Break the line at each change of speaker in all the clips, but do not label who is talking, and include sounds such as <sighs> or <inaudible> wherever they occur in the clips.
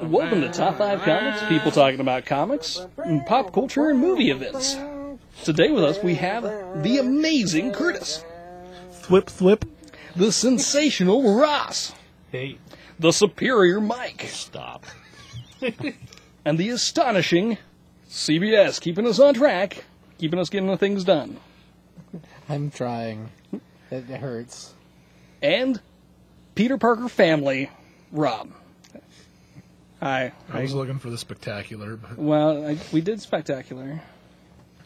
Welcome to Top 5 Comics, people talking about comics, and pop culture, and movie events. Today with us we have the amazing Curtis,
Thwip thwip.
the sensational Ross,
Hey,
the superior Mike,
stop.
<laughs> and the astonishing CBS, keeping us on track, keeping us getting the things done.
I'm trying. It hurts.
And Peter Parker family, Rob. Hi.
I was looking for the spectacular, but
Well, I, we did spectacular.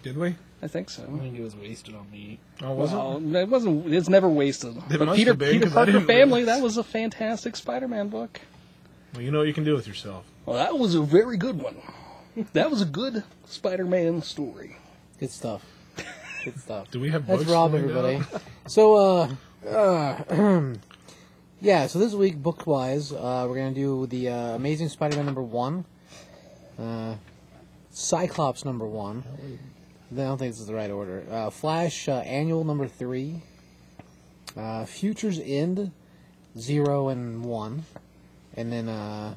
did we?
I think so.
I think it was wasted on me.
Oh, was
Well, it wasn't. It's never wasted.
It
but
must
Peter,
have been,
Peter
'cause I
Parker
didn't
family.
realize.
That was a fantastic Spider-Man book.
it? Well, you know what you can do with yourself.
Well, that was a very good one. That was a good Spider-Man story.
Good stuff. Good
<laughs>
stuff.
Do we have
That's
books
Rob,
lined
everybody.
up?
so, uh, uh <clears throat> yeah. So this week, book wise, uh, we're gonna do the uh, Amazing Spider-Man number one, uh, Cyclops number one. I don't think this is the right order. Uh, Flash uh, Annual number three, uh, Futures End, zero and one, and then uh,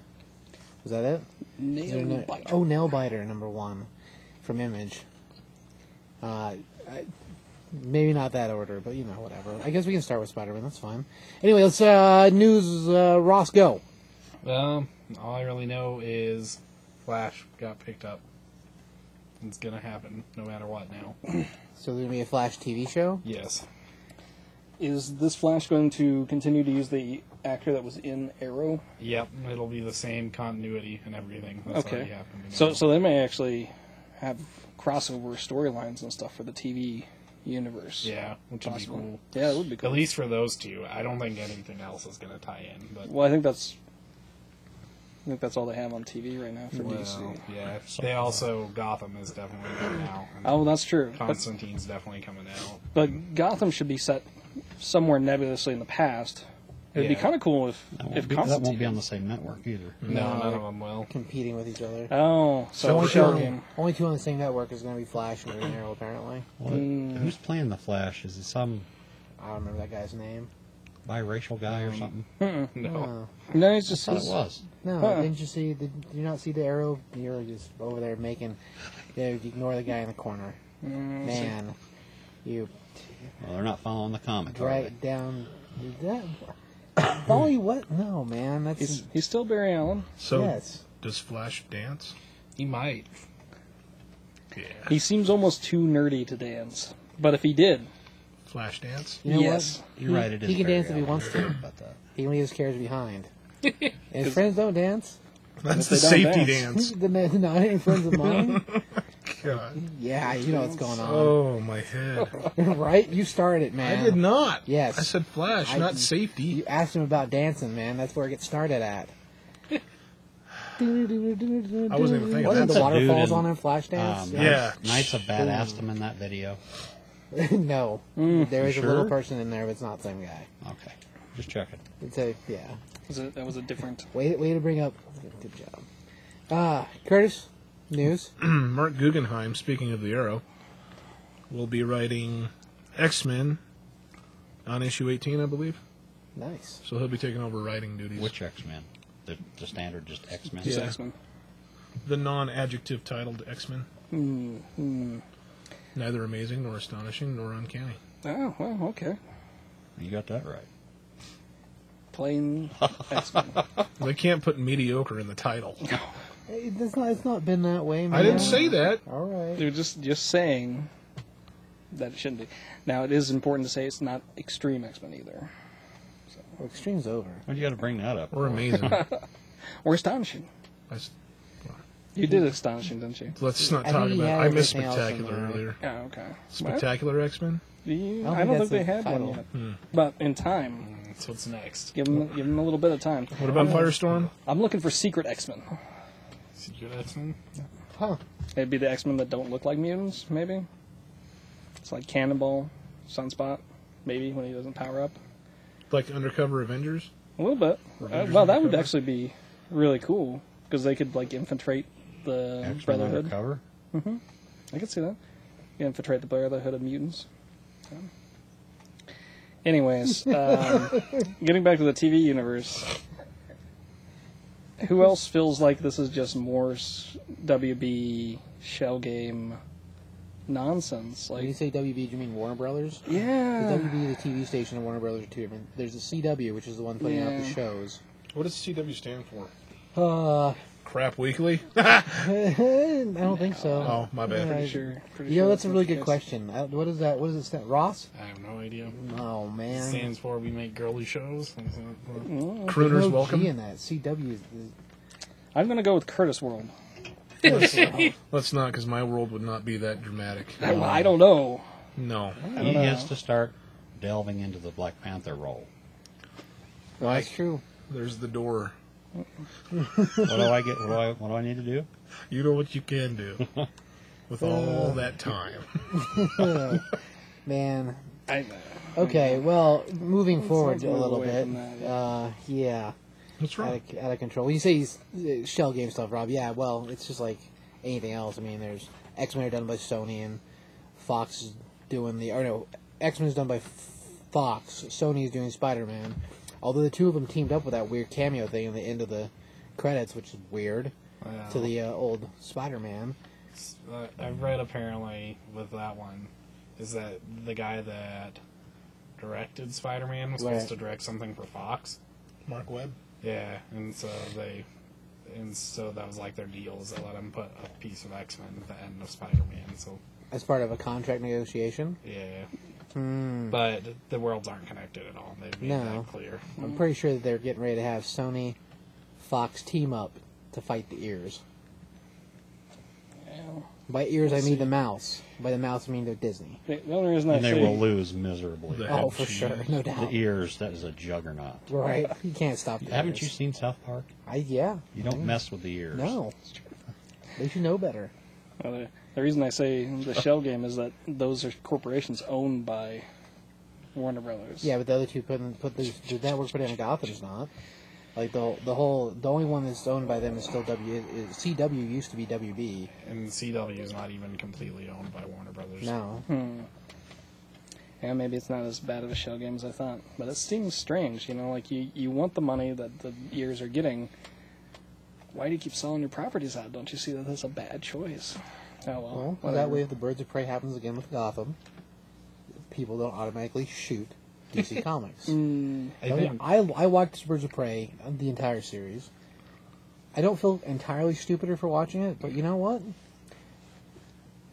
was that it? Is there
Nail
no-
biter.
Oh, Nailbiter number one from Image. Uh, I, maybe not that order, but you know, whatever. I guess we can start with Spider Man. That's fine. Anyway, let's uh, news. Uh, Ross, go.
Um, all I really know is Flash got picked up. It's gonna happen no matter what now.
So there's gonna be a Flash TV show.
Yes.
Is this Flash going to continue to use the actor that was in Arrow?
Yep. It'll be the same continuity and everything. That's already
okay.
happened.
So, so they may actually have crossover storylines and stuff for the TV universe.
yeah, which would be
Possible.
cool.
Yeah, it would be cool.
At least for those two, I don't think anything else is gonna tie in. But
Well, I think that's. I think that's all they have on TV right now for
well,
DC.
yeah, they also Gotham is definitely coming out. and
Oh, that's true. But,
Constantine's definitely coming out.
but Gotham should be set somewhere nebulously in the past. It'd be
Yeah.
kind of cool if
That
if
won't, be, that won't be
Constantine.
on the same network either.
No, none of them will. <laughs>
Competing with each other.
Oh, so
So
only,
it's a
two
shell
sure.
game.
on, only two on the same network is gonna be Flash and Green Arrow. Apparently,
Well,
Mm.
Who's playing the Flash? Is it some
I don't remember that guy's name.
biracial guy
Mm.
or something?
No.
Oh.
No, it's just
I thought it was.
No,
Huh.
didn't you see? Did, did you not see the arrow? You're just over there making. Yeah, ignore the guy in the corner. Man, you
Well, they're not following the comic. are they?
right down. Did
<coughs>
that Bowie? What? No, man. That's
he's, he's still Barry Allen.
So
yes.
does Flash dance?
He might.
Yeah.
He seems almost too nerdy to dance. But if he did,
Flash dance.
You know
yes,
You're right. It is.
he can
very
dance if he
odd.
wants to.
But that.
what? He can leave his carriage
<laughs>
behind. And his friends don't dance.
That's
they
the
don't
safety
dance.
dance.
<laughs> The man- not any friends of
<laughs>
mine.
God.
Yeah, you know what's going on,
Oh my head!
<laughs> right? You started it,
I
man.
did not.
Yes.
I said Flash,
I-
not safety.
You asked him about dancing, man. That's where it gets started at. I wasn't even
wasn't even thinking
Wasn't
that.
the
That's a dude
waterfalls
in-
on in Flash dance?
Um,
Yeah.
Knights- Knights of Badassdom in that video.
<laughs> no, there is a
Mm. sure?
little person in there, but it's not the same guy.
Okay, just checking.
It's a yeah.
Was it- that was a different.
Way, way to bring up. Good job. Uh, Curtis, news.
Mark Guggenheim, speaking of the Arrow, will be writing X Men on issue 18, I believe.
Nice.
So he'll be taking over writing duties.
Which X Men? The, the standard, just X Men.
Just
Yeah.
X-Men.
the non-adjective titled X Men. Neither amazing nor astonishing nor uncanny.
Oh well, okay.
You got that right.
Plain X-Men.
They can't put mediocre in the title.
Hey, It's not. It's not been that way, man.
I didn't say that.
All right.
They're just just saying that it shouldn't be. Now it is important to say it's not extreme X-Men either,
Well, Extreme's over.
Well, you got to bring that up.
Or amazing.
or astonishing.
Let's-
You
Hmm.
did astonishing, didn't you?
Let's not
I
talk
think he
about.
had
I missed
everything else in
spectacular
there.
earlier.
Oh, okay. Well,
Spectacular X Men.
you-
I don't
I don't think
think
they
that's Hmm.
had
the
one
title.
yet, but in time,
That's what's next.
give them give them a little bit of time.
What about Firestorm?
I'm looking for secret X-Men.
Secret X-Men?
Huh.
It'd be the X Men that don't look like mutants, maybe. It's like Cannonball, Sunspot, maybe when he doesn't power up
Like undercover Avengers?
a little bit. Uh,
Rangers
well, that would
Undercover.
actually be really cool because they could like infiltrate the
X Men
Brotherhood.
undercover.
I could see that. infiltrate the Brotherhood of Mutants. So. Anyways, um, getting back to the TV universe, who else feels like this is just more s- WB shell game nonsense?
When you
Like,
say WB, do you mean Warner Brothers? The
yeah,
WB, the TV station, and Warner Brothers are two different. There's the CW, which is the one putting out the
Yeah.
shows.
What does CW stand for?
Uh,
Crap Weekly?
Oh. I don't think so.
<laughs> Oh, my
Yeah.
bad.
pretty sure. Pretty
You know,
sure
that's a really
what you
good
guys-
question. Uh, what is that? What is it? stand- Ross?
I have no idea.
Oh man.
Stands for we make girly shows. Something like
Mm,
There's no
Crooner's
G
Welcome.
in that CW is the
I'm gonna go with Curtis World.
Let's not, because my world would not be that dramatic.
<laughs>
I, I don't know.
No.
don't
He
know.
has to start delving into the Black Panther role.
Well, that's true.
There's the door.
What do I get? What do I, what do I need
<laughs>
to do?
You know what you can <laughs> do with all that <laughs> time.
Man.
I,
Okay, well, moving forward
let's
a
move
little
away
bit.
from that, yeah.
Uh, yeah,
What's
out
wrong?
of, out of control. You say he's, uh, shell game stuff, Rob. Yeah, well, it's just like anything else. I mean, there's X Men are done by Sony and Fox is doing the. Or no, X Men is done by F- Fox. Sony is doing Spider Man. Although the two of them teamed up with that weird cameo thing in the end of the credits, which is weird,
that.
to the uh, old Spider Man.
uh, I've read apparently with that one is that the guy that directed Spider-Man was supposed
Right.
to direct something for Fox.
Mark Webb?
Yeah, and so they, and so that was like their deals. They let him put a piece of X-Men at the end of Spider-Man. So
As part of a contract negotiation.
yeah, but the worlds aren't connected at all. They've made
Hmm. No.
that clear.
Mm.
I'm pretty sure that they're getting ready to have Sony, Fox team up to fight the ears. By ears, I mean the mouse. By the mouse, I mean the Disney.
the the only reason I
And they
say
will lose miserably.
The
Oh,
Oh,
for
for
sure, no
The
doubt.
ears, that is a juggernaut.
Right? You can't stop. The
Haven't
ears.
you seen South Park?
I yeah.
You don't mess with the ears.
No. They should know better.
uh, the, the reason I say the shell game is that those are corporations owned by Warner Brothers.
Yeah, but the other two put in, put the, the network put in Gotham's not. Like the the whole the only one that's owned by them is still W. Is, CW used to be WB.
And CW is not even completely owned by Warner Brothers.
Now
Hmm. Yeah, maybe it's not as bad of a shell game as I thought, but it seems strange. You know, like you, you want the money that the ears are getting. Why do you keep selling your properties out? Don't you see that that's a bad choice? Oh well,
Well, that
whatever.
way, if the Birds of Prey happens again with Gotham, people don't automatically shoot
<laughs>
DC Comics.
Mm.
I
I, mean,
think
I, I watched Birds of Prey, uh, the entire series. I don't feel entirely stupider for watching it, but you know what?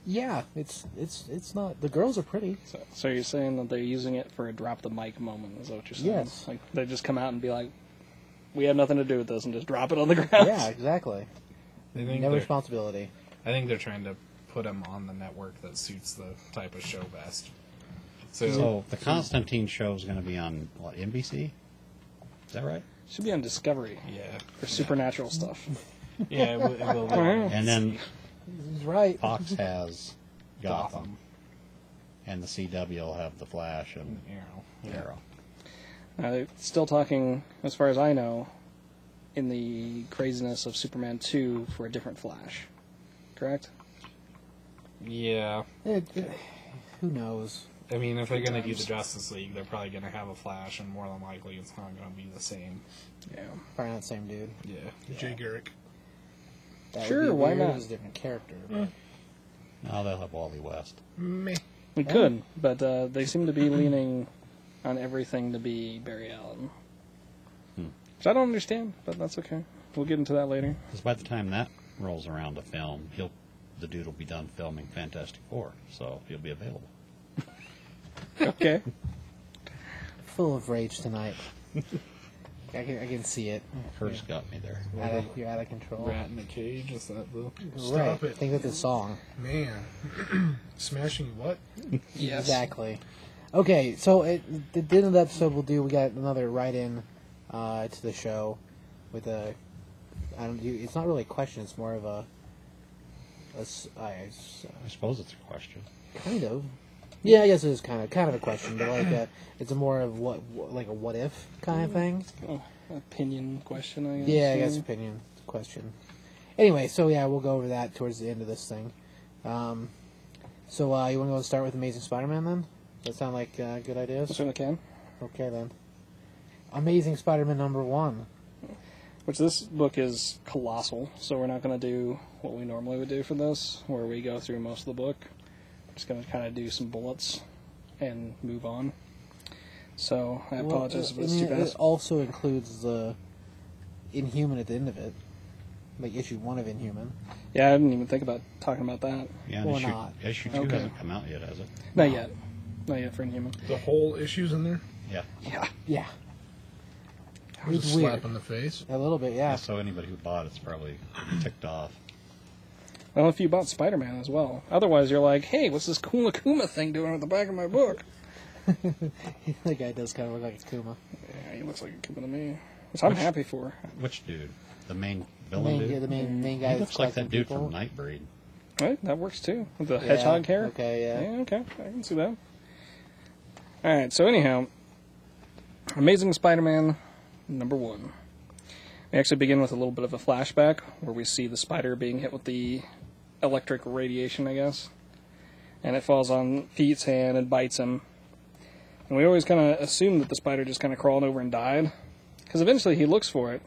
Yeah, it's it's it's not. The girls
<laughs>
are pretty.
So, so you're saying that they're using it for a drop the mic moment? Is that what you're saying?
Yes.
Like they just come out and be like, "We have nothing to do with this," and just drop it on the <laughs> ground.
Yeah, exactly.
I think
No
they're-
responsibility.
I think they're trying to put him on the network that suits the type of show best. So,
So the Constantine show is going to be on what NBC? Is that right?
Should be on Discovery
yeah,
for supernatural
<laughs>
stuff.
yeah, it will, it will be.
And then
He's right.
Fox
<laughs>
has Gotham,
Gotham.
and the CW will have the Flash and
you know, yeah.
Arrow.
Now, they're Uh, still talking, as far as I know, in the craziness of Superman 2 for a different Flash. Correct?
yeah.
It- it- who knows?
I mean, if they're going to do the Justice League, they're probably going to have a Flash, and more than likely, it's not going to be the same.
Yeah.
Probably not the same dude.
Yeah,
Jay Garrick.
That would
Sure,
be
why
weird
not? Mm.
as a different character.
Now they'll have Wally West.
Meh.
We could, but uh, they seem to be leaning on everything to be Barry Allen. Which I don't understand, but that's okay. We'll get into that later.
Because by the time that rolls around to film, he'll the dude will be done filming Fantastic Four, so he'll be available.
Okay.
Full of rage tonight. I can, I can see it.
Curtis got me there.
Out of, you're out of control.
Rat in a Cage is that the?
right.
Stop it.
I think that's a song.
Man. <clears throat> Smashing what?
<laughs> yes.
Exactly. Okay, so at the end of the episode, we'll do. We got another write-in uh, to the show with a. I don't. You, it's not really a question. It's more of a. a s- I- I s-
I suppose it's a question.
kind of. Yeah, I guess it is kind of kind of a question, but like a, it's a more of what wh- like a what if kind of thing.
Oh, opinion question, I guess.
Yeah, I guess opinion question. Anyway, so yeah, we'll go over that towards the end of this thing. Um, So uh, you want to go start with Amazing Spider-Man then? Does that sound like uh, good ideas?
Certainly can.
Okay then. Amazing Spider-Man number one.
Which this book is colossal, so we're not going to do what we normally would do for this, where we go through most of the book. We're just going to kind of do some bullets and move on. So I apologize if
Well,
it's
I
too
mean,
fast.
It also includes the Inhuman at the end of it, like issue one of Inhuman.
Yeah, I didn't even think about talking about that.
Yeah, and
Or
issue,
not.
issue two
Okay.
hasn't come out yet, has it?
Not yet. Not yet for Inhuman.
The whole issue's in there.
Yeah.
Yeah.
Yeah,
It was
It's
a
weird.
slap in the face.
a little bit. Yeah. <laughs>
So anybody who bought it's probably ticked off.
Well, if you bought Spider Man as well. Otherwise, you're like, hey, what's this Kula Kuma thing doing at the back of my book?
the guy does kind of look like a Kuma.
Yeah, he looks like a Kuma to me. Which I'm happy for.
Which dude? The main
The
villain
main,
dude?
yeah, the main, main guy.
Mm-hmm. he
that's
looks like that
collecting
dude
people.
from Nightbreed.
Right? That works too. With the
Yeah,
hedgehog hair?
Okay. Yeah.
Yeah, okay. I can see that. Alright, so anyhow, Amazing Spider Man number one. We actually begin with a little bit of a flashback where we see the spider being hit with the electric radiation, I guess. And it falls on Pete's hand and bites him. And we always kind of assume that the spider just kind of crawled over and died. Because eventually he looks for it.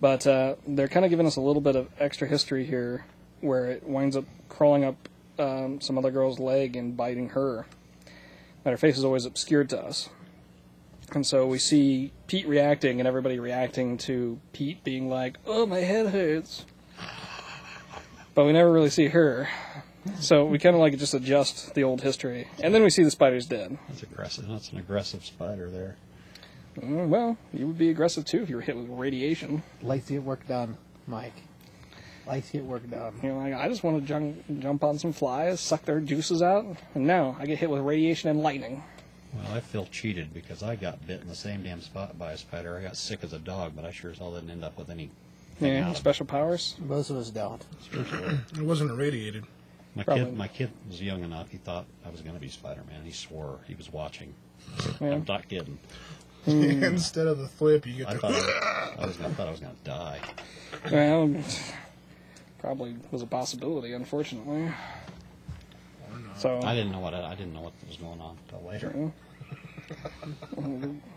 But uh, they're kind of giving us a little bit of extra history here where it winds up crawling up um, some other girl's leg and biting her. But her face is always obscured to us. And so we see Pete reacting and everybody reacting to Pete being like, oh, my head hurts. But we never really see her. So we kind of like just adjust the old history. And then we see the spider's dead.
That's aggressive. That's an aggressive spider there.
Mm, Well, you would be aggressive too if you were hit with radiation.
Likes to get work done, Mike. Likes to get work done.
You're like, I just want to jump, jump on some flies, suck their juices out, and now I get hit with radiation and lightning.
Well, I feel cheated because I got bit in the same damn spot by a spider. I got sick as a dog, but I sure as hell didn't end up with any.
Yeah, special powers.
Most of us don't.
It wasn't irradiated. <laughs>
My
Probably.
kid, my kid was young enough. He thought I was going to be Spider-Man. He swore he was watching.
Yeah.
I'm not kidding.
Instead of the flip, you get
I
the.
thought
<laughs>
I, I was gonna, thought I was going to die.
Well, probably was a possibility, unfortunately.
I
So
didn't know what I, I didn't know what was going on until later.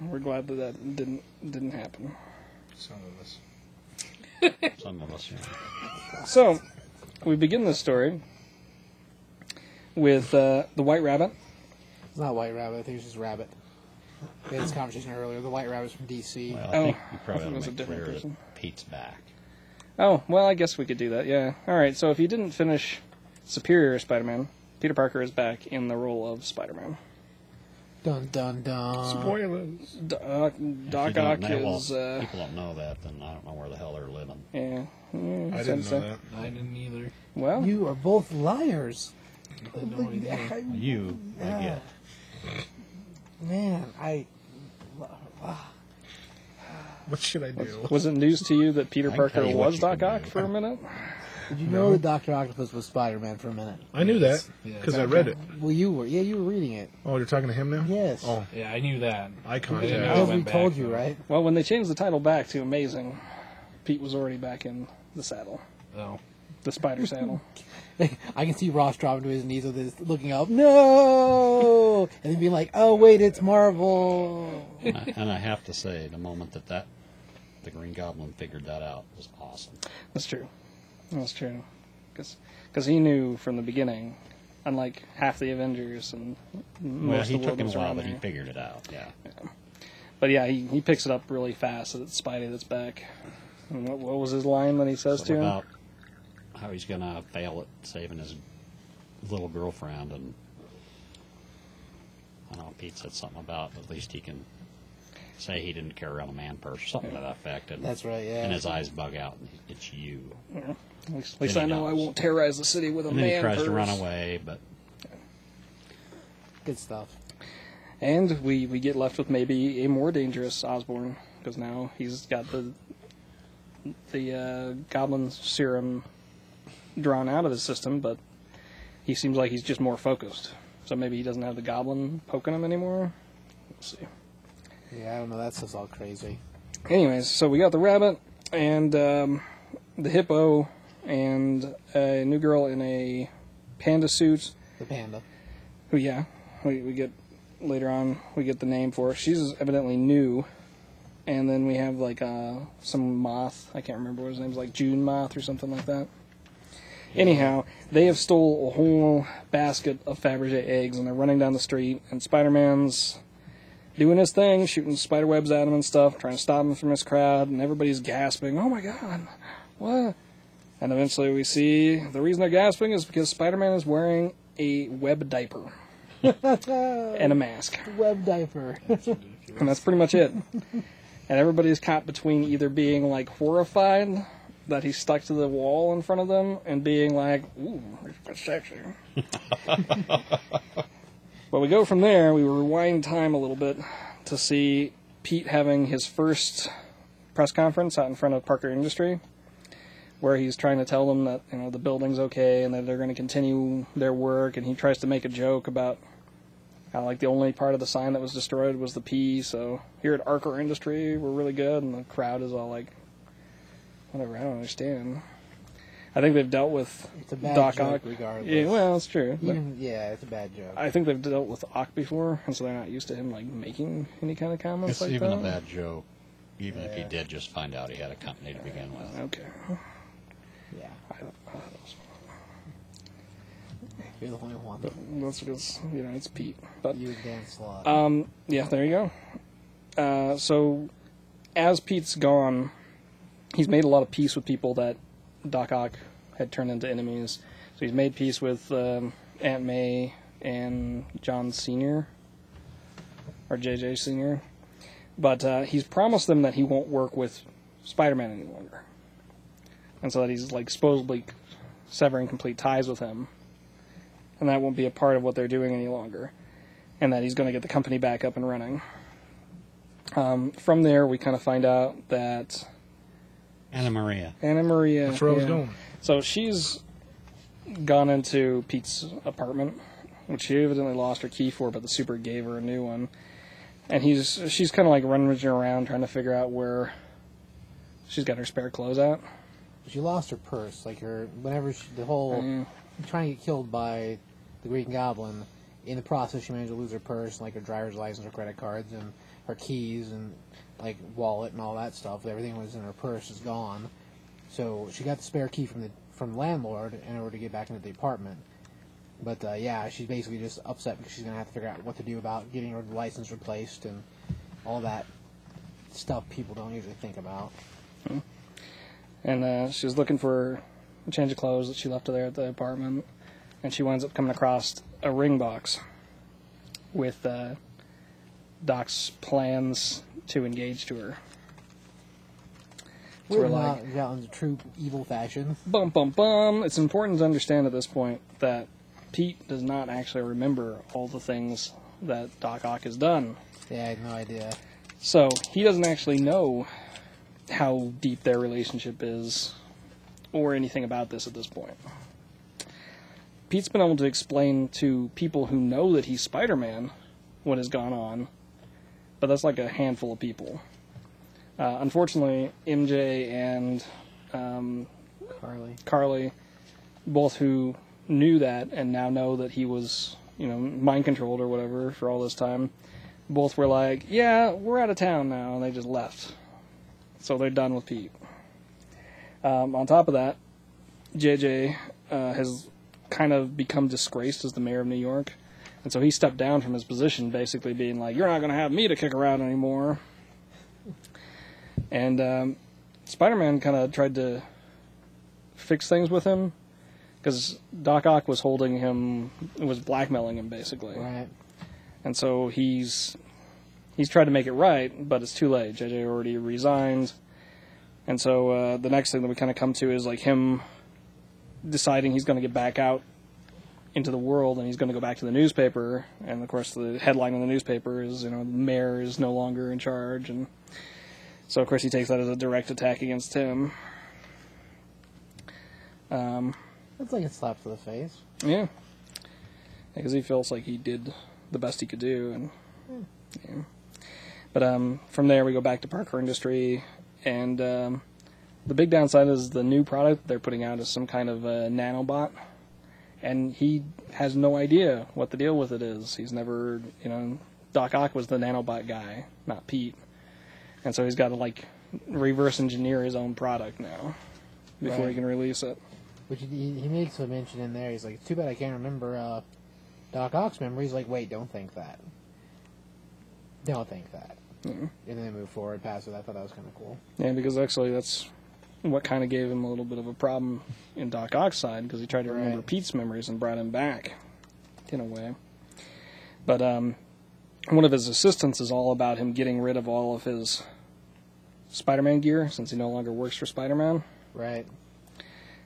we're glad that that didn't didn't happen.
Some of us.
Some of us. You know.
So we begin this story with uh, the White Rabbit.
It's not White Rabbit. I think it's just Rabbit. We had this conversation earlier. The White Rabbit's from DC.
Well, I
Oh,
think
I
you probably
think it
ought
was a
to make
different
clear
person.
that Pete's back.
Oh, well, I guess we could do that, yeah. Alright, so if you didn't finish Superior Spider Man, Peter Parker is back in the role of Spider Man.
Dun dun dun.
Spoilers.
Doc,
Uh, If
uh, Doc
you
Ock
don't know- well,
is. Uh,
people don't know that, then I don't know where the hell they're living.
yeah.
I
so-
didn't
so-
know that.
I didn't either.
Well,
You are both liars.
I had no idea.
You, I get.
Man, I
What should I do?
was it news to you that Peter
I can tell
Parker
you what
was
you
Doc
can
Ock
do.
for a minute?
did you know that Doctor Octopus was Spider Man for a minute?
I knew that
Yeah.
because I read it.
Well, you were. Yeah, you were reading it.
Oh, you're talking to him now?
Yes.
Oh,
Yeah, I knew that.
eye
Well,
Yeah,
contact.
I
we
went back,
told you,
though.
right? <laughs>
Well, when they changed the title back to Amazing, Pete was already back in the saddle,
Oh,
the spider saddle.
I can see Ross dropping to his knees with his looking up, no, and then being like, "Oh wait, it's Marvel."
and, I, and I have to say, the moment that that the Green Goblin figured that out was awesome.
That's true. That's true. Because he knew from the beginning, unlike half the Avengers and
Well,
most
he
of the
took him a
world
while,
around
but he
there.
figured it out. Yeah.
But yeah, he, he picks it up really fast that it's Spidey that's back. And what, what was his line that he says to
Something
him?
about how he's gonna fail at saving his little girlfriend, and I don't know Pete said something about at least he can say he didn't carry around a man purse, something to that effect. And
That's right. Yeah.
And his eyes bug out. And it's you.
At least, at least
Then
I
he
know I
knows.
won't terrorize the city with a
And then
man.
he tries to
purse.
run away, but
Good stuff.
And we, we get left with maybe a more dangerous Osborne because now he's got the the uh, Goblin serum drawn out of his system, but he seems like he's just more focused. So maybe he doesn't have the Goblin poking him anymore. We'll see.
Yeah, I don't know. That stuff's all crazy.
Anyways, so we got the rabbit and um, the hippo and a new girl in a panda suit
the panda.
who yeah we, we get later on we get the name for her. she's evidently new and then we have like uh some moth i can't remember what his name's like june moth or something like that anyhow they have stole a whole basket of fabergé eggs and they're running down the street and spider-man's doing his thing shooting spider webs at him and stuff trying to stop him from his crowd and everybody's gasping oh my god what and eventually we see the reason they're gasping is because spider-man is wearing a web diaper and a mask.
Web diaper.
And that's pretty much it. and everybody's caught between either being like horrified that he's stuck to the wall in front of them and being like, ooh, that's sexy. but we go from there, we rewind time a little bit to see Pete having his first press conference out in front of Parker Industry. Where he's trying to tell them that you know the building's okay and that they're going to continue their work, and he tries to make a joke about Kind of like the only part of the sign that was destroyed was the P. So here at Archer Industry, we're really good, and the crowd is all like, "Whatever, I don't understand." I think they've dealt with
<laughs> It's a bad
Doc
joke,
Ock.
regardless.
Yeah, well, it's true. but
Even, <laughs> yeah, it's a bad joke.
I think they've dealt with Ock before, and so they're not used to him like making any kind of comments
It's
like
even
that.
a bad joke. Even if he did just find out he had a company to begin with.
Okay. uh,
yeah, you're the only one.
That's because you know it's Pete. But
You and Dan Slott.
Um, yeah, there you go. Uh, so, as Pete's gone, he's made a lot of peace with people that Doc Ock had turned into enemies. So he's made peace with um, Aunt May and John Senior or JJ Senior, but uh, he's promised them that he won't work with Spider-Man any longer, and so that he's like supposedly severing complete ties with him, and that won't be a part of what they're doing any longer and that he's going to get the company back up and running. Um, from there, we kind of find out that
Anna Maria.
Anna Maria.
That's where I was
yeah.
going.
So she's gone into Pete's apartment, which she evidently lost her key for, but the super gave her a new one. And he's she's kind of like rummaging around trying to figure out where she's got her spare clothes at.
she lost her purse. Like her, whenever she, the whole trying to get killed by the Green Goblin. In the process, she managed to lose her purse, like her driver's license, her credit cards, and her keys, and like wallet and all that stuff. Everything that was in her purse is gone. So she got the spare key from the from the landlord in order to get back into the apartment. But uh, yeah, she's basically just upset because she's gonna have to figure out what to do about getting her license replaced and all that stuff people don't usually think about.
and uh, she was looking for a change of clothes that she left there at the apartment, and she winds up coming across a ring box with uh, Doc's plans to engage to her.
We're,
We're
not out in the true evil fashion.
Bum bum bum. It's important to understand at this point that Pete does not actually remember all the things that Doc Ock has done.
Yeah, I had no idea.
So he doesn't actually know how deep their relationship is or anything about this at this point. Pete's been able to explain to people who know that he's Spider Man what has gone on, but that's like a handful of people. Uh, unfortunately, MJ and um,
Carly.
Carly, both who knew that and now know that he was, you know, mind controlled or whatever for all this time, both were like, "Yeah, we're out of town now," and they just left. So they're done with Pete. Um, on top of that, JJ uh, has kind of become disgraced as the mayor of New York, and so he stepped down from his position, basically being like, "You're not going to have me to kick around anymore." And um, Spider-Man kind of tried to fix things with him because Doc Ock was holding him, was blackmailing him basically,
Right.
and so he's he's tried to make it right, but it's too late. JJ already resigned, and so uh, the next thing that we kind of come to is like him deciding he's going to get back out into the world and he's going to go back to the newspaper, and of course the headline in the newspaper is you know the mayor is no longer in charge, and so of course he takes that as a direct attack against him.
That's like a slap to the face.
Yeah. Because he feels like he did the best he could do, and yeah. but um, from there we go back to Parker Industry, and um, the big downside is the new product they're putting out is some kind of a nanobot, and he has no idea what the deal with it is. He's never, you know, Doc Ock was the nanobot guy, not Pete, and so he's got to like reverse engineer his own product now before
Right.
he can release it.
Which he, he made some mention in there. He's like, "It's too bad I can't remember uh, Doc Ock's memory." He's like, "Wait, don't think that. Don't think that." And then they move forward past it. I thought that was kind of cool.
Yeah, because actually that's what kind of gave him a little bit of a problem in Doc Ock's side because he tried to remember
Right.
Pete's memories and brought him back in a way. But um, one of his assistants is all about him getting rid of all of his Spider-Man gear since he no longer works for Spider-Man.
Right.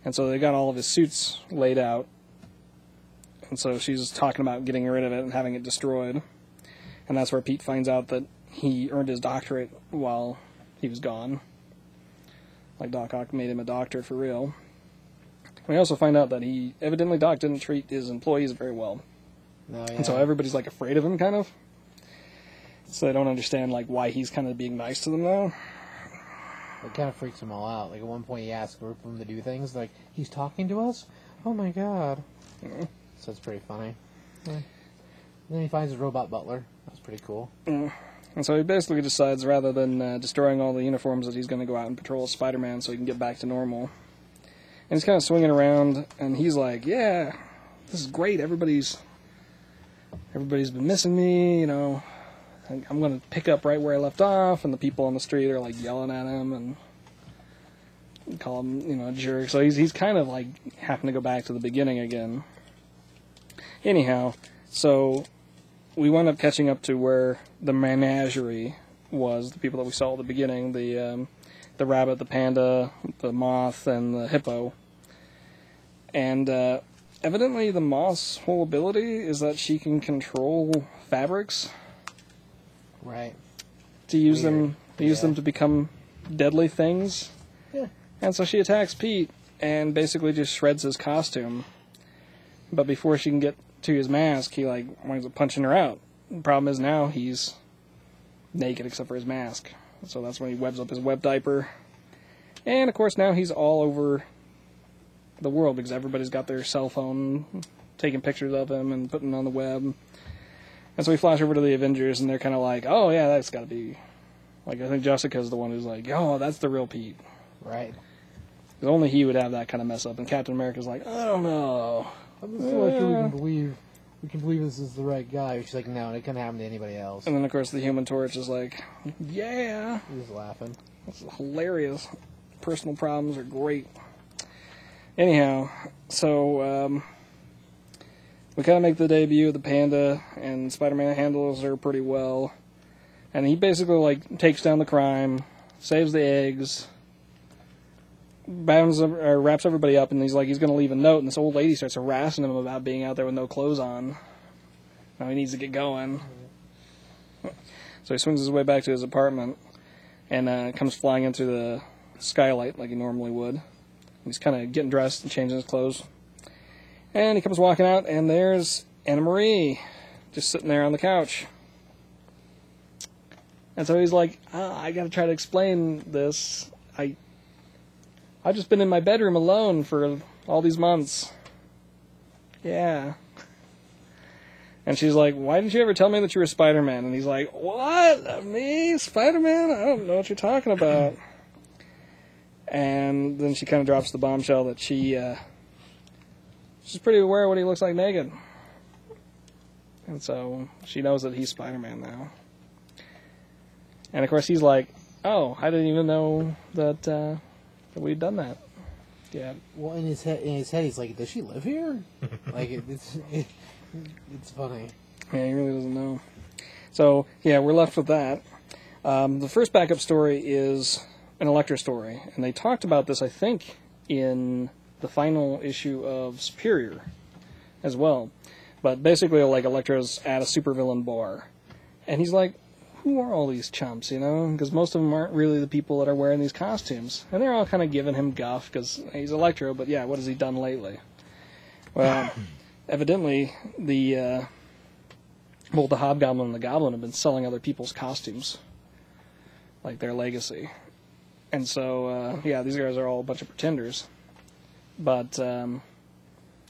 And so they got all of his suits laid out. And so she's talking about getting rid of it and having it destroyed. And that's where Pete finds out that he earned his doctorate while he was gone. Like Doc Ock made him a doctor for real. We also find out that he evidently Doc didn't treat his employees very well.
No. Yeah.
And so everybody's like afraid of him kind of. So they don't understand like why he's kind of being nice to them now.
It kind of freaks them all out. Like at one point, he asks a group of them to do things. Like he's talking to us. Oh my god! So that's pretty funny. Yeah. And then he finds his robot butler. That's pretty cool.
And so he basically decides rather than uh, destroying all the uniforms that he's going to go out and patrol Spider Man so he can get back to normal. And he's kind of swinging around and he's like, yeah, this is great. Everybody's. Everybody's been missing me, you know. I- I'm going to pick up right where I left off, and the people on the street are like yelling at him and call him, you know, a jerk. So he's he's kind of like having to go back to the beginning again. Anyhow, so we wound up catching up to where the menagerie was the people that we saw at the beginning the um, the rabbit the panda the moth and the hippo and uh, evidently the moth's whole ability is that she can control fabrics
Right.
to use
Weird.
them to use
Yeah.
them to become deadly things
Yeah.
and so she attacks Pete and basically just shreds his costume. But before she can get to his mask, he like winds up punching her out. The problem is now he's naked except for his mask. So that's when he webs up his web diaper. And of course now he's all over the world because everybody's got their cell phone taking pictures of him and putting it on the web. And so we flash over to the Avengers and they're kind of like, "Oh yeah, that's got to be." Like I think Jessica's the one who's like, "Oh, that's the real Pete."
Right.
'Cause only he would have that kind of mess up. And Captain America's like, I don't know.
I'm just so sure we can believe we can believe this is the right guy. She's like, no, it couldn't happen to anybody else.
And then, of course, the Human Torch is like, yeah,
He's laughing.
this is hilarious. Personal problems are great. Anyhow, so um, we kind of make the debut of the panda, and Spider-Man handles her pretty well. And he basically like takes down the crime, saves the eggs, bounds ev- or wraps everybody up, and he's like he's gonna leave a note. And this old lady starts harassing him about being out there with no clothes on. Now he needs to get going. So he swings his way back to his apartment and uh, comes flying into the skylight like he normally would. He's kind of getting dressed and changing his clothes. And he comes walking out, and there's Anna Marie just sitting there on the couch. And so he's like, ah, I gotta try to explain this. I, I've just been in my bedroom alone for all these months. Yeah. And she's like, "Why didn't you ever tell me that you were Spider Man?" And he's like, "What? Me, Spider Man? I don't know what you're talking about." <clears throat> and then she kind of drops the bombshell that she uh, she's pretty aware of what he looks like naked, and so she knows that he's Spider Man now. And of course, he's like, "Oh, I didn't even know that uh, that we'd done that." Yeah,
Well, in his head, in his head, he's like, does she
<laughs>
live here? like it, it's it, it's funny.
Yeah, he really doesn't know. So yeah, we're left with that. Um, the first backup story is an Electra story, and they talked about this, I think, in the final issue of Superior, as well. But basically, like Electra's at a supervillain bar, and he's like, "Who are all these chumps?" You know, because most of them aren't really the people that are wearing these costumes, and they're all kind of giving him guff because he's Electro. But yeah, what has he done lately? Well, <coughs> evidently the. Uh, well, the Hobgoblin and the Goblin have been selling other people's costumes, like their legacy. And so, uh, yeah, these guys are all a bunch of pretenders. But um,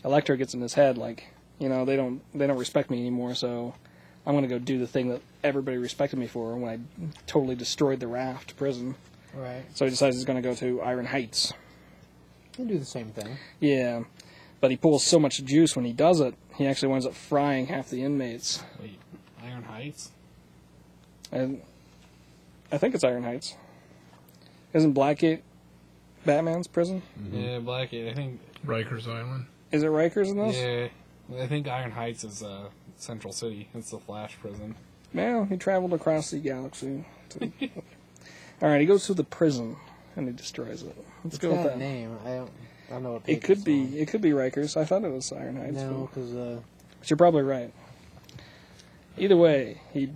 Electro gets in his head like, you know, they don't they don't respect me anymore, so I'm gonna go do the thing that everybody respected me for when I totally destroyed the raft prison.
Right.
So he decides he's gonna go to Iron Heights.
They do the same thing.
Yeah. But he pulls so much juice when he does it, he actually winds up frying half the inmates.
Wait, Iron Heights?
And I think it's Iron Heights. Isn't Blackgate Batman's prison?
Yeah, Blackgate. I think.
Rikers Island.
Is it Rikers in this?
Yeah, I think Iron Heights is uh, Central City. It's the Flash prison.
Well, he traveled across the galaxy. <laughs> to- All right, he goes to the prison and he destroys it. Let's
It's
go with
got a
that.
name. I don't. I don't know what.
It
page
could
it's
be. It could be Rikers. I thought it was Iron
on.
Heights.
No, because uh,
But you're probably right. Either way, he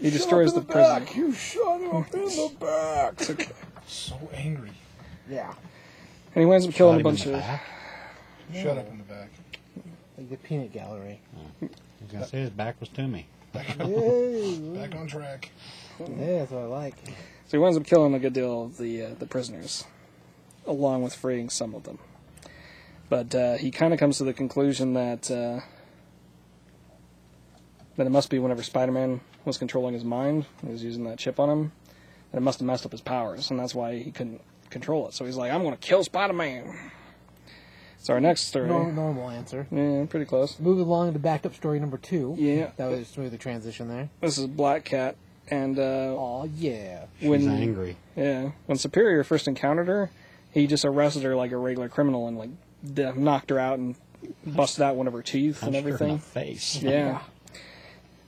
he destroys the, prison.
You shut up in <laughs> the back.
So angry.
yeah,
And he winds up killing
Shot
a
him
bunch
in the
of.
back.
Shut up in the back.
like the peanut <laughs> gallery.
I was gonna say his back was to me.
Yay.
Back on track.
yeah, that's what I like.
So he winds up killing a good deal of the uh, the prisoners, along with freeing some of them. But uh, he kind of comes to the conclusion that uh, that it must be whenever Spider-Man was controlling his mind, he was using that chip on him, that it must have messed up his powers, and that's why he couldn't control it. So he's like, "I'm going to kill Spider-Man." So our next story,
Normal, normal answer.
yeah, pretty close.
Moving along to backup story number two.
Yeah.
that was a smooth transition there.
This is Black Cat, and uh,
Oh yeah.
He's
when
angry.
Yeah. When Superior first encountered her, he just arrested her like a regular criminal and like d- knocked her out and busted out one of her teeth and
Punched her in the
everything.
face.
Yeah.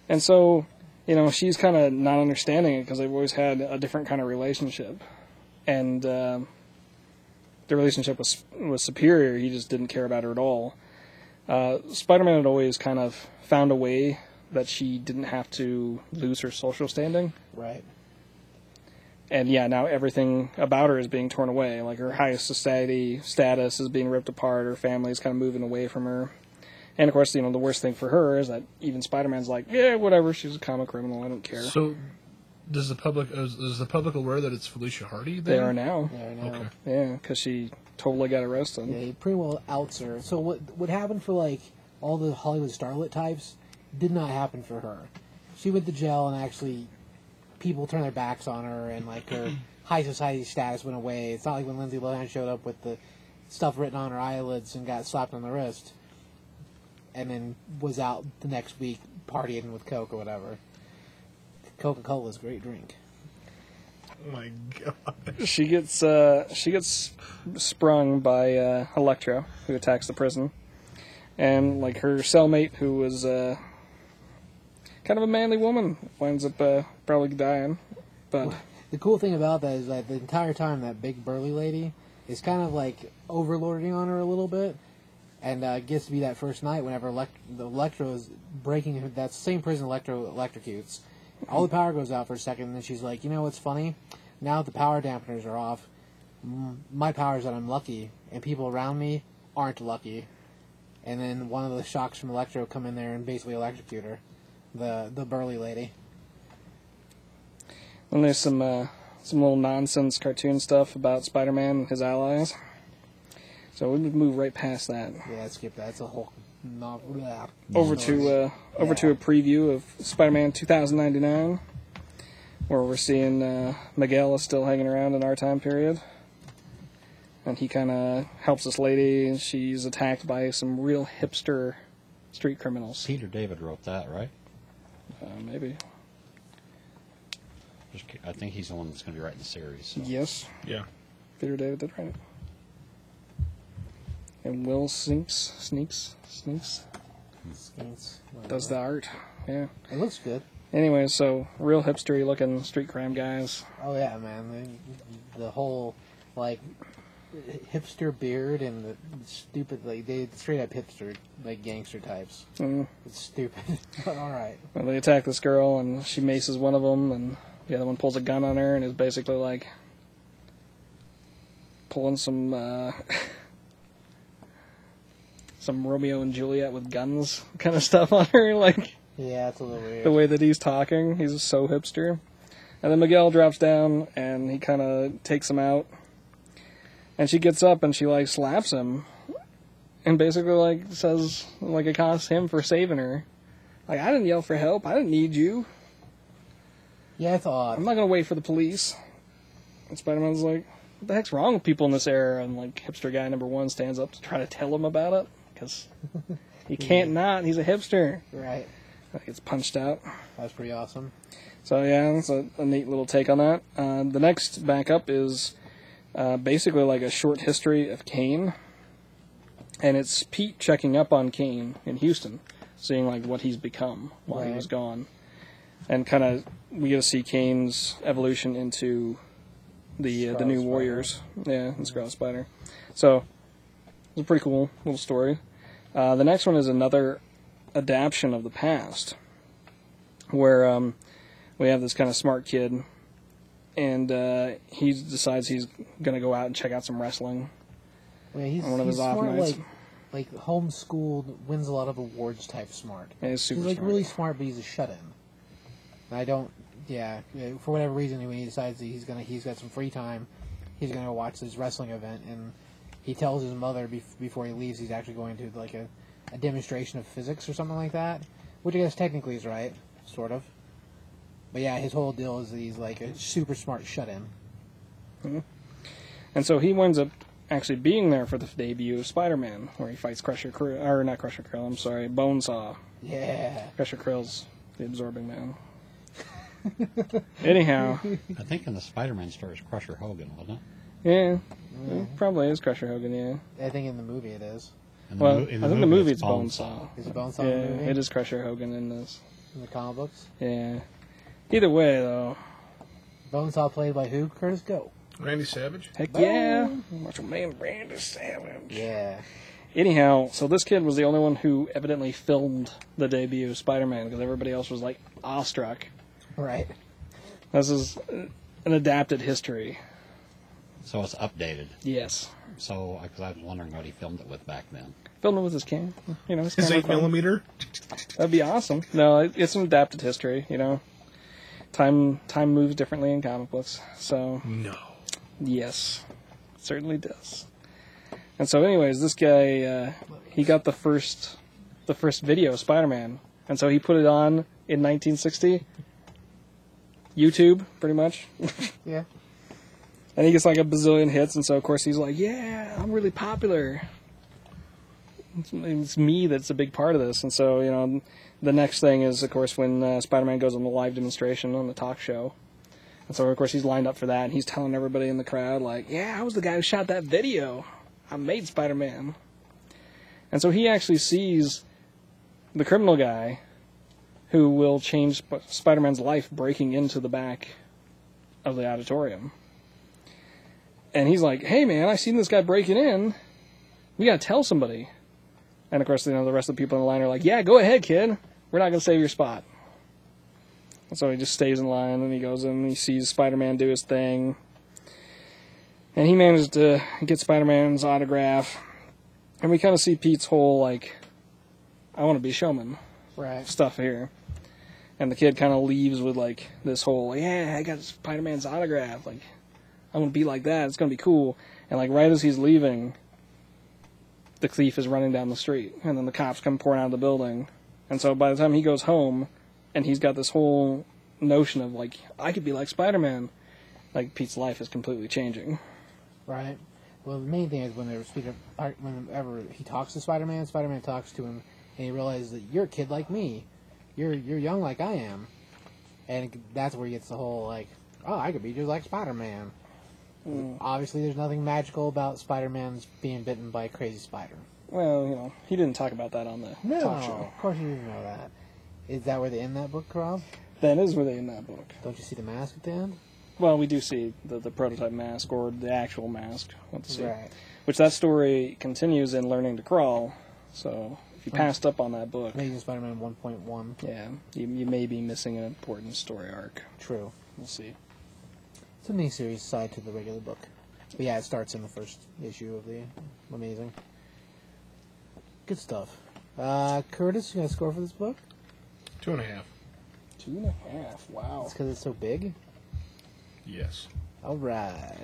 And so, you know, she's kind of not understanding it because they've always had a different kind of relationship, and um the relationship was was Superior. He just didn't care about her at all. Uh, Spider-Man had always kind of found a way that she didn't have to lose her social standing
Right.
and yeah, now everything about her is being torn away. Like her highest society status is being ripped apart. Her family is kind of moving away from her. And of course, you know, the worst thing for her is that even Spider Man's like, yeah, whatever. She's a comic criminal. I don't care.
So, does the public is, is the public aware that it's Felicia Hardy?
they
There?
are now.
There now.
Okay.
Yeah, because she totally got arrested.
Yeah, he pretty well outs her. So what what happened for like all the Hollywood starlet types did not happen for her. She went to jail and actually people turned their backs on her and like her high society status went away. It's not like when Lindsay Lohan showed up with the stuff written on her eyelids and got slapped on the wrist and then was out the next week partying with Coke or whatever. Coca Cola's a great drink.
Oh my god.
She gets uh, she gets sprung by uh, Electro, who attacks the prison, and like her cellmate, who was uh, kind of a manly woman, winds up uh, probably dying. But
The cool thing about that is that the entire time that big burly lady is kind of like overlording on her a little bit, and uh, gets to be that first night whenever elect- the Electro is breaking her, that same prison Electro electrocutes. All the power goes out for a second, and then she's like, "You know what's funny? Now that the power dampeners are off, m- my power is that I'm lucky, and people around me aren't lucky." And then one of the shocks from Electro come in there and basically electrocute her, the the burly lady.
And there's some uh, some little nonsense cartoon stuff about Spider-Man and his allies. So we would move right past that
Yeah, skip that. It's a whole novel. Blah.
over to uh, over to a preview of Spider-Man 2099, where we're seeing uh, Miguel is still hanging around in our time period, and he kind of helps this lady, and she's attacked by some real hipster street criminals.
Peter David wrote that, right?
Uh, maybe
Just ki- I think he's the one that's going to be writing the series. so.
yes,
Yeah.
Peter David did write it, and Will Sinks sneaks sneaks.
Skins, whatever.
uh, does the art. Yeah.
It looks good.
Anyway, so real hipstery looking street crime guys.
Oh yeah, man. The, the whole like hipster beard and the stupid like they straight up hipster like gangster types.
Mm.
It's stupid. <laughs> but all right.
And they attack this girl, and she maces one of them, and the other one pulls a gun on her, and is basically like pulling some uh, <laughs> some Romeo and Juliet with guns kind of stuff on her. <laughs> Like
Yeah, it's a little weird.
the way that he's talking, he's so hipster. And then Miguel drops down, and he kind of takes him out. And she gets up, and she like slaps him, and basically like says like it costs him for saving her. Like I didn't yell for help. I didn't need you.
Yeah, I thought.
I'm not gonna wait for the police. And Spider Man's like, what the heck's wrong with people in this era? And like hipster guy number one stands up to try to tell him about it because he can't not. He's a hipster.
Right.
Like, gets punched out.
That was pretty awesome.
So yeah, that's a, a neat little take on that. Uh, the next backup is uh, basically like a short history of Kane, and it's Pete checking up on Kane in Houston, seeing like what he's become while he
Right.
was gone, and kind of we get to see Kane's evolution into the uh, the
Scarlet
new
Spider.
Warriors. Yeah, and Scarlet Spider. So it's a pretty cool little story. Uh, the next one is another adaption of the past, where um, we have this kind of smart kid, and uh, he decides he's going to go out and check out some wrestling.
Yeah, he's,
On one of
he's
his off
smart,
nights.
like like homeschooled, wins a lot of awards type smart.
And he's super
he's like
smart.
really smart, but he's a shut in. And I don't, yeah, yeah, for whatever reason, when he decides that he's gonna, he's got some free time, he's gonna go watch this wrestling event, and he tells his mother bef- before he leaves he's actually going to like a, a demonstration of physics or something like that, which I guess technically is right, sort of. But yeah, his whole deal is that he's like a super smart shut in.
And so he winds up actually being there for the debut of Spider-Man, where he fights Crusher Krill, or not Crusher Krill, I'm sorry, Bonesaw.
Yeah.
Crusher Krill's the absorbing
<laughs>
man. Anyhow,
I think in the Spider-Man story, it's Crusher Hogan, wasn't it?
yeah, it probably is Crusher Hogan, yeah.
I think in the movie it is.
In the
Well,
mo-
I
in
think the movie it's
Bonesaw.
Bonesaw.
Is it Bonesaw
Yeah,
in the movie?
it is Crusher Hogan in this.
In the comic books.
Yeah. Either way, though,
Bonesaw played by who? Curtis Go.
Randy Savage?
heck
Boom.
yeah, Macho Man Randy Savage.
Yeah. <laughs>
Anyhow, so this kid was the only one who evidently filmed the debut of Spider-Man because everybody else was like awestruck.
Right.
This is uh, an adapted history.
So it's updated.
Yes.
So, because I was wondering what he filmed it with back then.
Filmed it with his camera, you know, his
His
camera
8
phone.
millimeter?
That'd be awesome. No, it- it's an adapted history. You know, time time moves differently in comic books. So
No.
Yes, it certainly does. And so, anyways, this guy uh, he got the first the first video of Spider-Man, and so he put it on in 1960. YouTube, pretty much,
Yeah.
and he gets like a bazillion hits, and so of course he's like, "Yeah, I'm really popular." It's, it's me that's a big part of this, and so you know, the next thing is of course when uh, Spider-Man goes on the live demonstration on the talk show, and so of course he's lined up for that, and he's telling everybody in the crowd like, "Yeah, I was the guy who shot that video. I made Spider-Man." And so he actually sees the criminal guy who will change Sp- Spider-Man's life breaking into the back of the auditorium and he's like, "Hey, man, I seen this guy breaking in. We gotta tell somebody." And of course, you know, the rest of the people in the line are like, "Yeah, go ahead, kid. We're not gonna save your spot." And so he just stays in line, and he goes in, and he sees Spider-Man do his thing, and he manages to get Spider-Man's autograph, and we kind of see Pete's whole like, "I want to be a showman."
Right.
stuff here. And the kid kind of leaves with like this whole, yeah, I got Spider Man's autograph. Like, I'm gonna be like that. It's gonna be cool. And like right as he's leaving, the thief is running down the street, and then the cops come pouring out of the building. And so by the time he goes home, and he's got this whole notion of like, I could be like Spider Man. Like Pete's life is completely changing.
Right. Well, the main thing is whenever Peter, or uh, whenever he talks to Spider-Man, Spider-Man talks to him, and he realizes that you're a kid like me, you're you're young like I am, and that's where he gets the whole like, oh, I could be just like Spider-Man. Obviously, there's nothing magical about Spider-Man's being bitten by a crazy spider.
Well, you know, he didn't talk about that on the
No,
talk show.
of course you didn't know that. Is that where they end that book, Rob?
That is really in that book.
Don't you see the mask at the end?
Well, we do see the, the prototype mask or the actual mask. Let's see.
Right.
Which that story continues in Learning to Crawl. So if you passed up on that book,
Amazing Spider-Man 1.1.
yeah, you, you may be missing an important story arc.
True.
We'll see.
It's a miniseries side to the regular book. But yeah, it starts in the first issue of the Amazing. Good stuff. Uh, Curtis, you got a score for this book?
Two and a half.
Two and a half. Wow.
It's because it's so big.
Yes.
All right.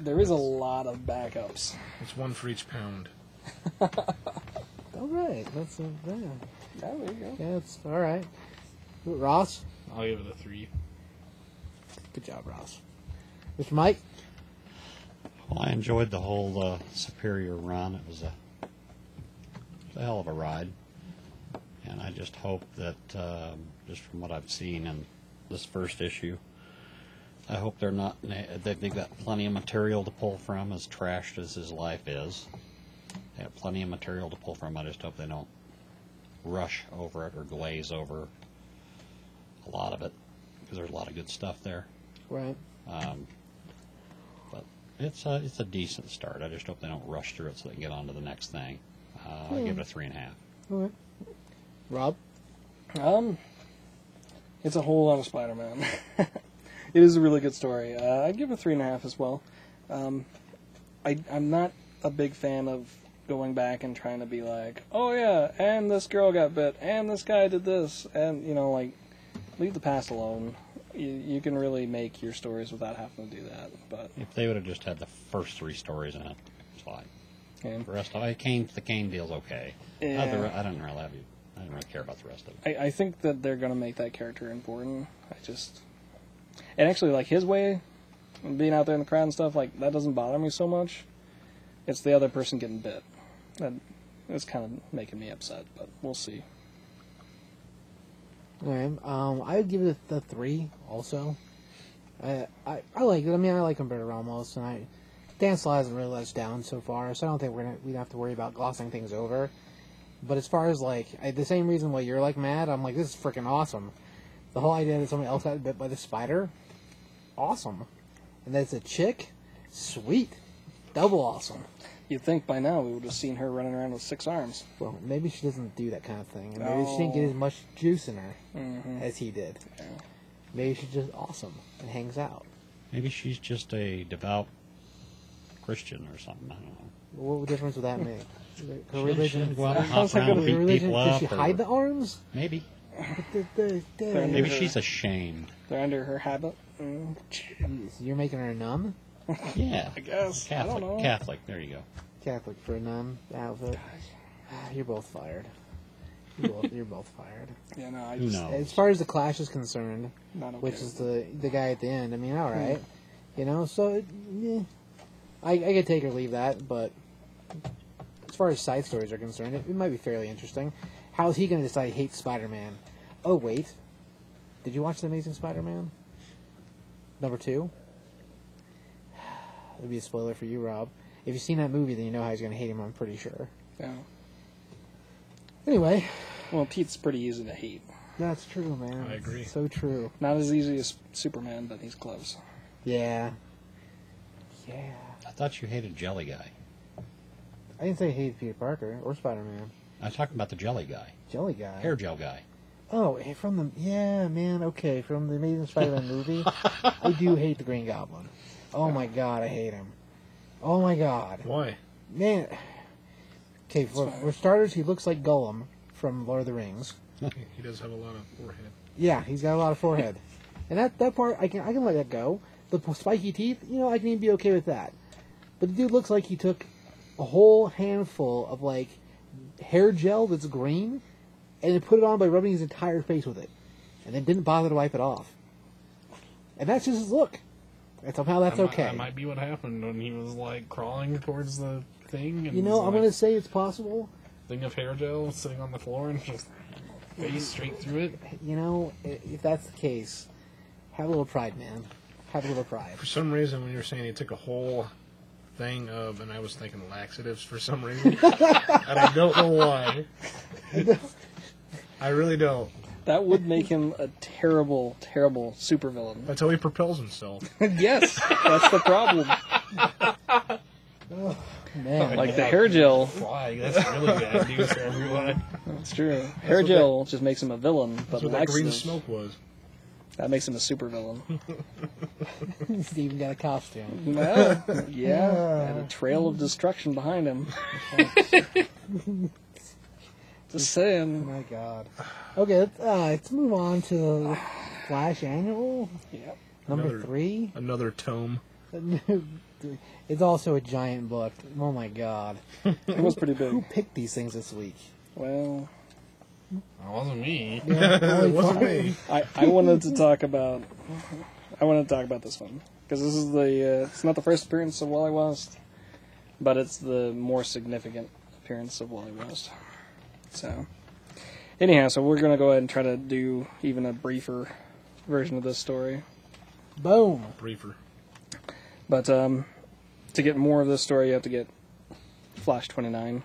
There is a lot of backups.
It's one for each pound.
All right, that's uh, yeah,
Oh, there you go.
yeah, that's all right. Ross,
I'll give it a three.
good job, Ross. Mr. Mike,
Well, I enjoyed the whole uh, Superior run. It was a, it was a hell of a ride. And I just hope that, um, just from what I've seen in this first issue, I hope they're not, that they've got plenty of material to pull from, as trashed as his life is. They have plenty of material to pull from. I just hope they don't rush over it or glaze over a lot of it, because there's a lot of good stuff there.
right?
But it's a it's a decent start. I just hope they don't rush through it so they can get on to the next thing. Uh, I
Hmm.
give it a three and a half.
All right. Rob,
Um, it's a whole lot of Spider-Man. <laughs> it is a really good story. Uh, I give it three and a half as well. Um, I I'm not a big fan of going back and trying to be like, oh yeah, and this girl got bit, and this guy did this, and you know, like, leave the past alone. You you can really make your stories without having to do that. But
If they would have just had the first three stories in it, it's like
yeah.
the rest. Of, I Kane the Kane deal's okay.
Yeah.
Uh, the re- I didn't really have you. I didn't really care about the rest of it.
I, I think that they're gonna make that character important. I just and actually like his way of being out there in the crowd and stuff like that doesn't bother me so much. It's the other person getting bit that is kind of making me upset, but we'll see.
all right. Um, I would give it a three. Also, I, I I like it. I mean, I like Umberto Ramos, and I Dan Slott hasn't really let us down so far, so I don't think we're gonna we don't have to worry about glossing things over. But as far as like I, the same reason why you're like mad, I'm like this is freaking awesome. The whole idea that somebody else got bit by the spider, awesome, and that's a chick, sweet, double awesome.
You'd think by now we would have seen her running around with six arms.
Well, maybe she doesn't do that kind of thing, and maybe she didn't get as much juice in her as he did. Maybe she's just awesome and hangs out.
Maybe she's just a devout Christian or something. I don't know.
What difference would that make? Her
She didn't- she didn't
religion.
go out and
I was
hop
like, what is
around and beat
Her religion.
people
Does
up.
she
or-
hide the arms?
Maybe.
The- the- the-
Maybe
Yeah.
she's ashamed.
They're under her habit. Mm,
Jeez, You're making her a nun?
Yeah.
I guess. I
Catholic.
don't know.
Catholic. There you go.
Catholic for a nun outfit. Ah, You're both fired. You're both, you're both
<laughs>
fired.
Yeah, no, I
Who
just
knows?
As far as the clash is concerned,
not okay.
which is the the guy at the end. I mean, all right, you know. So, it, eh, I I could take or leave that, but as far as side stories are concerned, it, it might be fairly interesting. How is he going to decide he hates Spider-Man? Oh wait, did you watch the Amazing Spider-Man? Number two. <sighs> It'd be a spoiler for you, Rob. If you've seen that movie, then you know how he's going to hate him. I'm pretty sure.
yeah.
Anyway,
Well, Pete's pretty easy to hate.
that's true, man.
I agree.
So true.
Not as easy as Superman, but he's close.
Yeah. Yeah.
I thought you hated Jelly Guy.
I didn't say I hated Peter Parker or Spider Man.
I'm talking about the Jelly Guy.
Jelly guy.
Hair gel guy.
Oh, eh, from the yeah, man. Okay, from the Amazing Spider-Man movie, I do hate the Green Goblin. Oh my god, I hate him. Oh my god,
Why?
man. Okay, for, for starters, he looks like Gollum from Lord of the Rings.
He does have a lot of forehead.
Yeah, he's got a lot of forehead, and that that part I can I can let that go. The p- spiky teeth, you know, I can even be okay with that. But the dude looks like he took a whole handful of like hair gel that's green, and then put it on by rubbing his entire face with it, and then didn't bother to wipe it off. And that's just his look. And somehow that's
That mi-
okay.
That might be what happened when he was like crawling towards the thing. And
you know,
was,
I'm
like,
gonna say it's possible.
thing of hair gel sitting on the floor and just face straight through it.
You know, i- if that's the case, have a little pride, man. Have a little pride.
<laughs>
For some reason, when you were saying he took a whole thing of, and I was thinking laxatives for some
<laughs>
reason, and I don't know why. I really don't.
That would make him a terrible, terrible supervillain.
That's how he propels himself.
Yes, that's the problem.
Oh,
Man,
Like the hair gel,
Flying. That's really bad news for everyone.
that's true. Hair gel just makes him a villain, but
That's what that green
laxative,
smoke was.
that makes him a super
<laughs>
villain.
he's even got a costume.
yeah, and a trail of destruction behind
<laughs>
him. just saying.
My God. Okay, let's, uh, let's move on to Flash Annual
Yep.
number
Another-
three. <laughs>
Another tome.
It's also a giant book. Oh my god.
It was pretty
Who
big.
picked these things this week?
Well,
That wasn't me.
<laughs> it wasn't me.
I, I wanted to talk about I wanted to talk about this one because this is the uh, it's not the first appearance of Wally West, but it's the more significant appearance of Wally West. So anyhow, so we're gonna go ahead and try to do even a briefer version of this story.
Boom.
Briefer.
But um, to get more of this story, you have to get Flash twenty nine,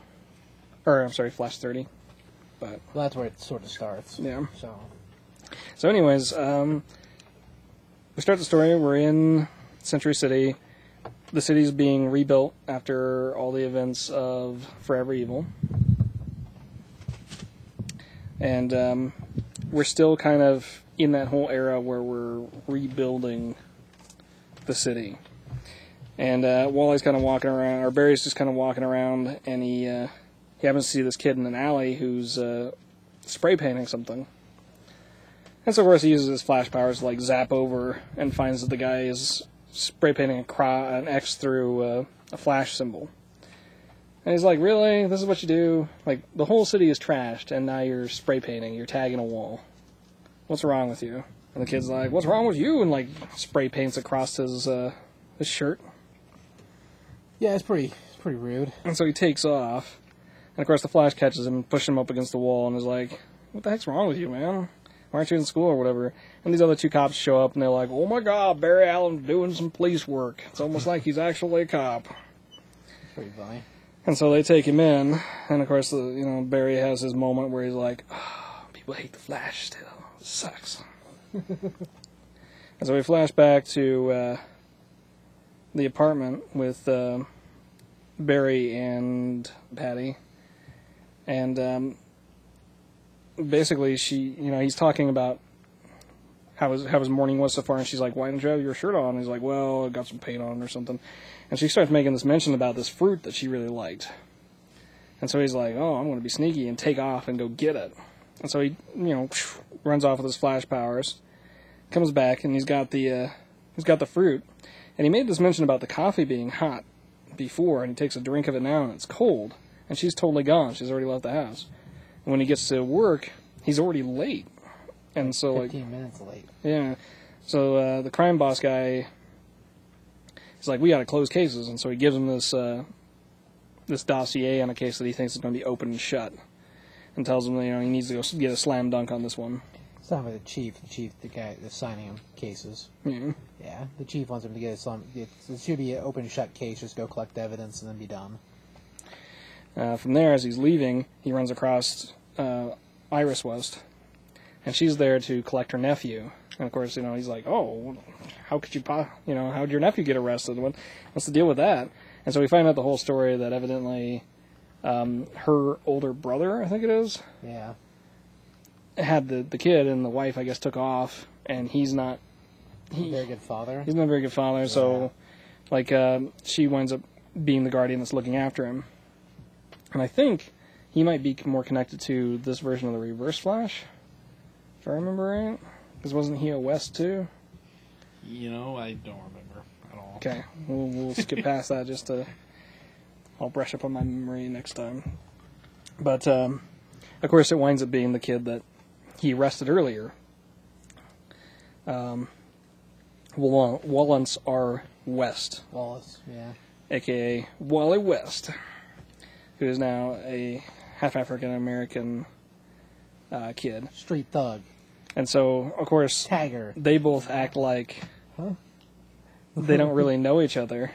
or I'm sorry, Flash thirty. But
Well, that's where it sort of starts.
yeah.
So
So, anyways, um, we start the story. We're in Century City. The city's being rebuilt after all the events of Forever Evil. And um, we're still kind of in that whole era where we're rebuilding the city. And uh, Wally's kind of walking around, or Barry's just kind of walking around, and he uh, he happens to see this kid in an alley who's uh, spray painting something. And so, of course, he uses his flash powers to like zap over and finds that the guy is spray painting a cry, an X through uh, a flash symbol. And he's like, "Really? This is what you do? Like the whole city is trashed, and now you're spray painting. You're tagging a wall. What's wrong with you?" And the kid's like, "What's wrong with you?" And like spray paints across his uh, his shirt.
yeah, it's pretty it's pretty rude.
And so he takes off. And of course, the Flash catches him, pushes him up against the wall, and is like, What the heck's wrong with you, man? Why aren't you in school or whatever? And these other two cops show up, and they're like, Oh my god, Barry Allen's doing some police work. It's almost like he's actually a cop.
It's pretty funny.
And so they take him in, and of course, the, you know, Barry has his moment where he's like, "Ah, people hate the Flash still. It sucks. <laughs> and so we flash back to uh, the apartment with uh, Barry and Patty, and um, basically, she, you know, he's talking about. How his, how his morning was so far, and she's like, "Why didn't you have your shirt on?" And he's like, "Well, I got some paint on or something." And she starts making this mention about this fruit that she really liked. And so he's like, "Oh, I'm going to be sneaky and take off and go get it." And so he, you know, runs off with his flash powers. Comes back and he's got the uh, he's got the fruit. And he made this mention about the coffee being hot before, and he takes a drink of it now, and it's cold. And she's totally gone. She's already left the house. And when he gets to work, he's already late. And so like
Fifteen minutes late.
yeah. So uh, the crime boss guy, he's like, "We got to close cases," and so he gives him this uh, this dossier on a case that he thinks is going to be open and shut, and tells him that, you know he needs to go s- get a slam dunk on this one.
It's not for the chief. The chief, the guy that's signing him cases.
Yeah.
Yeah, the chief wants him to get a slum. It, it should be an open and shut case. Just go collect the evidence and then be done.
Uh, from there, as he's leaving, he runs across uh, Iris West, and she's there to collect her nephew. And of course, you know, he's like, "Oh, how could you, po- you know, how'd your nephew get arrested? What, what's the deal with that?" And so we find out the whole story that evidently um, her older brother, I think it is,
Yeah,
had the the kid, and the wife, I guess, took off, and he's not
very good father.
he's not a very good father. So, like, um she winds up being the guardian that's looking after him. And I think he might be more connected to this version of the Reverse Flash, if I remember right. Because wasn't he a West too?
You know, I don't remember at all.
Okay, we'll, we'll skip past that just to. I'll brush up on my memory next time. But, um, of course, it winds up being the kid that he arrested earlier. Um, Wal- Wallace R. West,
Wallace. Yeah,
aka Wally West, who is now a half African American uh, kid.
street thug,
And so, of course,
tagger.
they both act like
Huh?
they don't really know each other.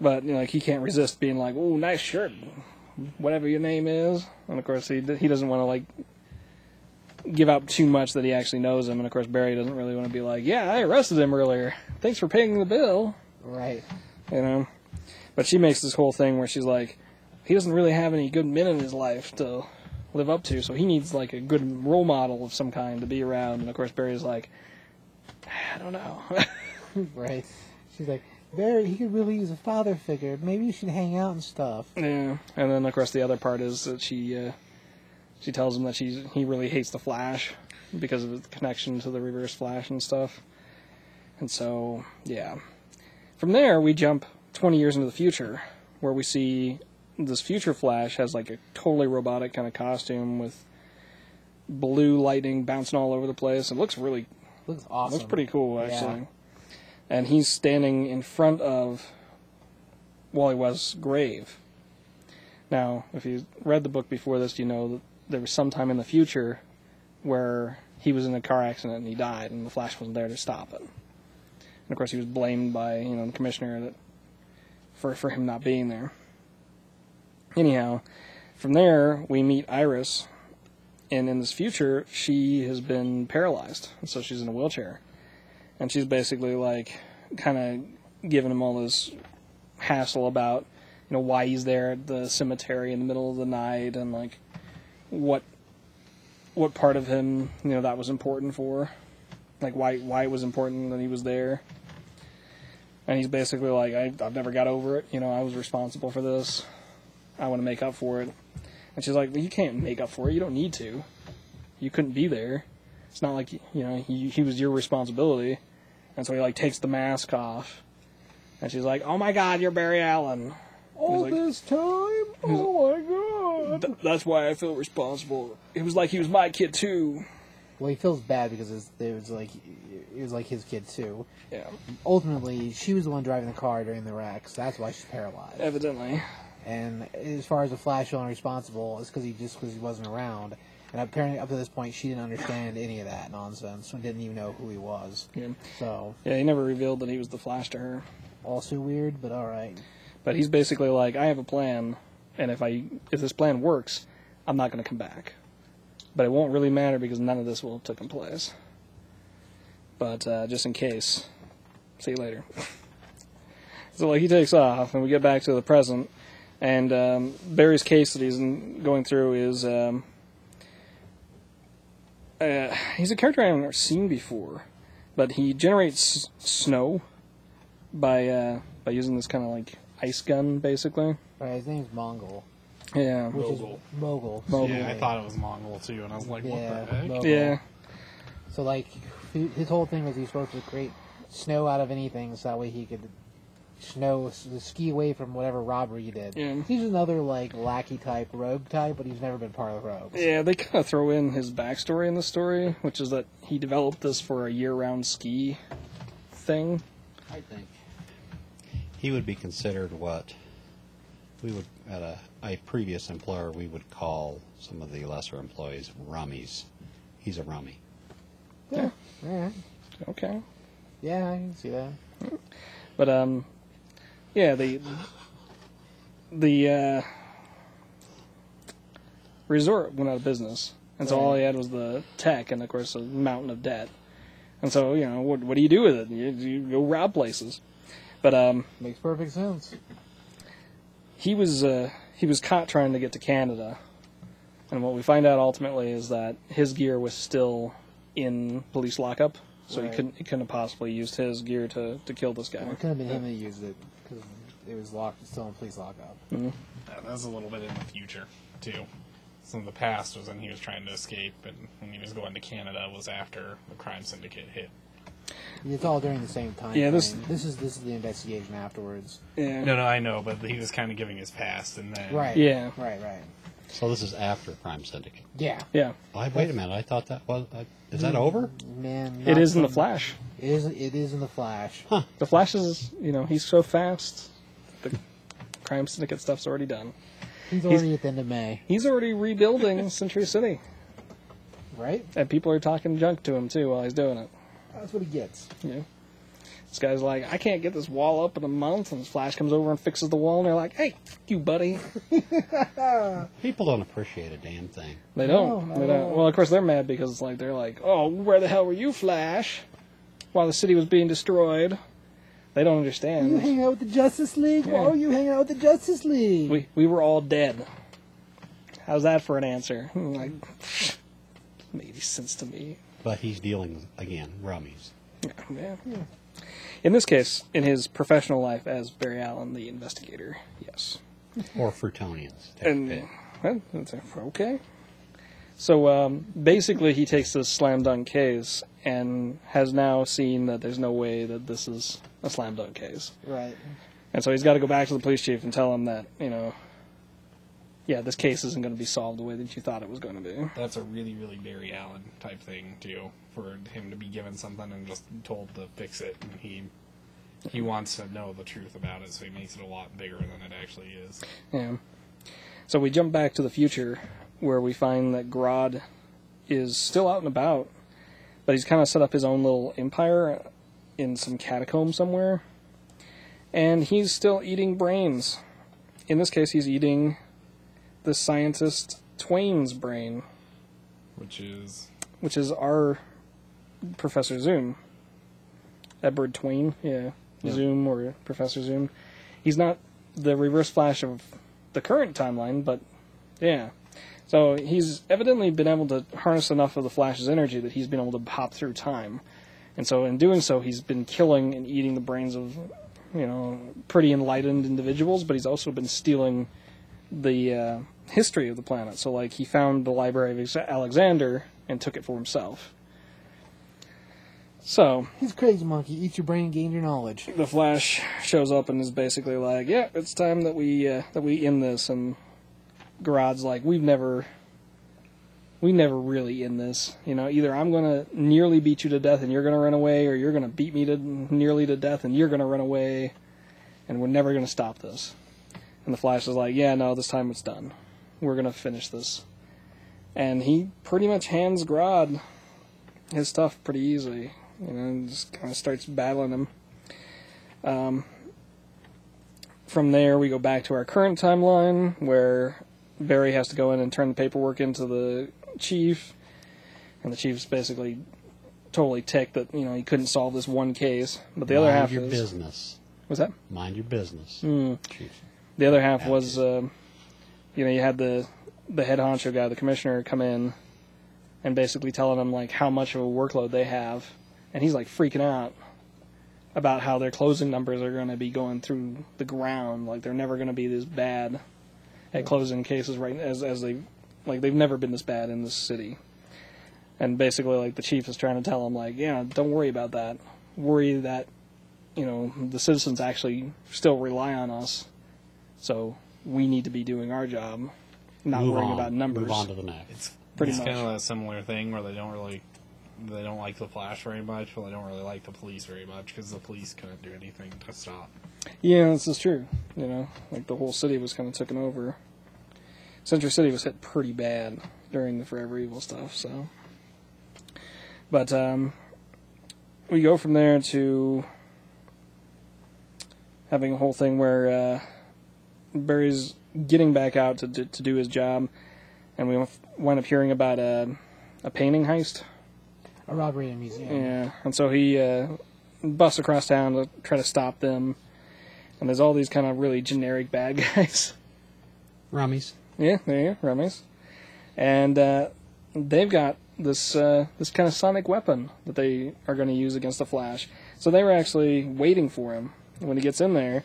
But you know, like he can't resist being like, "Oh, nice shirt, whatever your name is." And of course, he d- he doesn't want to like give out too much that he actually knows him. And of course, Barry doesn't really want to be like, "Yeah, I arrested him earlier. Thanks for paying the bill."
Right.
you know. But she makes this whole thing where she's like, he doesn't really have any good men in his life to live up to, so he needs like a good role model of some kind to be around. And of course, Barry's like, I don't know. <laughs>
Right. She's like, Barry, he could really use a father figure. Maybe you should hang out and stuff.
yeah. And then of course the other part is that she uh, she tells him that she's he really hates the Flash because of his connection to the Reverse Flash and stuff. And so yeah. From there, we jump 20 years into the future, where we see this future Flash has like a totally robotic kind of costume with blue lightning bouncing all over the place. It looks really
Looks awesome.
Looks pretty cool,
Yeah.
actually. And he's standing in front of Wally West's grave. Now, if you read the book before this, you know that there was some time in the future where he was in a car accident and he died, and the Flash wasn't there to stop it. And of course, he was blamed by you know the commissioner that for for him not being there. Anyhow, from there we meet Iris, and in this future she has been paralyzed and so she's in a wheelchair and she's basically like kind of giving him all this hassle about you know why he's there at the cemetery in the middle of the night and like what what part of him you know that was important for like why why it was important that he was there and he's basically like I, i've never got over it you know i was responsible for this i want to make up for it and she's like, well, "You can't make up for it. You don't need to. You couldn't be there. It's not like you know he, he was your responsibility." And so he like takes the mask off, and she's like, "Oh my God, you're Barry Allen."
All
He's like-
this time? Oh my god.
Th- that's why I feel responsible. It was like he was my kid too.
Well, he feels bad because it's, it was like it was like his kid too.
Yeah,
Ultimately, she was the one driving the car during the wreck, so that's why she's paralyzed.
evidently.
And as far as the Flash feeling responsible, it's because he just because he wasn't around. And apparently, up to this point, she didn't understand any of that nonsense. and Didn't even know who he was.
Yeah.
So
Yeah, he never revealed that he was the Flash to her.
also weird, but all right.
But he's basically like, I have a plan, and if I if this plan works, I'm not going to come back. But it won't really matter because none of this will have taken place. But uh, just in case, see you later. <laughs> so like he takes off, and we get back to the present, and um, Barry's case that he's in- going through is um, uh, he's a character I haven't seen before, but he generates s- snow by uh, by using this kind of like ice gun, basically.
All right, his name's Mongol,
Yeah,
which
Mogul.
is Mogul.
Mogul.
Yeah, I thought it was Mongol too, and I was like, what
Yeah,
the heck?
Mogul.
yeah,
So like, he- his whole thing was he was supposed to create snow out of anything, so that way he could snow ski away from whatever robbery he did.
Yeah.
He's another like lackey type, rogue type, but he's never been part of the rogues.
yeah. They kind of throw in his backstory in the story, which is that he developed this for a year-round ski thing.
I think he would be considered what we would at a, a previous employer we would call some of the lesser employees rummies. He's a rummy.
All right.
Okay,
Yeah, I can see that.
but um, yeah, the the uh, resort went out of business, and so all he had was the tech, and of course a mountain of debt. And so you know, what what do you do with it? You, you go rob places, but um.
Makes perfect sense.
he was uh, he was caught trying to get to Canada, and what we find out ultimately is that his gear was still in police lockup, so
Right.
he couldn't he couldn't have possibly used his gear to, to kill this guy.
It could have been him that used it because it was locked, still in police lockup.
Yeah, that was a little bit in the future too. Some of the past was when he was trying to escape, and when he was going to Canada was after the crime syndicate hit.
It's all during the same time.
Yeah, this-
frame. this is this is the investigation afterwards.
Yeah.
No, no, I know, but he was kind of giving his past, and then
Right.
Yeah.
Right. Right.
So this is after Crime Syndicate.
Yeah.
Yeah,
I, wait a minute, I thought that was. I, is that over?
Man.
it
not-
is in the Flash.
It is. It is in the Flash.
The Flash is you know he's so fast, the crime syndicate stuff's already done.
He's already at the end of May.
He's already
<laughs>
rebuilding Century City,
Right.
and people are talking junk to him too while he's doing it.
That's what he gets.
Yeah. This guy's like, I can't get this wall up in a month, and Flash comes over and fixes the wall, and they're like, Hey, f- you buddy.
People don't appreciate a damn thing.
They don't.
No,
they
no.
don't. Well, of course they're mad because it's like they're like, Oh, where the hell were you, Flash? While the city was being destroyed. They don't
You <laughs>
understand.
hanging out with the Justice League? Why
Yeah.
are you hanging out with the Justice League?
We we were all dead. How's that for an answer? I'm Like, made any sense to me.
But he's dealing with, again rummies.
Yeah. In this case, in his professional life as Barry Allen, the investigator, yes.
or Frutonians.
And well, that's- okay. So um, basically, he takes this slam dunk case and has now seen that there's no way that this is a slam dunk case.
Right.
And so he's got to go back to the police chief and tell him that, you know, yeah, this case isn't going to be solved the way that you thought it was going to be.
That's a really, really Barry Allen type thing too, for him to be given something and just told to fix it, and he he wants to know the truth about it, so he makes it a lot bigger than it actually is.
Yeah. So we jump back to the future where we find that Grodd is still out and about, but he's kind of set up his own little empire in some catacomb somewhere. And he's still eating brains. In this case, he's eating the scientist Twain's brain,
Which is
which is our Professor Zoom. Edward Twain, yeah. Zoom or Professor Zoom. He's not the reverse flash of the current timeline, but yeah. So he's evidently been able to harness enough of the Flash's energy that he's been able to hop through time. And so in doing so, he's been killing and eating the brains of, you know, pretty enlightened individuals, but he's also been stealing the uh, history of the planet. So, like, he found the Library of Ex- Alexander and took it for himself. So,
He's crazy monkey. Eat your brain, gain your knowledge.
the Flash shows up and is basically like, "Yeah, it's time that we uh, that we end this." And Grodd's like, "We've never, we never really end this. You know, either I'm gonna nearly beat you to death and you're gonna run away, or you're gonna beat me to nearly to death and you're gonna run away, and we're never gonna stop this." And the Flash is like, "Yeah, no, this time it's done. We're gonna finish this." And he pretty much hands Grodd his stuff pretty easily. You know, and just kind of starts battling him. Um, from there, we go back to our current timeline where Barry has to go in and turn the paperwork into the chief, and the chief's basically totally ticked that you know he couldn't solve this one case. But the other
Mind
half
your
is Hmm.
business.
was that
Mind your business. Chief.
the other half was um you know you had the the head honcho guy, the commissioner, come in and basically telling them like how much of a workload they have, and he's like freaking out about how their closing numbers are going to be going through the ground. Like they're never going to be this bad at closing cases right as as they like they've never been this bad in this city. And basically, like the chief is trying to tell him, like, yeah, don't worry about that. Worry that, you know, the citizens actually still rely on us. So we need to be doing our job, not
Move
worrying
on.
about numbers.
Move on to the next.
it's
Pretty
it's
much.
kind of a similar thing where they don't really they don't like the Flash very much, but they don't really like the police very much because the police couldn't do anything to stop.
Yeah, this is true. You know, like the whole city was kind of taken over. Century City was hit pretty bad during the Forever Evil stuff, so. But um, we go from there to having a whole thing where uh, Barry's getting back out to, to, to do his job, and we wind up hearing about a, a painting heist.
A robbery in a museum.
Yeah, and so he uh, busts across town to try to stop them. And there's all these kind of really generic bad <laughs> guys.
Rummies.
yeah, there you go, rummies. And uh, they've got this uh, this kind of sonic weapon that they are going to use against the Flash. So they were actually waiting for him when he gets in there.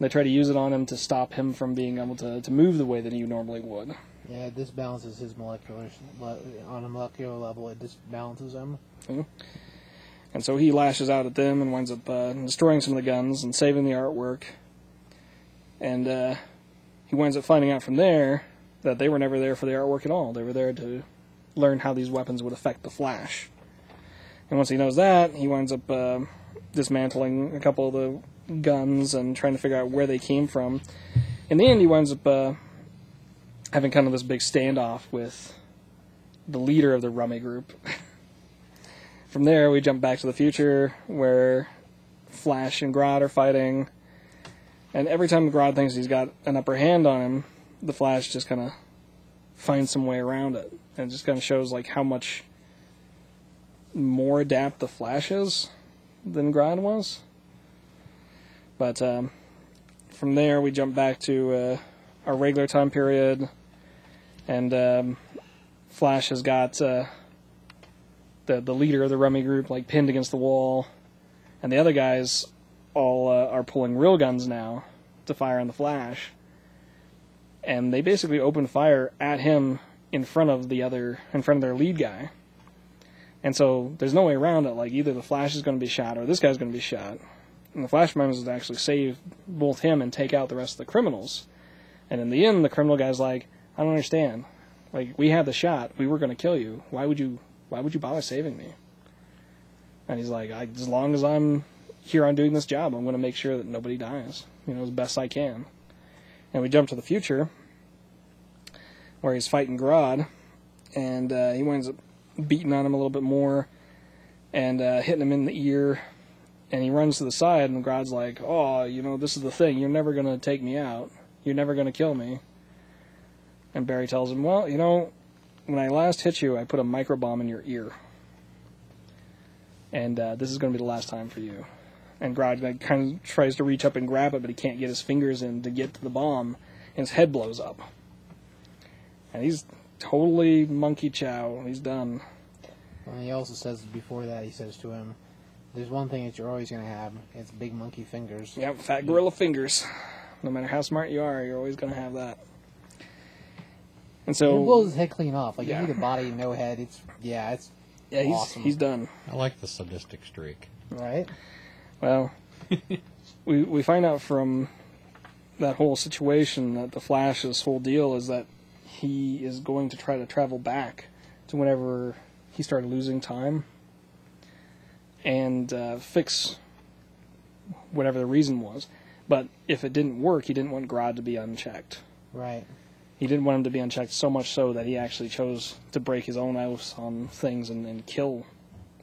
They try to use it on him to stop him from being able to, to move the way that he normally would.
Yeah, this balances his molecular le- on a molecular level. It just balances him.
And so he lashes out at them and winds up uh, destroying some of the guns and saving the artwork. And uh, he winds up finding out from there that they were never there for the artwork at all. They were there to learn how these weapons would affect the Flash. And once he knows that, he winds up uh, dismantling a couple of the guns and trying to figure out where they came from. In the end, he winds up uh, having kind of this big standoff with the leader of the Rummy group from there, we jump back to the future where Flash and Grodd are fighting. And every time Grodd thinks he's got an upper hand on him, the Flash just kind of finds some way around it. And it just kind of shows like how much more adept the Flash is than Grodd was. But um, from there, we jump back to uh, our regular time period. And um, Flash has got. Uh, the the leader of the rummy group like pinned against the wall, and the other guys all uh, are pulling real guns now to fire on the Flash, and they basically open fire at him in front of the other in front of their lead guy. And so there's no way around it. Like either the Flash is going to be shot or this guy's going to be shot. And the Flash manages to actually save both him and take out the rest of the criminals. And in the end, the criminal guy's like, "I don't understand. Like we had the shot. We were going to kill you. Why would you? Why would you bother saving me?" And he's like, I, "As long as I'm here on doing this job, I'm going to make sure that nobody dies. You know, as best I can." And we jump to the future, where he's fighting Grodd, and uh, he winds up beating on him a little bit more and uh, hitting him in the ear. And he runs to the side, and Grodd's like, Oh, you know, this is the thing. You're never going to take me out. You're never going to kill me. And Barry tells him, Well, you know, when I last hit you, I put a microbomb in your ear. And uh, this is going to be the last time for you. And Grodd like, kind of tries to reach up and grab it, but he can't get his fingers in to get to the bomb, and his head blows up. And he's totally monkey chow. He's done.
And he also says before that, he says to him, "There's one thing that you're always gonna have. It's big monkey fingers."
Yep, fat gorilla fingers. No matter how smart you are, you're always going to have that. And
He
so,
blows his head clean off. Like
Yeah.
you need a body, no head. It's yeah, it's
yeah, he's
awesome.
he's done.
I like the sadistic streak.
right.
Well, we we find out from that whole situation that the Flash's whole deal is that he is going to try to travel back to whenever he started losing time and uh, fix whatever the reason was. But if it didn't work, he didn't want Grodd to be unchecked.
Right.
he didn't want him to be unchecked so much so that he actually chose to break his own oaths on things and, and kill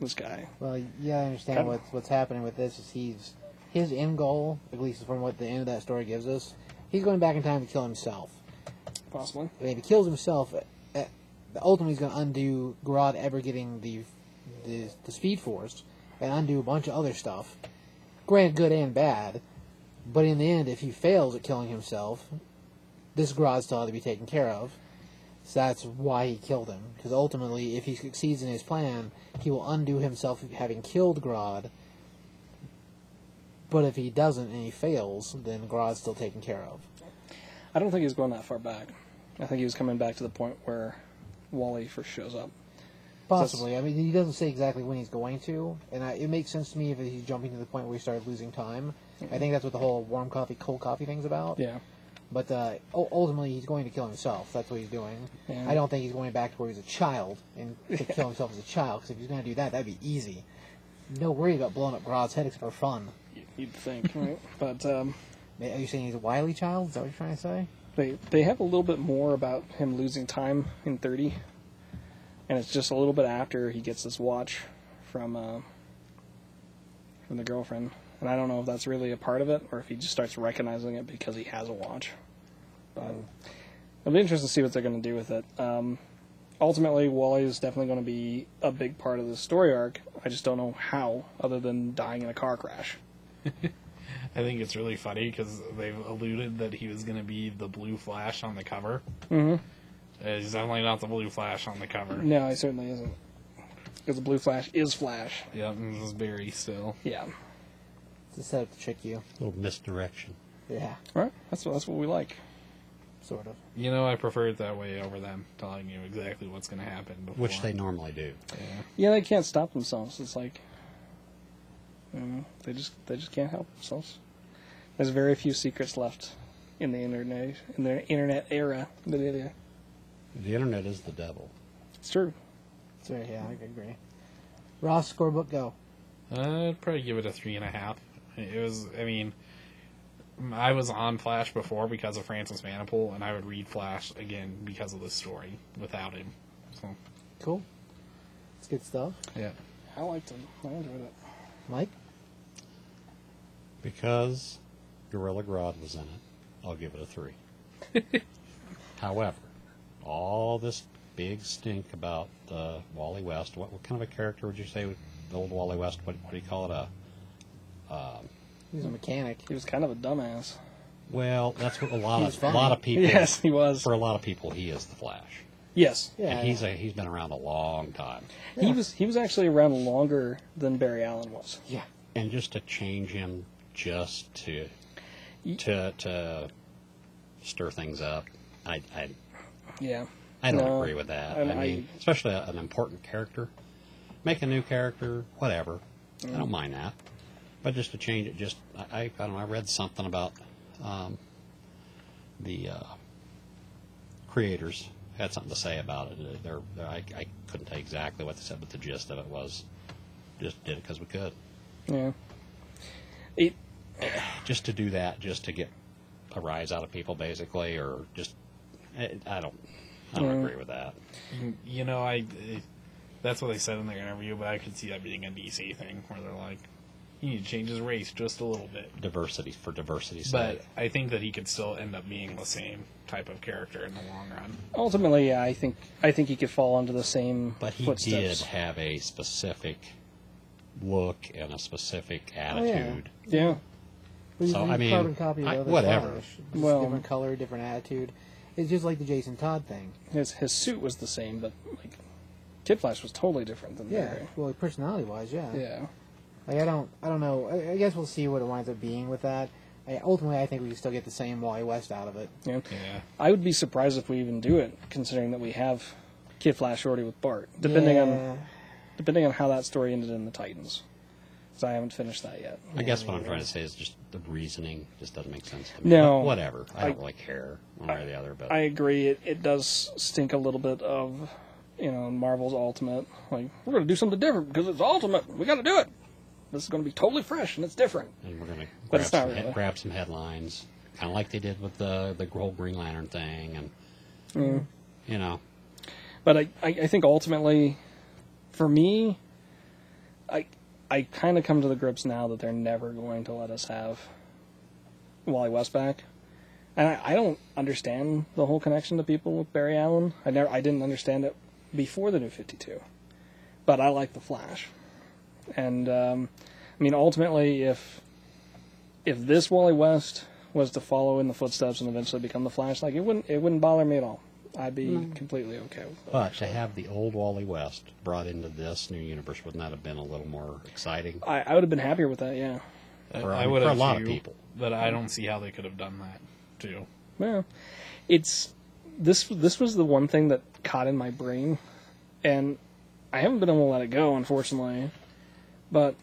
this guy.
Well, yeah, I understand
Kinda.
what's what's happening with this is he's his end goal, at least from what the end of that story gives us, he's going back in time to kill himself.
Possibly.
And if he kills himself, uh, uh, ultimately he's going to undo Grodd ever getting the, the the Speed Force and undo a bunch of other stuff, granted good and bad. But in the end, if he fails at killing himself, this Grodd still had to be taken care of. So that's why he killed him. Because ultimately, if he succeeds in his plan, he will undo himself having killed Grodd. But if he doesn't and he fails, then Grodd's still taken care of.
I don't think he was going that far back. I think he was coming back to the point where Wally first shows up.
Possibly. I mean, he doesn't say exactly when he's going to, and I, it makes sense to me if he's jumping to the point where he started losing time. I think that's what the whole warm coffee, cold coffee thing's about.
Yeah.
But uh, u- ultimately, he's going to kill himself. That's what he's doing.
Yeah.
I don't think he's going back to where he's a child and to kill himself as a child. Because if he's going to do that, that'd be easy. No worry about blowing up Grodd's head except for fun.
You'd think, right? <laughs> But um,
Are you saying he's a wily child? Is that what you're trying to say?
they they have a little bit more about him losing time in 30, and it's just a little bit after he gets this watch from uh, from the girlfriend. And I don't know if that's really a part of it or if he just starts recognizing it because he has a watch. But it'll be interesting to see what they're going to do with it. Um, ultimately, Wally is definitely going to be a big part of the story arc. I just don't know how, other than dying in a car crash.
I think it's really funny because they've alluded that he was going to be the blue flash on the cover. Mm-hmm. he's definitely not the blue flash on the cover.
No, he certainly isn't. Because the Blue Flash is Flash.
Yep, this is Barry still.
Yeah.
It's a setup to trick you.
A little misdirection.
Yeah,
Right. That's what that's what we like.
sort of.
You know, I prefer it that way over them telling you exactly what's going to happen. Before.
Which they normally do.
Yeah, they can't stop themselves. It's like you know, they just they just can't help themselves. There's very few secrets left in the internet in the internet era. But it, uh,
The internet is the devil.
It's true.
Sure, yeah, I agree. Ross, scorebook, go.
Uh, I'd probably give it a three and a half. It was, I mean, I was on Flash before because of Francis Maniple, and I would read Flash again because of this story without him. So,
Cool. It's good stuff.
yeah.
I liked it. I enjoyed it.
Mike?
Because Gorilla Grodd was in it, I'll give it a three. However, all this big stink about uh, Wally West, what, what kind of a character would you say was the old Wally West? What, what do you call it? A
He's a mechanic.
He was kind of a dumbass.
well, that's what a lot
He's
of a
funny.
lot of people.
<laughs> Yes, he was.
For a lot of people, he is the Flash,
Yes.
Yeah,
and he's a, he's been around a long time.
He was he was actually around longer than Barry Allen was.
yeah.
And just to change him, just to to to stir things up, I I
Yeah.
I don't
No,
agree with that. I,
and
mean, especially a, an important character. Make a new character, whatever. I
Mm.
don't mind that. But just to change it, just I, I, I don't know. I read something about um, the uh, creators had something to say about it. They're, they're, I, I couldn't tell you exactly what they said, but the gist of it was just did it because we could.
Yeah. It,
Just to do that, just to get a rise out of people, basically, or just I, I don't. I don't
Mm.
agree with that.
You know, I. eh, That's what they said in their interview, but I could see that being a DC thing where they're like, "You need to change his race just a little bit."
Diversity for diversity's sake.
But I think that he could still end up being the same type of character in the long run.
ultimately, yeah, I think I think he could fall into the same
But he
footsteps.
did have a specific look and a specific
Oh,
attitude.
Yeah.
We
So,
we
I mean,
carbon copy of
I-
the
whatever.
Flash. Just
Well-
different color, different attitude. It's just like the Jason Todd thing.
His his suit was the same, but like Kid Flash was totally different than
Yeah.
Barry.
Well, personality-wise, yeah.
Yeah.
Like I don't, I don't know. I, I guess we'll see what it winds up being with that. I, ultimately, I think we can still get the same Wally West out of it.
Yeah.
Yeah.
I would be surprised if we even do it, considering that we have Kid Flash already with Bart. Depending on
Yeah.
depending on how that story ended in the Titans, because I haven't finished that yet.
I guess what I'm trying to say is just the reasoning just doesn't make sense to me.
No.
But whatever. I, don't
I-
really care one way or the other. But
I agree. It, it does stink a little bit of, you know, Marvel's Ultimate. Like, we're going to do something different because it's Ultimate. We got to do it. This is going to be totally fresh and it's different.
and we're gonna
But
grab
it's
some,
not
he-
really.
grab some headlines, kind of like they did with the the whole Green Lantern thing, and
Mm.
you know,
But I, I, I think ultimately, for me, I, I kind of come to the grips now that they're never going to let us have Wally West back. And I, I don't understand the whole connection to people with Barry Allen. I never, I didn't understand it before the New Fifty Two, but I like the Flash, and um, I mean ultimately, if if this Wally West was to follow in the footsteps and eventually become the Flash, like it wouldn't it wouldn't bother me at all. I'd be completely okay with that.
but to have the old Wally West brought into this new universe wouldn't that have been a little more exciting?
I, I would have been happier with that. Yeah.
For-
I
I mean,
would
for a
have
lot of
too,
people.
but I don't see how they could have done that too.
Yeah. It's this this was the one thing that caught in my brain and I haven't been able to let it go unfortunately. But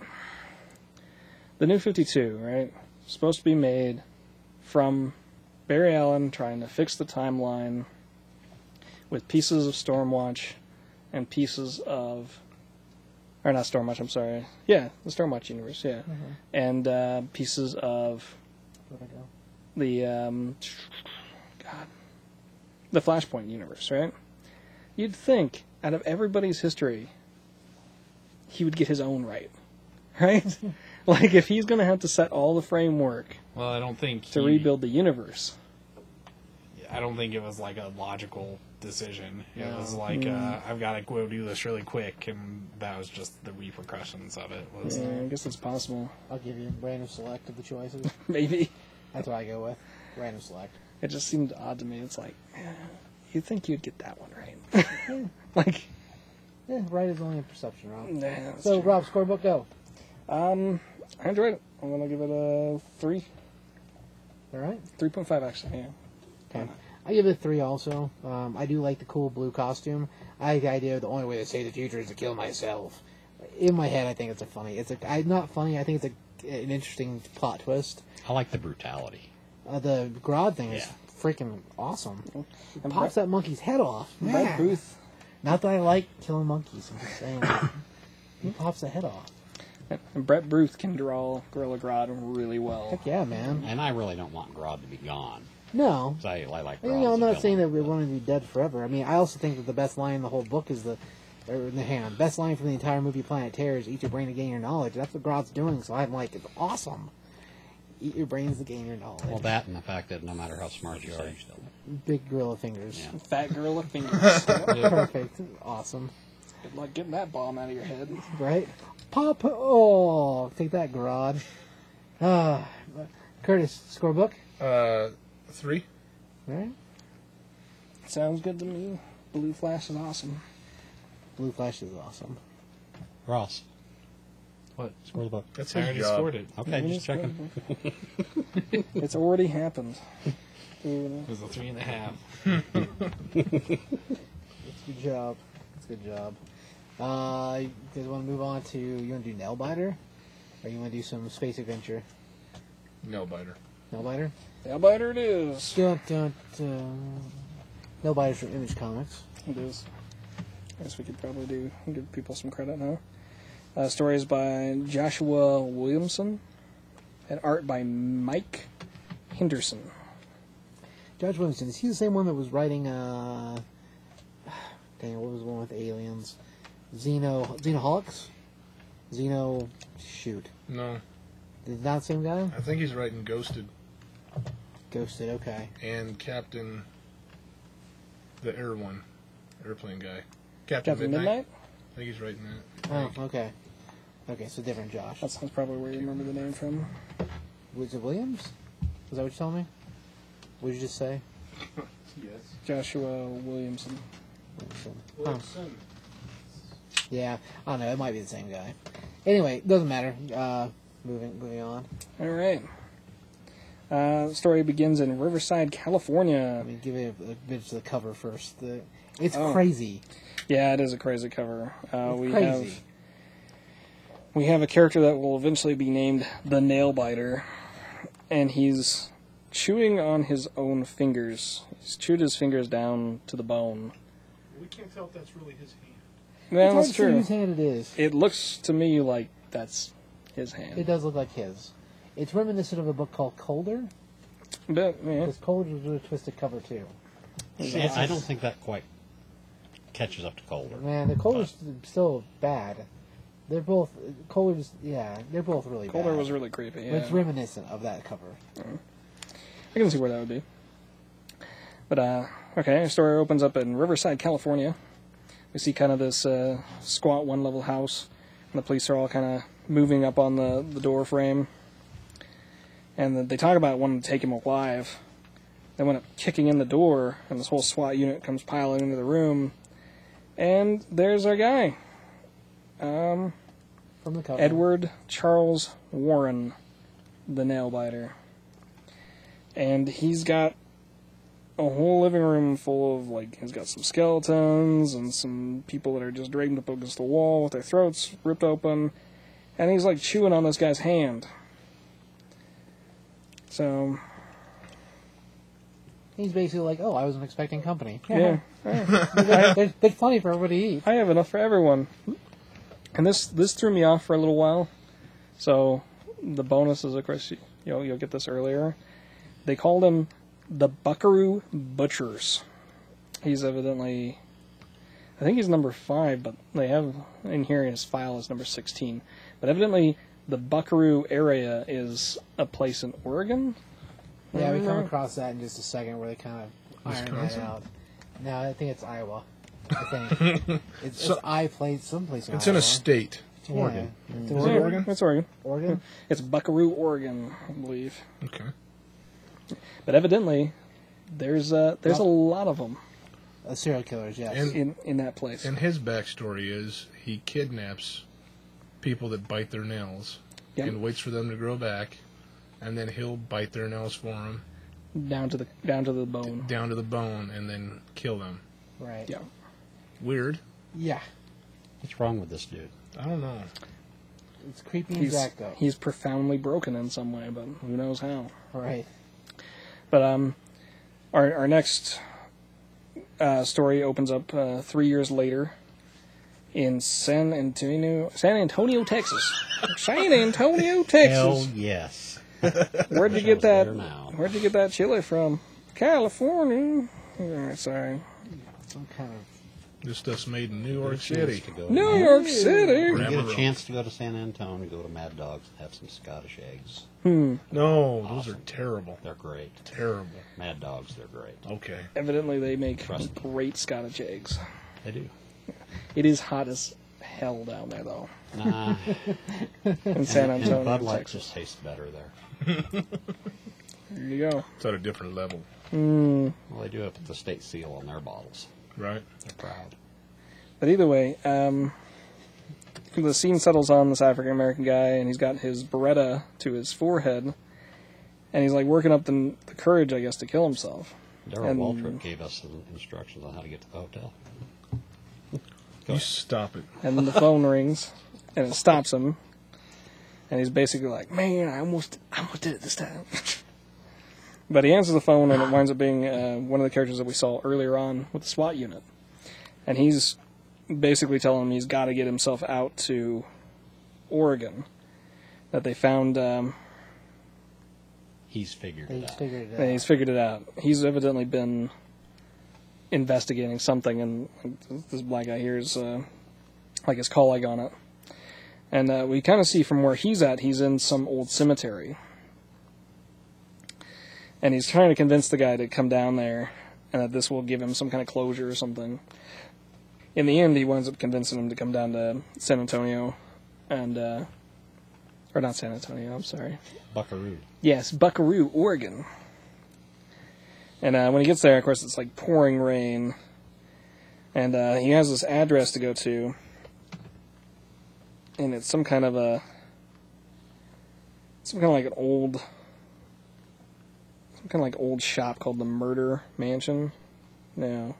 the new 52, right? Supposed to be made from Barry Allen trying to fix the timeline with pieces of Stormwatch and pieces of or not Stormwatch, I'm sorry. Yeah, the Stormwatch universe, yeah. And uh, pieces of
Where'd I go?
the um, God, the Flashpoint universe, right? You'd think out of everybody's history, he would get his own right, <laughs> right? <laughs> like if he's going to have to set all the framework
Well, I don't think
to
Hmm.
he-
rebuild the universe,
I don't think it was like a logical decision. It was like
Mm.
uh, I've got to go do this really quick, and that was just the repercussions of it. Was
yeah, I guess it's possible. <laughs>
I'll give you random select of the <laughs> choices.
Maybe
That's what I go with. Random select.
it just seemed odd to me. It's like eh, you'd think you'd get that one right, <laughs> like.
Yeah, right is only a perception, Rob.
nah, that's
so,
true.
Rob, scorebook go.
I enjoyed it. I'm gonna give it a three,
All right.
three point five actually. Yeah,
Okay. Uh, I give it a three. Also, um, I do like the cool blue costume. I like the idea of the only way to save the future is to kill myself. In my head, I think it's a funny. It's a I, not funny. I think it's a, an interesting plot twist.
I like the brutality.
Uh, the Grodd thing is
Yeah.
freaking awesome.
And
Pops that monkey's head off.
Brett
Man.
Booth.
Not that I like killing monkeys. I'm
<laughs>
just saying. he pops the head off.
And Brett Booth can draw Gorilla Grodd really well.
Heck yeah, man.
And I really don't want Grodd to be gone.
No,
'Cause I, I like.
You
Grodd
know,
as
I'm
a
not saying that
villain,
we
but-
want him to be dead forever. I mean, I also think that the best line in the whole book is the, or in the hand, best line from the entire movie Planet Terror is "Eat your brain to gain your knowledge." That's what Grodd's doing. So I'm like, it's awesome. Eat your brains to gain your knowledge.
Well, that and the fact that no matter how smart you are, you still.
Big gorilla fingers.
Yeah.
Fat <laughs> gorilla fingers. Good
<laughs> Perfect. Awesome.
luck getting that bomb out of your head.
Right? Pop. Oh, take that, Grodd. Ah, Curtis, scorebook.
Uh, three.
All right.
Sounds good to me. Blue Flash is awesome.
Blue Flash is awesome.
Ross,
what?
score the book.
That's
I
his
already
job.
scored it.
Okay, just checking.
It's Mm-hmm. already happened. You know,
It was a three and a half.
Good job. That's a good job. Uh, you guys want to move on to you want to do Nailbiter, or you want to do some space adventure?
No biter.
Nailbiter.
Nailbiter it is.
Dun, dun, dun. Nailbiter's from Image Comics.
It is. I guess we could probably do give people some credit now. Uh, stories by Joshua Williamson, and art by Mike Henderson.
Judge Williamson is he the same one that was writing? Uh, dang, what was the one with aliens? Xeno Xenohawks. Xeno. Shoot.
No,
Is that the same guy?
I think he's writing Ghosted
Ghosted. Okay.
and Captain, the air one, airplane guy. Captain,
Captain
Midnight.
Midnight.
I think he's writing that.
Oh, okay. Okay, so different Josh.
That sounds probably where you remember the name from.
Was it Williams? Is that what you told me? What did you just say?
Yes.
Joshua Williamson.
Huh. Yeah, I don't know. It might be the same guy. Anyway, doesn't matter. Uh, moving, moving on.
All right. Uh, story begins in Riverside, California.
I mean, give it a, a bit to the cover first. The, it's
Oh.
crazy.
Yeah, it is a crazy cover. Uh,
It's
we
crazy.
have we have a character that will eventually be named the Nail Biter, and he's chewing on his own fingers. He's chewed his fingers down to the bone.
We can't tell if that's really his hand.
Yeah,
it's hard
that's
to see
true.
whose hand it is.
It looks to me like that's his hand.
It does look like his. It's reminiscent of a book called Colder,
But yeah,
because Colder was a twisted cover too.
See, I don't think that quite catches up to Colder.
Man, the Colder's still bad. They're both Colder's. Yeah, they're both really
Colder
bad.
was really creepy.
But It's
Yeah.
reminiscent of that cover.
I can see where that would be. But uh, okay, story opens up in Riverside, California. We see kind of this uh, squat one level house, and the police are all kind of moving up on the the door frame, and then they talk about wanting to take him alive. They went up kicking in the door, and this whole SWAT unit comes piling into the room, and there's our guy,
From the cover.
Edward Charles Warren, the nail biter. And he's got a whole living room full of, like, he's got some skeletons and some people that are just dragged up against the wall with their throats ripped open. And he's, like, chewing on this guy's hand. So,
He's basically like, oh, I wasn't expecting company.
yeah.
<laughs> they're, they're funny for everybody to eat.
I have enough for everyone. And this this threw me off for a little while. So the bonus is of course you, you'll you'll get this earlier. They called him the Buckaroo Butchers. He's evidently I think he's number five, but they have in here his file is number sixteen. But evidently the Buckaroo area is a place in Oregon.
Yeah, we come
Remember?
across that in just a second where they kind of iron that
Wisconsin?
out. No, I think it's Iowa. I think
<laughs>
it's, it's I played someplace. In
It's in
Iowa.
a state.
Yeah.
Oregon.
It's
Is
Oregon.
Oregon?
It's Oregon.
Oregon.
It's Buckaroo, Oregon, I believe.
Okay.
But evidently, there's a there's a
Well-
lot of them
Uh, serial killers. Yes.
And-
in in that place.
And his backstory is he kidnaps people that bite their nails
Yep.
and waits for them to grow back, and then he'll bite their nails for him
down to the down to the bone.
down to the bone and then kill them.
right.
Yeah.
Weird.
Yeah.
What's wrong with this dude?
I don't know.
It's creepy and
He's
Zach though.
he's profoundly broken in some way, but who knows how.
Right.
But um, our our next uh, story opens up uh, three years later in San Antonio, San Antonio,
<laughs>
Texas. San Antonio,
Hell
Texas.
yes.
Where'd you
Wish I
get
was
that?
there now.
Where'd you get that chili from? California. All right, sorry.
Some kind of.
This stuff's made in New York
Get a chance
City.
to go-
New York City.
You get
Emerald.
a chance to go to San Antonio, go to Mad Dogs, and have some Scottish eggs.
No, those are
Awesome.
terrible.
They're great.
Terrible.
Mad Dogs, they're great.
Okay.
Evidently, they make
Trust me.
great Scottish eggs.
They do.
It is hot as hell down there, though,
Nah,
in San
and
Antonio,
Bud Light
Texas.
just tastes better there.
There you go.
It's at a different level,
Well, they do have the state seal on their bottles.
right?
They're proud.
But either way, um, the scene settles on this African American guy, and he's got his Beretta to his forehead, and he's like working up the, the courage, I guess, to kill himself.
Daryl
And-
Waltrip gave us some instructions on how to get to the hotel. Go
You
ahead.
stop it.
and then the phone rings, and it stops him, and he's basically like, "Man, I almost, I almost did it this time." <laughs> but he answers the phone, and it winds up being uh, one of the characters that we saw earlier on with the SWAT unit, and he's basically telling him he's got to get himself out to Oregon. That they found, um,
He's figured
They
it out.
figured
and
it
he's figured it out. He's evidently been investigating something, and this black guy here is uh, like his colleague on it. And uh, we kind of see from where he's at, he's in some old cemetery. And he's trying to convince the guy to come down there and that this will give him some kind of closure or something. In the end, he winds up convincing him to come down to San Antonio and, uh, or not San Antonio, I'm sorry.
Buckaroo.
Yes, Buckaroo, Oregon. And uh, when he gets there, of course, it's like pouring rain. And uh, he has this address to go to. And it's some kind of a. Some kind of like an old. Some kind of like old shop called the Murder Mansion. No.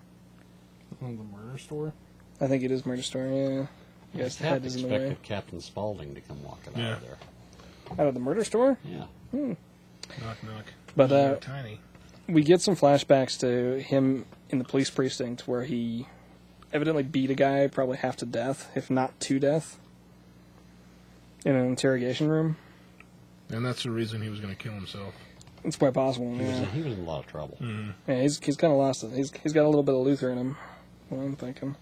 The murder store?
I think it is Murder Store, yeah.
I
Yes, the head
kept
is in the way.
expected Captain Spaulding to come walking out of
Yeah.
there.
Out of the Murder Store?
Yeah.
Knock, knock.
But,
Those
uh,
are tiny.
we get some flashbacks to him in the police precinct where he evidently beat a guy probably half to death, if not to death, in an interrogation room.
And that's the reason he was going to kill himself.
It's quite possible.
He was,
Yeah,
in, he was in a lot of trouble.
Mm-hmm.
yeah he's he's kind of lost it. He's he's got a little bit of Luther in him. What I'm thinking.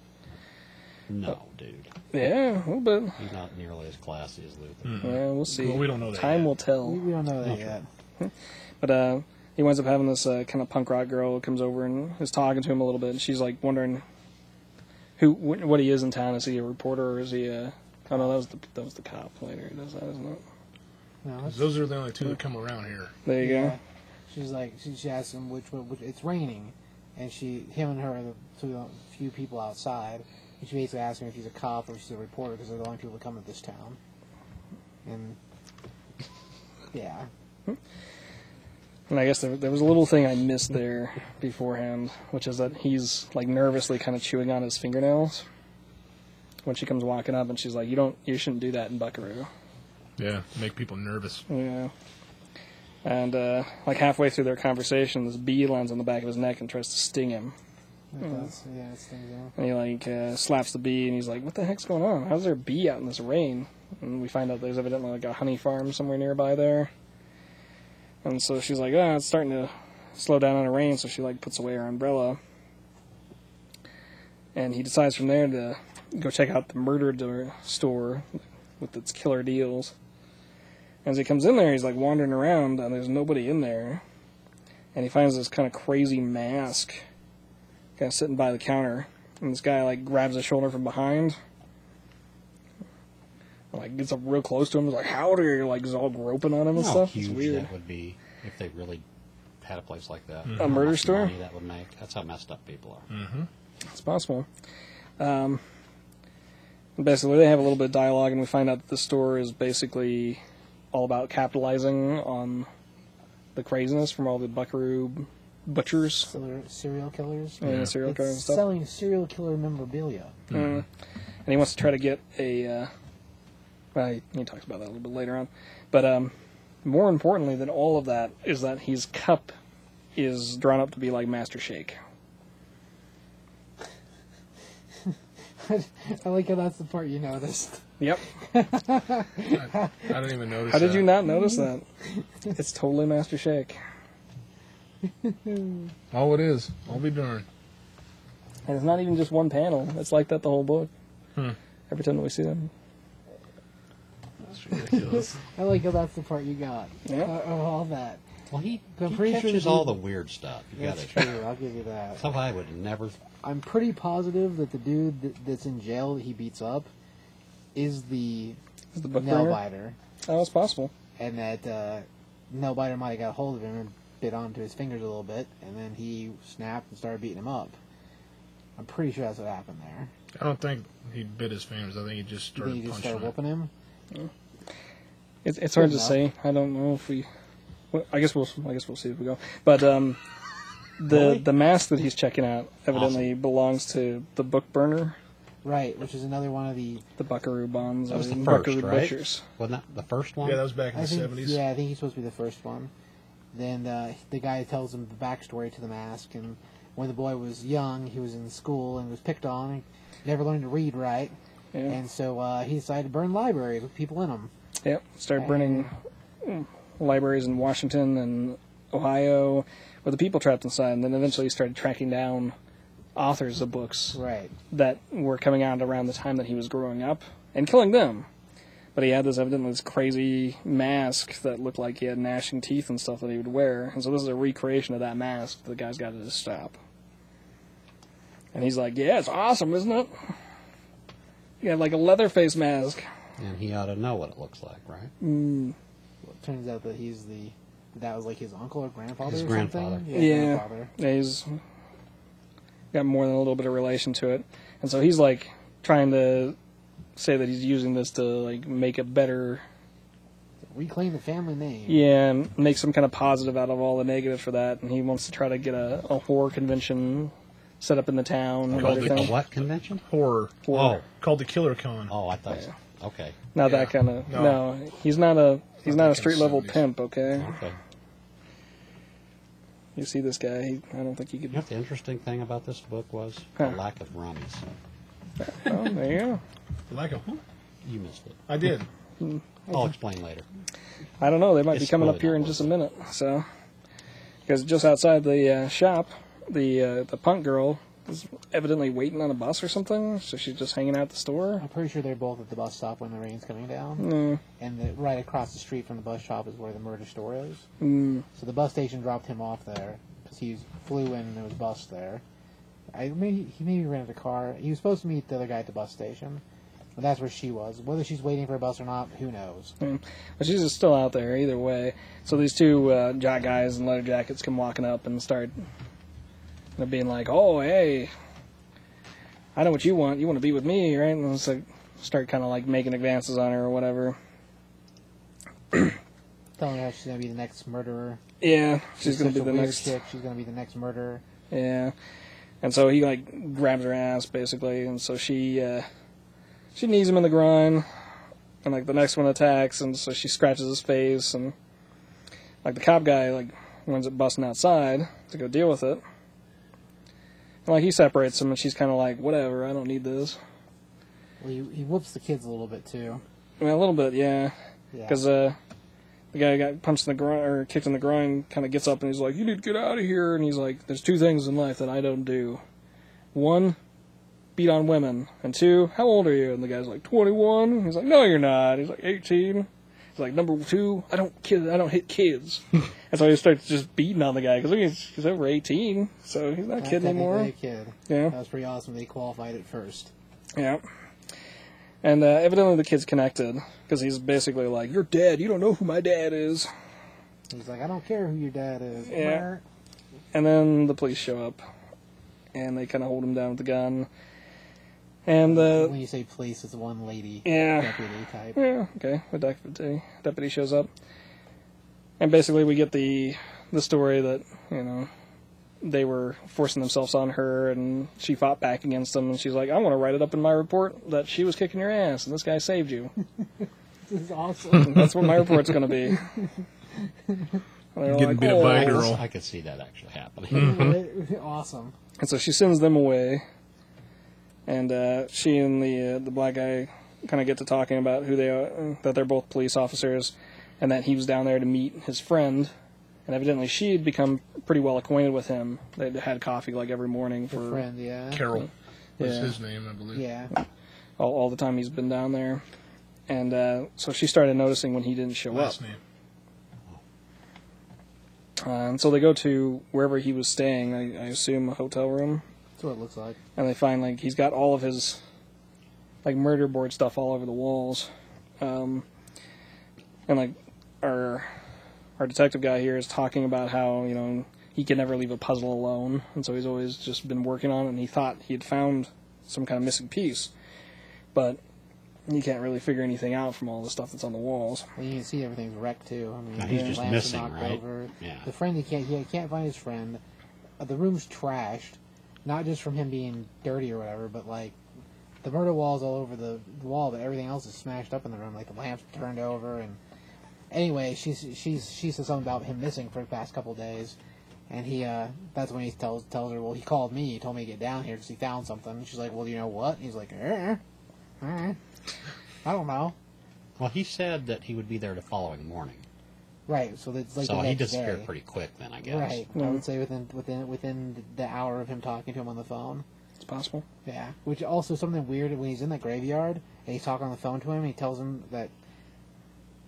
No, dude.
Yeah, a little bit.
He's not nearly as classy as Luther.
Mm-hmm.
Yeah, we'll see.
Well, we don't know that
Time
yet.
will
out. We-
tell.
We don't know that yet.
But uh, he winds up having this uh, kind of punk rock girl who comes over and is talking to him a little bit, and she's like wondering who wh- what he is in town. Is he a reporter or is he a? Oh no, that was the that was the cop later. who Does that isn't it?
No,
'Cause
that's-
Those are the only two that come around here.
There you
yeah.
go.
She's like, she, she asks him which, which, which, it's raining, and she, him and her are the two the few people outside. And she basically asks him if he's a cop or if she's a reporter because they're the only people that come to this town. And yeah,
And I guess there, there was a little thing I missed there beforehand, which is that he's like nervously kind of chewing on his fingernails when she comes walking up, and she's like, "You don't, you shouldn't do that in Buckaroo."
Yeah, make people nervous.
Yeah. And uh, like halfway through their conversation, this bee lands on the back of his neck and tries to sting him. Hmm.
that's, yeah, that's things. Yeah.
And he like uh, slaps the bee, and he's like, "What the heck's going on? How's there a bee out in this rain?" And we find out there's evidently like a honey farm somewhere nearby there. And so she's like, "Ah, it's starting to slow down on the rain," so she like puts away her umbrella. And he decides from there to go check out the murder door store with its killer deals. As he comes in there, he's like wandering around, and there's nobody in there. And he finds this kind of crazy mask, kind of sitting by the counter. And this guy like grabs his shoulder from behind, like gets up real close to him. He's like, "Howdy!" Like he's all groping on him
You
and
know
stuff.
How huge
it's weird.
that would be if they really had a place like that.
Mm-hmm.
A
How
murder
much
store?
money that would make. That's how messed up people are.
It's possible. Um, basically, they have a little bit of dialogue, and we find out that the store is basically all about capitalizing on the craziness from all the Buckaroo butchers
Serial, serial killers.
and serial
It's
killers and stuff. Mm.
selling serial killer memorabilia. <laughs>
and he wants to try to get a. Uh, well, he, he talks about that a little bit later on, but um, more importantly than all of that is that his cup is drawn up to be like Master Shake.
I like how that's the part you noticed. <laughs>
Yep.
I don't even notice.
How did
that.
you not notice that? It's totally Master Shake.
Oh, it is. I'll be darned.
And it's not even just one panel. It's like that the whole book. Every time that we see them.
That's ridiculous.
I like how that's the part you got.
Yeah.
Uh, of all that.
Mm-hmm.
Well, he,
I'm
he
pretty sure
catches
he-
all the weird stuff. You got
That's
to <laughs>
true. I'll give you that.
Stuff I would never.
I'm pretty positive that the dude that, that's in jail that he beats up is the
Is the book
nail
ringer?
biter,
Oh, it's possible.
and that uh, nail biter might have got a hold of him and bit onto his fingers a little bit, and then he snapped and started beating him up. I'm pretty sure that's what happened there.
I don't think he bit his fingers. I think he just
You
started
think he just
punching.
started
him.
whooping him?
It's it's hard
Good
to
enough.
say. I don't know if we. Well, I guess we'll I guess we'll see if we go. But um, the the mask that he's checking out evidently belongs to the book burner,
right, which is another one of the.
The Buckaroo Bonds.
That was
or
the first,
Buckaroo
right?
Butchers.
Wasn't that the first one?
Yeah, that was back in
I
the
think,
seventies.
Yeah, I think he's supposed to be the first one. Then uh, the guy tells him the backstory to the mask, and when the boy was young, he was in school and was picked on. And never learned to read right,
Yeah.
and so uh, he decided to burn libraries with people in them.
Yep. Started burning mm, libraries in Washington and Ohio with the people trapped inside, and then eventually started tracking down authors of books
Right.
that were coming out around the time that he was growing up and killing them. But he had this evidently this crazy mask that looked like he had gnashing teeth and stuff that he would wear, and so this is a recreation of that mask that the guy's got at his shop. And he's like, "Yeah, it's awesome, isn't it? You got like a leather face mask."
And he ought to know what it looks like, right?
Well, it turns out that he's the that was like his uncle or grandfather.
His
or
grandfather.
Something.
Yeah.
Grandfather.
Yeah, he's got more than a little bit of relation to it, and so he's like trying to say that he's using this to like make a better
Reclaim the family name.
yeah and make some kind of positive out of all the negative for that, and he wants to try to get a, a horror convention set up in the town. and
Called the-
A
everything.
what convention?
Horror Oh,
Horror.
called the Killer Con.
Oh, I thought. Okay.
Not
Yeah.
that kind of
No.
no. He's not a he's
Not
not
that
a
kinda
street level
70s.
pimp. Okay,
Okay.
you see this guy. He, I don't think he could.
You know what the interesting thing about this book was?
Huh.
The lack of Ronnie's.
Oh, there you go.
Like a who?
You missed it.
I did.
I'll explain later.
I don't know. They might be
It's
coming
really
up here
not
in
worth
just a
it.
minute. So, because just outside the uh, shop, the uh, the punk girl is evidently waiting on a bus or something. So she's just hanging out at the store.
I'm pretty sure they're both at the bus stop when the rain's coming down.
Mm,
and the, right across the street from the bus shop is where the murder store is.
Mm.
So the bus station dropped him off there because he flew in and there was a bus there. I maybe he maybe rented a car. He was supposed to meet the other guy at the bus station, but that's where she was. Whether she's waiting for a bus or not, who knows?
but she's just still out there either way. So these two uh, jock guys in leather jackets come walking up and start they're being like, "Oh, hey, I know what you want. You want to be with me, right?" And it's like start kind of like making advances on her or whatever.
Telling her she's gonna be the next murderer.
Yeah, she's gonna
such
be
a
the
weird
next.
chick. She's gonna be the next murderer.
Yeah. And so he like grabs her ass basically, and so she uh, she knees him in the groin, and like the next one attacks, and so she scratches his face, and like the cop guy like winds up busting outside to go deal with it, and like he separates him, and she's kind of like whatever, I don't need this.
Well, he, he whoops the kids a little bit too.
I mean, a little bit, yeah,
Yeah.
because uh, the guy who got punched in the groin or kicked in the groin, kind of gets up and he's like, "You need to get out of here." And he's like, "There's two things in life that I don't do. One, beat on women, and two, how old are you?" And the guy's like, "21." He's like, "No, you're not." He's like, "18." He's like, "Number two, I don't kid, I don't hit kids." and so he starts just beating on the guy because he's, he's over 18, so he's not
Not
kid
technically
anymore.
a kid.
Yeah.
That was pretty awesome. They qualified it first.
Yeah. And uh, evidently the kid's connected because he's basically like, "You're dead. You don't know who my dad is."
He's like, I don't care who your dad is.
Yeah. And then the police show up, and they kind of hold him down with the gun. And the
When you say police, it's one lady
yeah,
deputy type.
yeah, okay. The deputy deputy shows up, and basically we get the the story that you know they were forcing themselves on her, and she fought back against them, and she's like, "I want to write it up in my report that she was kicking your ass, and this guy saved you."
This
<laughs>
is awesome.
That's what my report's going to be. And they're
Getting beat up by a
"Oh."
girl.
I could see that actually happening.
Mm-hmm.
awesome.
And so she sends them away, and uh, she and the uh, the black guy kind of get to talking about who they are, that they're both police officers, and that he was down there to meet his friend, and evidently she had become pretty well acquainted with him. They'd had coffee like every morning
Her
for
friend, yeah.
Carol was
Yeah.
his name, I believe.
Yeah.
all, all the time he's been down there, and uh, so she started noticing when he didn't show up.
Last name.
Uh, and so they go to wherever he was staying. I, I assume a hotel room.
That's what it looks like.
and they find like he's got all of his like murder board stuff all over the walls um, and like our our detective guy here is talking about how you know he can never leave a puzzle alone and so he's always just been working on it and he thought he had found some kind of missing piece but you can't really figure anything out from all the stuff that's on the walls
Well, you can see everything's wrecked too. I mean,
Now, he's
the
just
lamps are
missing,
knocked
right?
Over.
Yeah.
The friend he can't he can't find his friend. Uh, the room's trashed, not just from him being dirty or whatever, but like the murder wall's all over the wall, but everything else is smashed up in the room. Like the lamps turned over, and anyway, she's she's she says something about him missing for the past couple days, and he uh, that's when he tells tells her, well, he called me, he told me to get down here because he found something. And she's like, well, do you know what? And he's like, eh, eh, I don't know.
Well, he said that he would be there the following morning.
Right, so it's like
so
the
he
next
disappeared
day.
pretty quick then, I guess.
Right, I
Mhm.
would say within within within the hour of him talking to him on the phone.
It's possible.
Yeah, which also something weird when he's in the graveyard and he's talking on the phone to him. He tells him that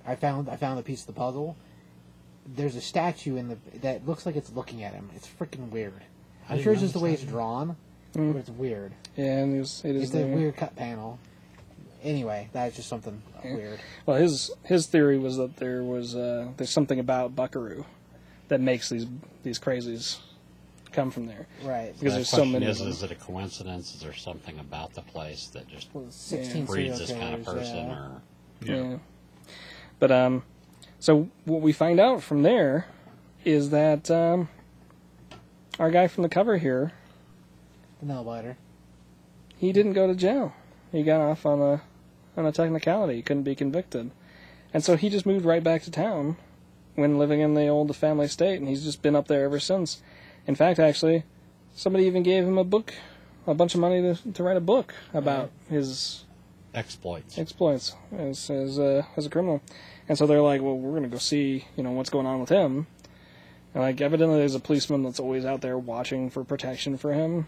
I found I found the piece of the puzzle. There's a statue in the that looks like it's looking at him. It's freaking weird. I'm
didn't
sure it's just the way
notice
it's
that.
drawn,
Mm.
but it's weird.
Yeah, and it, was, it is
It's a
there.
weird cut panel. Anyway, that's just something
Yeah.
weird.
Well, his his theory was that there was uh, there's something about Buckaroo that makes these these crazies come from there
Right.
because
The
there's so
question
many.
is,
of them.
is it a coincidence? Is there something about the place that just
Well, 16 serial
breeds this kind of
killers,
person?
yeah.
Or
Yeah. But um, so what we find out from there is that um, our guy from the cover here,
The nail biter.
he didn't go to jail. He got off on a on a technicality. He couldn't be convicted, and so he just moved right back to town when living in the old family estate, and he's just been up there ever since. In fact, actually, somebody even gave him a book, a bunch of money to to write a book about his
exploits?
exploits as as a as a criminal, and so they're like, well, we're gonna go see you know what's going on with him, and like evidently there's a policeman that's always out there watching for protection for him,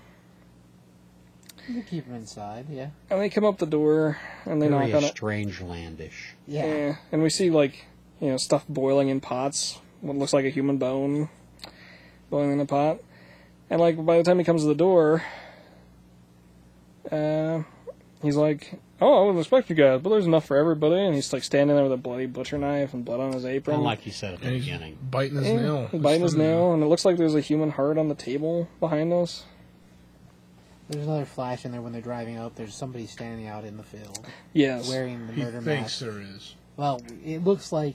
You can keep him inside, yeah.
and they come up the door and they
Very
knock on it,
strange landish.
Yeah.
Yeah, Eh, and we see like you know stuff boiling in pots, what looks like a human bone boiling in a pot, and like by the time he comes to the door, uh, he's like, "Oh, I wouldn't expect you guys, but there's enough for everybody," and he's like standing there with a bloody butcher knife and blood on his apron,
And like he said at the
And he's
beginning,
biting his
Yeah,
nail.
biting his nail, and it looks like there's a human heart on the table behind us.
There's another flash in there when they're driving up. There's somebody standing out in the field
Yes,
wearing the
He
murder mask.
thinks there is.
Well, it looks like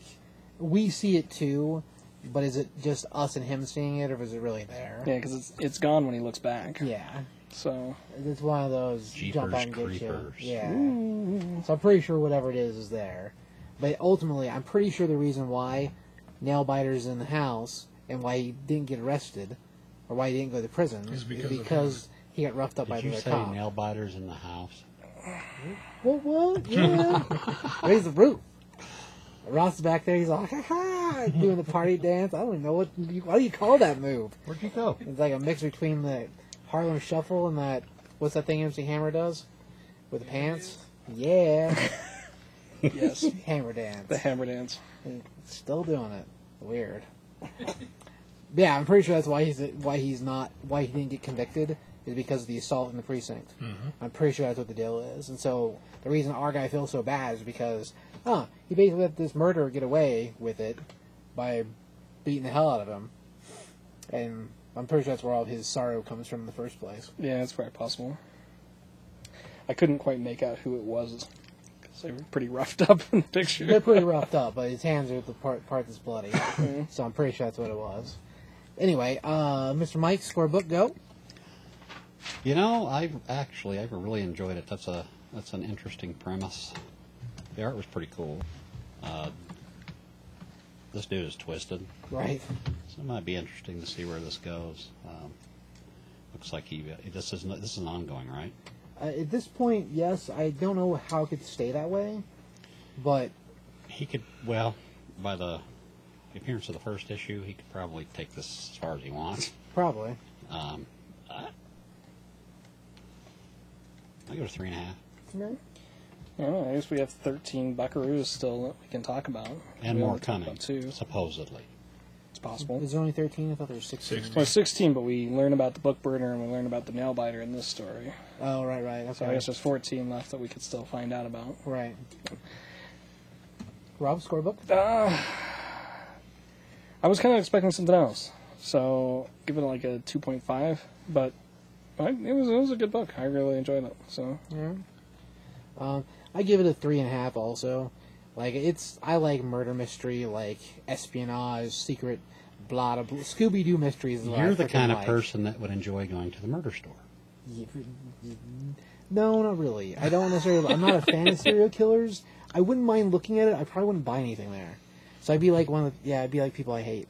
we see it too, but is it just us and him seeing it, or is it really there?
yeah, because it's it's gone when he looks back.
Yeah.
So
It's one of those jump
Jeepers
out and get you.
creepers.
Yeah. So I'm pretty sure whatever it is is there. But ultimately, I'm pretty sure the reason why Nailbiter's in the house and why he didn't get arrested or why he didn't go to prison is
Is because of
because he got roughed up by
did you
the
say
cop.
nail biters in the house?
What? What? Yeah. Raise the roof. Ross back there. He's like, ha ha, doing the party dance. I don't even know what. You, what do you call that move?
Where'd you go?
It's like a mix between the Harlem Shuffle and that. What's that thing MC Hammer does with the pants? Yeah,
yes, <laughs>
Hammer dance.
the hammer dance.
Still doing it. Weird. <laughs> yeah, I'm pretty sure that's why he's why he's not why he didn't get convicted is because of the assault in the precinct. I'm pretty sure that's what the deal is. And so the reason our guy feels so bad is because huh, he basically let this murderer get away with it by beating the hell out of him. And I'm pretty sure that's where all of his sorrow comes from in the first place.
Yeah, it's very possible. I couldn't quite make out who it was because they were pretty roughed <laughs> up in the
They're
picture.
pretty roughed up, but his hands are the part part that's bloody. so I'm pretty sure that's what it was. Anyway, uh, Mr. Mike, score book go.
You know, I actually I really enjoyed it. That's a that's an interesting premise. The art was pretty cool. Uh, this dude is twisted,
Right.
so it might be interesting to see where this goes. Um, looks like he uh, this is this is an ongoing, right?
Uh, at this point, yes, I don't know how it could stay that way, but
He could well by the appearance of the first issue, he could probably take this as far as he wants.
probably.
Um, I, I go to three and a half.
I don't know, I guess we have 13 buckaroos still that we can talk about.
And
We
more
only talked
coming,
about two.
supposedly.
It's possible.
Is there only 13? I thought there was 16.
Well, 16, but we learn about the book burner and we learn about the nail biter in this story.
Oh, right, right. That's
So I
right.
guess there's 14 left that we could still find out about.
Right. Rob, score book?
I was kind of expecting something else, so give it like a 2.5. But I, it was it was a good book. I really enjoyed it. So
Yeah. Um, I give it a three and a half. Also, like it's I like murder mystery, like espionage, secret, blah blah. blah. Scooby Doo mysteries. Is what I
You're the
frickin'
kind of
like.
person that would enjoy going to the murder store.
Y- y- No, not really. I don't necessarily. I'm not a fan of serial killers. I wouldn't mind looking at it. I probably wouldn't buy anything there. So I'd be like one of the, yeah, I'd be like people I hate,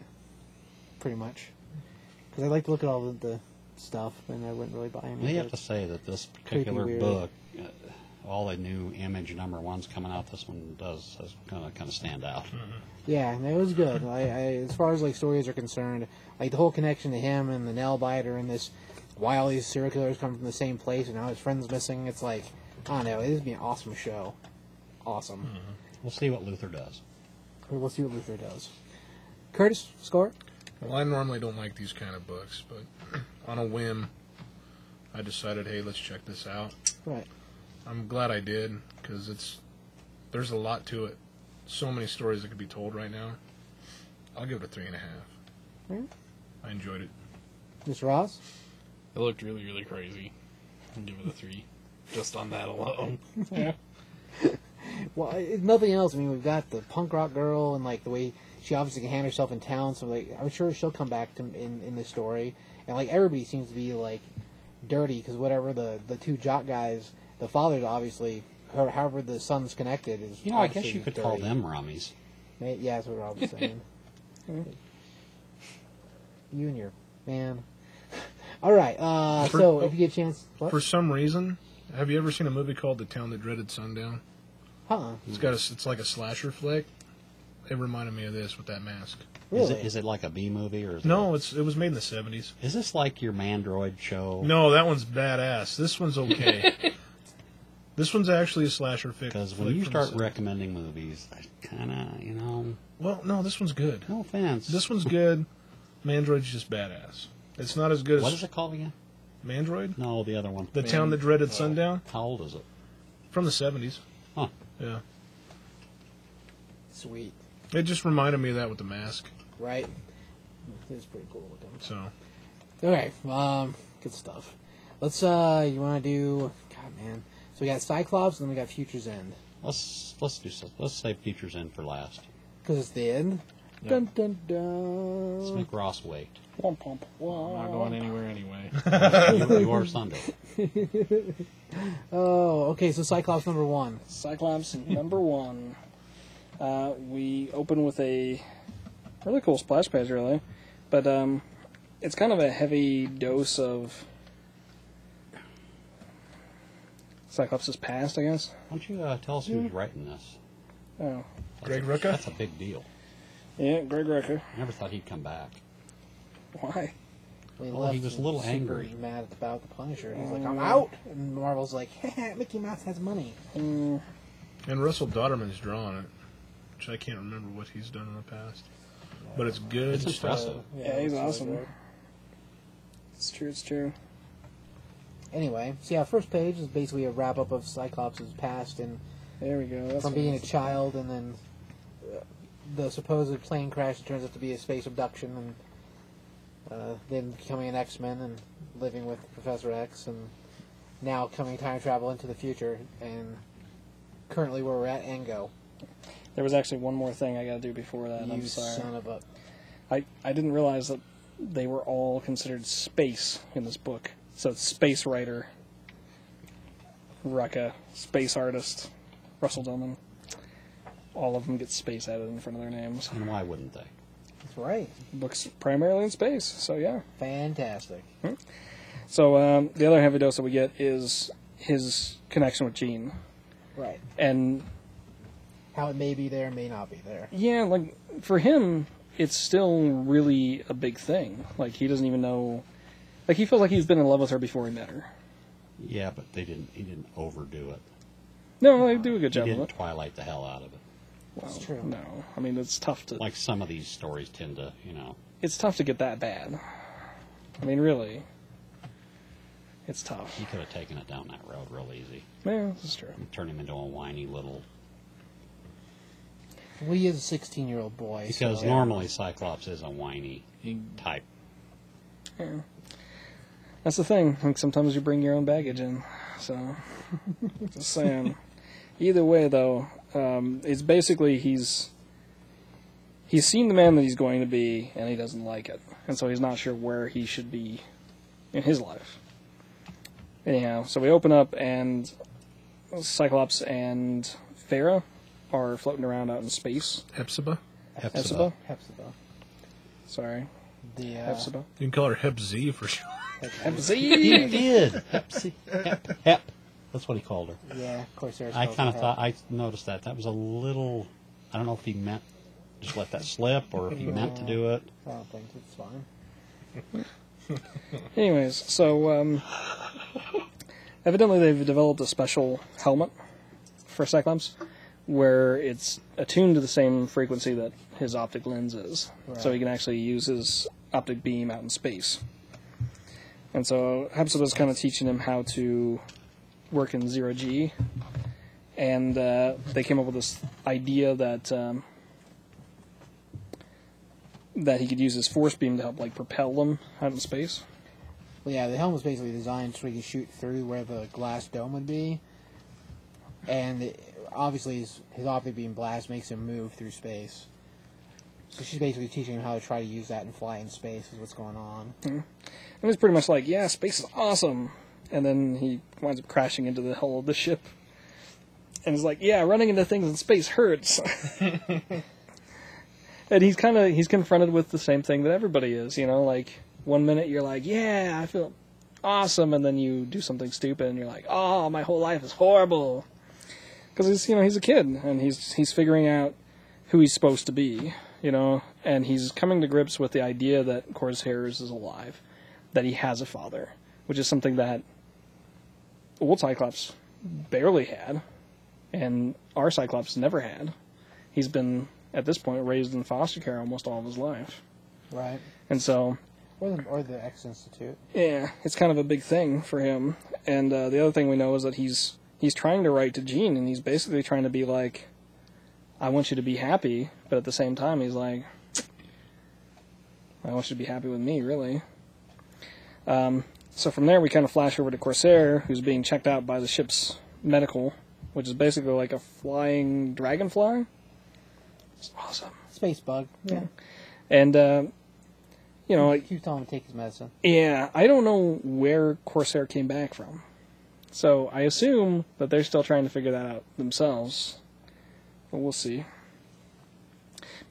pretty much, because I like to look at all the, the stuff, and I wouldn't really buy
They
anything.
have to say that this particular
weird.
book, uh, all the new image number one's coming out, this one does is gonna kind of stand out.
Mm-hmm.
Yeah, no, it was good. I, I, as far as like stories are concerned, like the whole connection to him and the nail biter and this, why all these serial killers come from the same place and now his friend's missing. It's like, I don't know. It would be an awesome show.
Hmm.
Awesome.
We'll see what Luther does.
We'll see what Luther does. Curtis, score?
Well, I normally don't like these kind of books, but <clears throat> on a whim, I decided, hey, let's check this out.
Right.
I'm glad I did because it's there's a lot to it. So many stories that could be told right now. I'll give it a three and a half.
Hmm.
I enjoyed it.
Mr. Ross?
It looked really, really crazy. I'll give it a three, just on that alone.
Well, if nothing else, I mean, we've got the punk rock girl and like the way she obviously can handle herself in town. So like, I'm sure she'll come back to in in this story. And like everybody seems to be like dirty because whatever the the two jock guys, the father's obviously, her, however the son's connected is.
You know, I
obviously
guess you could call
dirty.
them rummies.
Ma- Yeah, that's what Rob was <laughs> saying. you and your man. <laughs> All right. Uh,
For-
so if you get a chance, what?
For some reason, have you ever seen a movie called The Town That Dreaded Sundown?
huh?
It's got a, it's like a slasher flick. It reminded me of this with that mask.
Really?
Is it is it like a B movie or is
No,
It,
it's it was made in the seventies.
is this like your Mandroid show?
No, that one's badass. This one's okay. this one's actually a slasher fic.
Because
flick
when you
from the
start
70s.
recommending movies, I kind of you know,
well, no, this one's good.
no offense.
This one's good. Mandroid's just badass. It's not as good
what
as
is it called again?
Mandroid.
No, the other one.
The town that dreaded sundown
How old is it?
from the seventies.
Huh.
Yeah,
Sweet.
it just reminded me of that with the mask.
Right. It's pretty cool looking.
So
Okay, um, good stuff. Let's, uh, you want to do, God, man. So we got Cyclops, and then we got Future's End.
Let's let's do so. Let's save features in for last.
Because it's the end. Dun, dun, dun.
Mm.
Let's make
<laughs>
Ross wait.
Womp womp
I'm not
womp.
going anywhere anyway.
you, you are Sunday.
Oh, okay, so Cyclops number one.
Cyclops <laughs> number one. Uh, we open with a really cool splash page, really, but um, it's kind of a heavy dose of Cyclops' past, I guess.
Why don't you uh, tell us who's writing this?
Oh,
Greg Rucka.
That's a big deal.
yeah, Greg Rucker.
I never thought he'd come back.
Why?
Well,
Oh, he was a little
super
angry. Mm.
Mad about the Punisher. He's like, I'm out. And Marvel's like, <laughs> Mickey Mouse has money.
Mm,
And Russell Dodderman's drawing it, which I can't remember what he's done in the past. But it's uh, good.
It's
stuff.
impressive.
Yeah, he's
so
awesome.
good.
It's true. It's true.
Anyway, so yeah, first page is basically a wrap up of Cyclops' past and
There we go. That's
from being a child and then uh, the supposed plane crash that turns out to be a space abduction and uh, then becoming an x-men and living with professor x and now coming time travel into the future and currently where we're at and go
There was actually one more thing I got to do before that.
you
I'm sorry.
son of a
I, I didn't realize that they were all considered space in this book. So it's space writer, Rucka, space artist, Russell Dillman. All of them get space added in front of their names.
And why wouldn't they?
that's right
The book's primarily in space, so yeah.
fantastic
So um, the other heavy dose that we get is his connection with Jean.
right
And
how it may be there may not be there
yeah, like for him, it's still really a big thing. Like he doesn't even know. Like he feels like he's been in love with her before he met her.
Yeah, but they didn't. He didn't overdo it.
No, they do a good
He
job of it.
didn't twilight the hell out of it.
Well,
It's true.
No, I mean it's tough to
Like some of these stories tend to, you know.
it's tough to get that bad. I mean, really, it's tough.
He could have taken it down that road real easy
Yeah, this is true.
and turned him into a whiny little.
we is a 16 year old boy
Because
so-
normally Cyclops is a whiny
He-
type.
That's the thing. Like sometimes you bring your own baggage in. So, <laughs> just saying. Either way, though, um, it's basically he's he's seen the man that he's going to be, and he doesn't like it, and so he's not sure where he should be in his life. Anyhow, so we open up and Cyclops and Thera are floating around out in space.
Hepzibah?
Hepzibah?
Hepzibah.
Sorry.
The uh,
Hepzibah.
You can call her Hep Z for <laughs> sure.
He
Hepzibah!
did. Hepsi. Hep. Hep. That's what he called her.
<laughs> Yeah, of course.
I kind of thought I noticed that. That was a little. I don't know if he meant just let that slip or if he meant to do it.
I don't think it's fine.
Anyways, so um, evidently they've developed a special helmet for Cyclops where it's attuned to the same frequency that his optic lens is. So he can actually use his optic beam out in space. And so Hepzibah's kind of teaching him how to work in zero G. And uh, they came up with this idea that um, that he could use his force beam to help like propel them out in space.
Well, yeah, the helm was basically designed so he could shoot through where the glass dome would be, and it, obviously his, his optic beam blast makes him move through space. So she's basically teaching him how to try to use that and fly in space. Is what's going on.
And he's pretty much like, yeah, space is awesome. And then he winds up crashing into the hull of the ship. And he's like, yeah, running into things in space hurts. <laughs> and he's kind of he's confronted with the same thing that everybody is, you know, like one minute you're like, yeah, I feel awesome, and then you do something stupid and you're like, oh, my whole life is horrible. Because he's you know he's a kid and he's he's figuring out who he's supposed to be, you know, and he's coming to grips with the idea that Corsairs is alive that he has a father, which is something that old Cyclops barely had, and our Cyclops never had. He's been at this point raised in foster care almost all of his life,
Right.
and so
Or the, or the X Institute.
yeah, it's kind of a big thing for him. And uh, the other thing we know is that he's he's trying to write to Jean, and he's basically trying to be like, "I want you to be happy," but at the same time, he's like, "I want you to be happy with me, really." Um, so from there, we kind of flash over to Corsair, who's being checked out by the ship's medical, which is basically like a flying dragonfly. It's awesome.
Space bug. Yeah.
And uh, you know, like,
He was telling him to take his medicine.
yeah, I don't know where Corsair came back from. So I assume that they're still trying to figure that out themselves. But we'll see.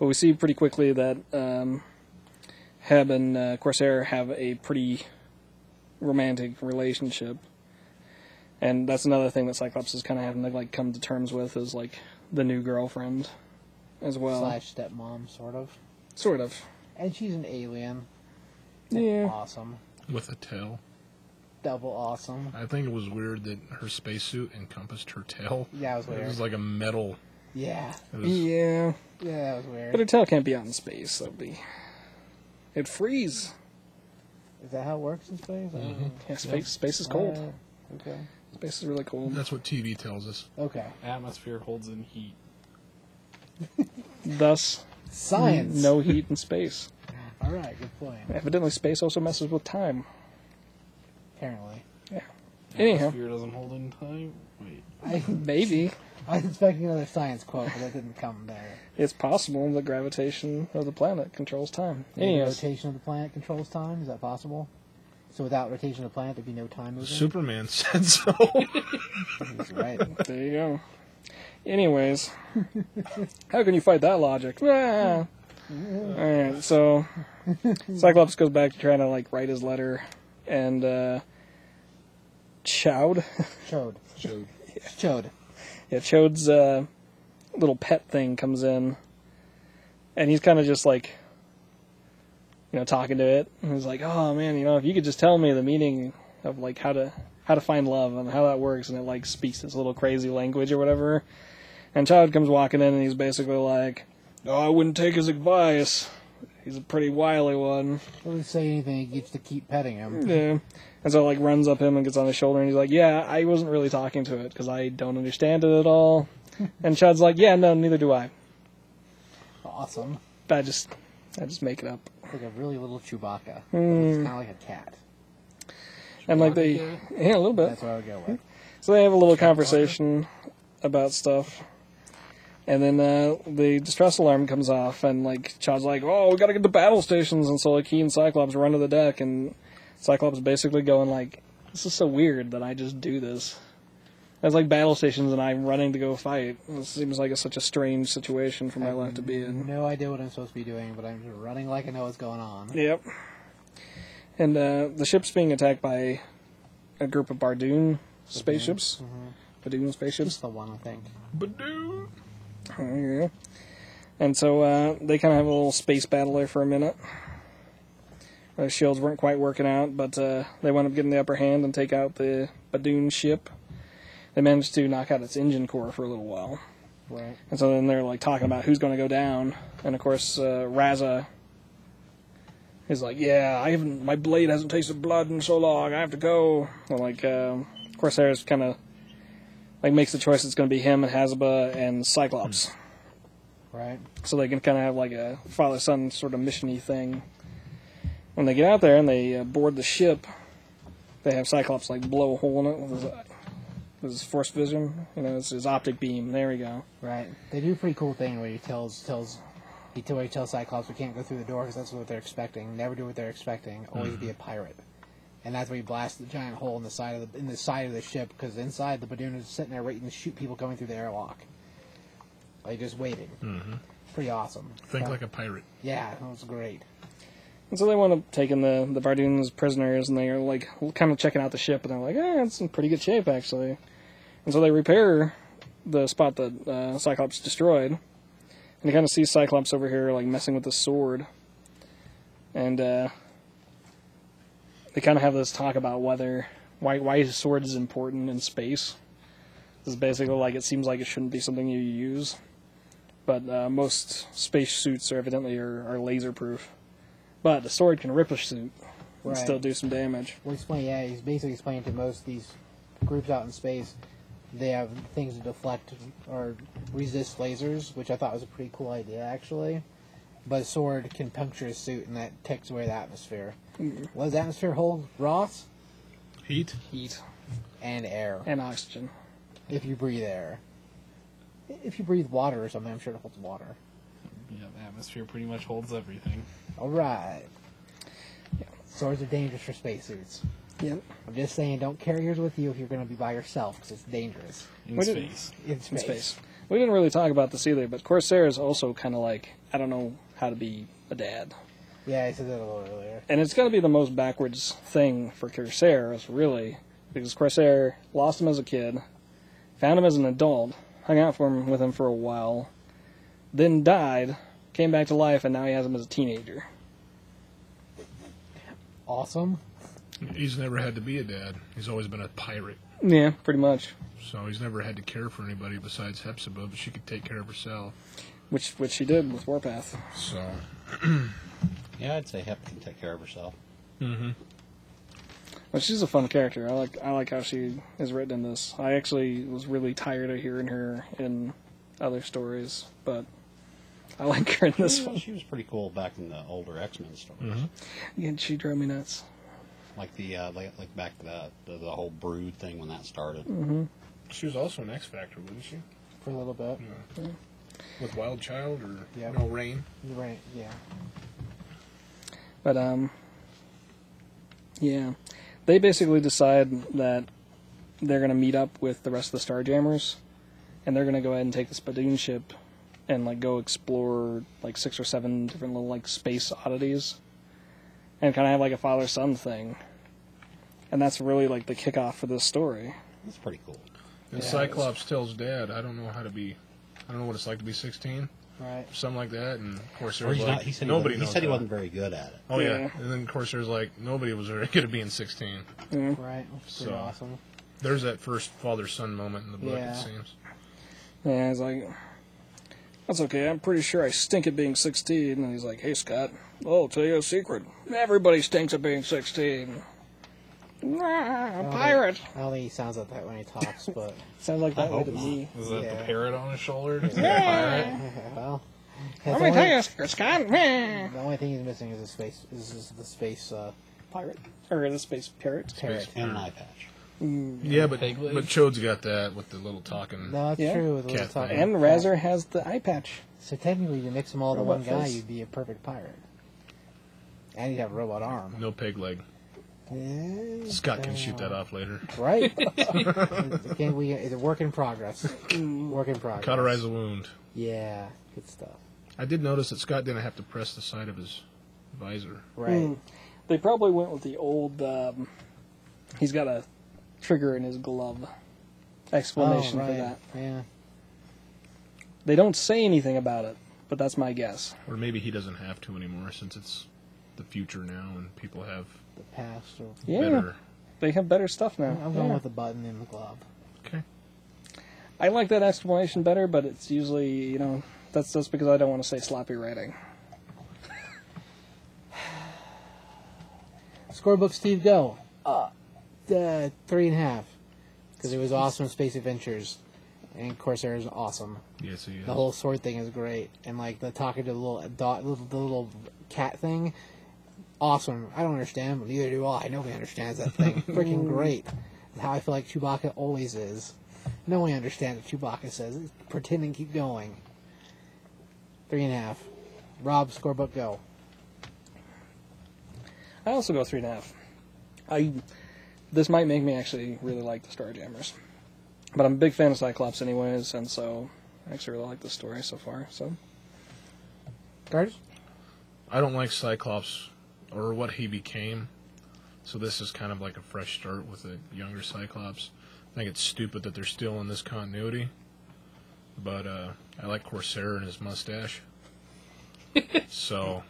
But we see pretty quickly that um, Heb and uh, Corsair have a pretty romantic relationship. And that's another thing that Cyclops is kind of having to like come to terms with is like the new girlfriend as well.
slash stepmom, sort of.
Sort of.
And she's an alien.
Yeah.
Awesome.
With a tail.
Double awesome.
I think it was weird that her spacesuit encompassed her tail.
Yeah, it was
It
weird.
was like a metal.
Yeah.
It was,
Yeah.
Yeah, that was weird.
But her tail can't be out in space. That'd be. It'd freeze.
Is that how it works in space? I don't know.
Yeah, space. Space is Mm-hmm. cold.
Uh, okay.
Space is really cold.
That's what TV tells us.
Okay.
Atmosphere holds in heat.
Thus,
Science.
no heat in space.
All right. Good point.
Evidently, space also messes with time.
Apparently,
Anyhow,
Atmosphere doesn't hold in time. Wait.
I
maybe
I was expecting another science quote, but that didn't come there.
it's possible the gravitation of the planet controls time.
Maybe
Anyhow,
rotation of the planet controls time. Is that possible? So without rotation of the planet, there'd be no time moving.
Superman <laughs> said so.
He's right.
there you go. Anyways, <laughs> how can you fight that logic? Ah. All right, so Cyclops goes back to trying to like write his letter, and uh, Chowd.
Chode.
Joe,
<laughs> Chode.
Yeah, Chode's uh, little pet thing comes in, and he's kind of just like, you know, talking to it. And he's like, "Oh man, you know, if you could just tell me the meaning of like how to how to find love and how that works," and it like speaks this little crazy language or whatever. And Chode comes walking in, and he's basically like, "Oh, I wouldn't take his advice. He's a pretty wily one."
Doesn't say anything. He gets to keep petting him.
Yeah. And so like runs up him and gets on his shoulder and he's like, "Yeah, I wasn't really talking to it because I don't understand it at all." And Chad's like, "Yeah, no, neither do I.
Awesome.
I just, I just make it up."
Like a really little Chewbacca. It's kind of like a cat.
And like they, yeah, a little bit.
That's what I would go with.
So they have a little conversation about stuff, and then uh, the distress alarm comes off, and like Chad's like, "Oh, we gotta get to battle stations," and so like he and Cyclops run to the deck, and Cyclops basically going like, This is so weird that I just do this. That's like battle stations and I'm running to go fight. This seems like it's such a strange situation for my life to be in.
No idea what I'm supposed to be doing, but I'm just running like I know what's going on.
Yep. And uh, the ship's being attacked by a group of Bardoon mm-hmm. spaceships. Bardoon spaceships.
Just the one, I think.
But dude,
Yeah. And so uh, they kind of have a little space battle there for a minute. Their shields weren't quite working out, but uh, they wound up getting the upper hand and take out the Badoon ship. They managed to knock out its engine core for a little while.
Right.
And so then they're like talking about who's going to go down, and of course uh, Raza is like, "Yeah, I haven't. My blade hasn't tasted blood in so long. I have to go." And like, um, Corsair's kind of like makes the choice. It's going to be him and Hazaba and Cyclops,
Right.
so they can kind of have like a father son sort of missiony thing. When they get out there and they uh, board the ship, they have Cyclops like blow a hole in it with his, with his force vision. You know, it's his optic beam. There we go.
Right. They do a pretty cool thing where he tells tells he, t- where he tells Cyclops we can't go through the door because that's what they're expecting. Never do what they're expecting. Always be a
Mm-hmm.
pirate. And that's where he blasts the giant hole in the side of the in the side of the ship because inside the Badoon is sitting there waiting to shoot people coming through the airlock. Like just waiting. Mm-hmm. Pretty awesome.
think
Uh,
like a pirate.
yeah, that was great.
And so they wound up taking the the Bardoons as prisoners, and they're like kind of checking out the ship, and they're like, "Eh, it's in pretty good shape actually." And so they repair the spot that uh, Cyclops destroyed, and you kind of see Cyclops over here like messing with the sword, and uh, they kind of have this talk about whether why why his sword is important in space. This is basically like it seems like it shouldn't be something you use, but uh, most space suits are evidently are, are laser proof. But the sword can rip a suit and
Right.
still do some damage.
Well, explain. Yeah, he's basically explaining to most of these groups out in space. They have things to deflect or resist lasers, which I thought was a pretty cool idea, actually. But a sword can puncture a suit, and that takes away the atmosphere. What does the atmosphere hold? Ross
Heat.
Heat
and air.
and oxygen.
If you breathe air, if you breathe water or something, I'm sure it holds water.
Yeah, the atmosphere pretty much holds everything.
All right. Swords are dangerous for spacesuits.
Yep.
I'm just saying, don't carry yours with you if you're going to be by yourself, because it's dangerous
In
What did-
space.
in
In
space.
space. We didn't really talk about this either, but Corsair is also kind of like, I don't know how to be a dad.
Yeah, I said that a little earlier.
And it's got to be the most backwards thing for Corsair, is really, because Corsair lost him as a kid, found him as an adult, hung out for him, with him for a while, then died, came back to life, and now he has him as a teenager.
awesome.
He's never had to be a dad. He's always been a pirate.
Yeah, pretty much.
So he's never had to care for anybody besides Hepzibah, but she could take care of herself.
Which which she did with Warpath.
So
Yeah, I'd say Hep can take care of herself.
Well, she's a fun character. I like I like how she is written in this. I actually was really tired of hearing her in other stories, but I like her in this
Yeah,
one. <laughs>
she was pretty cool back in the older X Men stories,
Mm-hmm.
Yeah, she drove me nuts.
like the uh, like, like back the, the the whole Brood thing when that started.
she was also an X Factor, wasn't she?
For a little bit.
With Wild Child or
Yeah.
No Rain?
Right, yeah.
But um, yeah, they basically decide that they're gonna meet up with the rest of the Starjammers, and they're gonna go ahead and take the Spadoon ship and like go explore like six or seven different little like space oddities, and kind of have like a father son thing. And that's really like the kickoff for this story.
That's pretty cool.
And
Yeah.
Cyclops tells Dad, "I don't know how to be. I don't know what it's like to be 16,
Right.
something like that." And
Or
Corsair's
he's
like,
not, he said he
"Nobody
wasn't- he,
knows."
said he
that."
wasn't very good at it.
Oh yeah.
Yeah.
And then Corsair's like, "Nobody was <laughs> very good at being 16."
Right. Which is pretty
So-
awesome.
There's that first father-son moment in the book.
Yeah.
It seems.
Yeah, he's like, that's okay. I'm pretty sure I stink at being 16. And he's like, hey, Scott, I'll tell you a secret. Everybody stinks at being 16. Nah, a pirate.
I don't think he sounds like that when he <laughs> talks, but
Sounds like that way
hope
to
not.
me.
Is that
Yeah.
the parrot on his shoulder?
well.
Let
the
me
only,
tell you a secret, Scott. Nah.
the only thing he's missing is the space is, is the space uh,
Pirate. Or the space parrot.
parrot.
And an eye patch.
Yeah, but
Pig League?
but Chode's got that with the little talking.
No, that's
Yeah.
true. With a little
Cat
talk.
thing.
And Razor has the eye patch.
So technically, you mix them all to
Robot
one guy,
face.
you'd be a perfect pirate. And you'd have a robot arm.
No pig leg.
Yeah,
Scott can shoot that off later.
<laughs> Right. Again, we it's a work in progress. Work in progress.
Cauterize a wound.
Yeah, good stuff.
I did notice that Scott didn't have to press the side of his visor.
Right.
They probably went with the old. Um, he's got a trigger in his glove. Explanation
Oh,
for
right.
that.
Yeah.
They don't say anything about it, but that's my guess.
Or maybe he doesn't have to anymore since it's the future now and people have
The past. Or,
Yeah,
better.
they have better stuff now.
I'm going
Yeah.
with the button in the glove.
Okay.
I like that explanation better, but it's usually you know that's just because I don't want to say sloppy writing.
Scorebook Steve Go. Uh, uh, three and a half. Because it was awesome in Space Adventures. And Corsair is awesome.
Yes, he is.
The whole sword thing is great. And like the talking to the little dog, little, the little cat thing. Awesome. I don't understand, but neither do I. Nobody understands that thing. Freaking great. It's How I feel like Chewbacca always is. No one understands what Chewbacca says. Pretend and keep going. Three and a half. Rob, scorebook go.
I also go three and a half. I this might make me actually really like the Starjammers, but I'm a big fan of Cyclops anyways, and so I actually really like the story so far. So
Guards?
I don't like Cyclops or what he became, so this is kind of like a fresh start with a younger Cyclops. I think it's stupid that they're still in this continuity, but uh, I like Corsair and his
<laughs>
mustache. so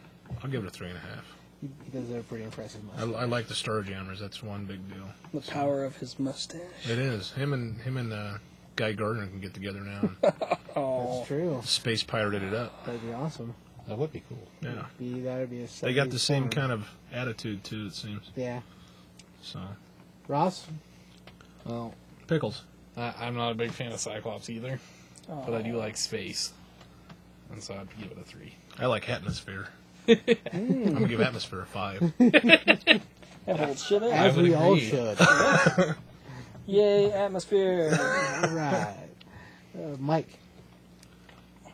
I'll give it a three and a half.
He does a pretty impressive
I,
mustache.
I like the Starjammers. That's one big deal.
the power of his mustache.
It is him and him and uh, Guy Gardner can get together now.
<laughs>
and
Oh,
That's true.
Space pirated it up.
That'd be awesome.
That would be cool.
Yeah,
Be that'd be a.
they got the same kind of attitude too. It seems
Yeah,
so.
Ross. Oh,
Pickles.
I, I'm not a big fan of Cyclops either, but I do like space, and so I'd give it a three.
I like atmosphere. I'm gonna give atmosphere a five.
that holds shit in.
as
would
we all
agree.
should.
<laughs>
Yay, atmosphere! <laughs>
all right, uh, Mike.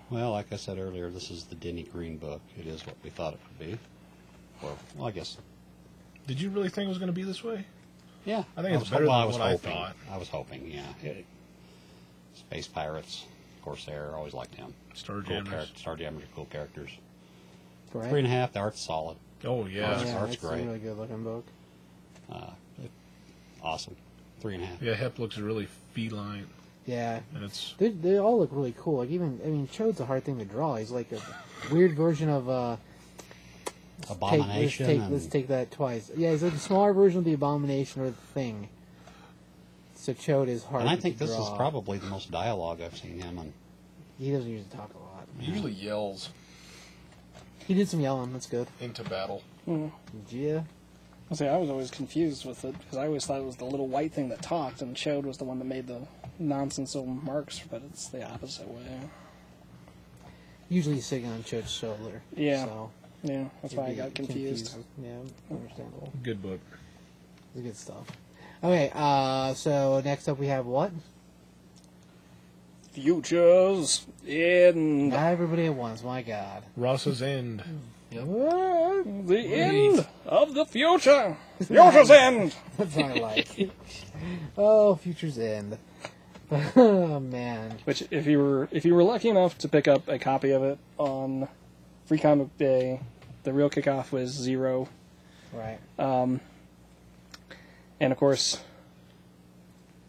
Well, like I said earlier, this is the Denny Green book. It is what we thought it would be. Or, well, I guess,
Did you really think it was gonna be this way?
yeah.
I think it's
was-
better than
well, I was
what I
hoping.
thought.
I was hoping, yeah. It- Space Pirates, Corsair, always liked him. Cool
Starjammers.
characters. Starjammers are cool characters.
Right.
Three and a half, the art's solid.
Oh yeah.
Yeah.
yeah.
art's
that's a
great.
really good looking book.
Awesome. Three and a half.
Hep looks really feline,
Yeah,
and it's
they, they all look really cool. Like even I mean, Chode's a hard thing to draw. He's like a weird version of uh, take, let's
Abomination
take
and
let's take that twice. Yeah, he's like a smaller version of the abomination or the thing. So Chode is hard.
And I
to
think this is
draw.
probably the most dialogue I've seen him in.
he doesn't usually talk a lot.
usually yells
He did some yelling. That's good.
into battle.
Yeah.
I say I was always confused with it because I always thought it was the little white thing that talked, and Chode was the one that made the nonsensical marks, but it's the opposite way.
Usually he's sitting on Chode's shoulder.
Yeah.
So
Yeah, that's why I got confused.
Yeah, understandable.
Good book.
It's good stuff. Okay, uh, so next up we have what?
Futures in
Not everybody at once, my god.
Ross's End.
the end of the future. Future's end.
That's what I like. oh, Future's End. oh, man.
Which, if you were if you were lucky enough to pick up a copy of it on Free Comic Day, the real kickoff was zero,
Right.
and of course,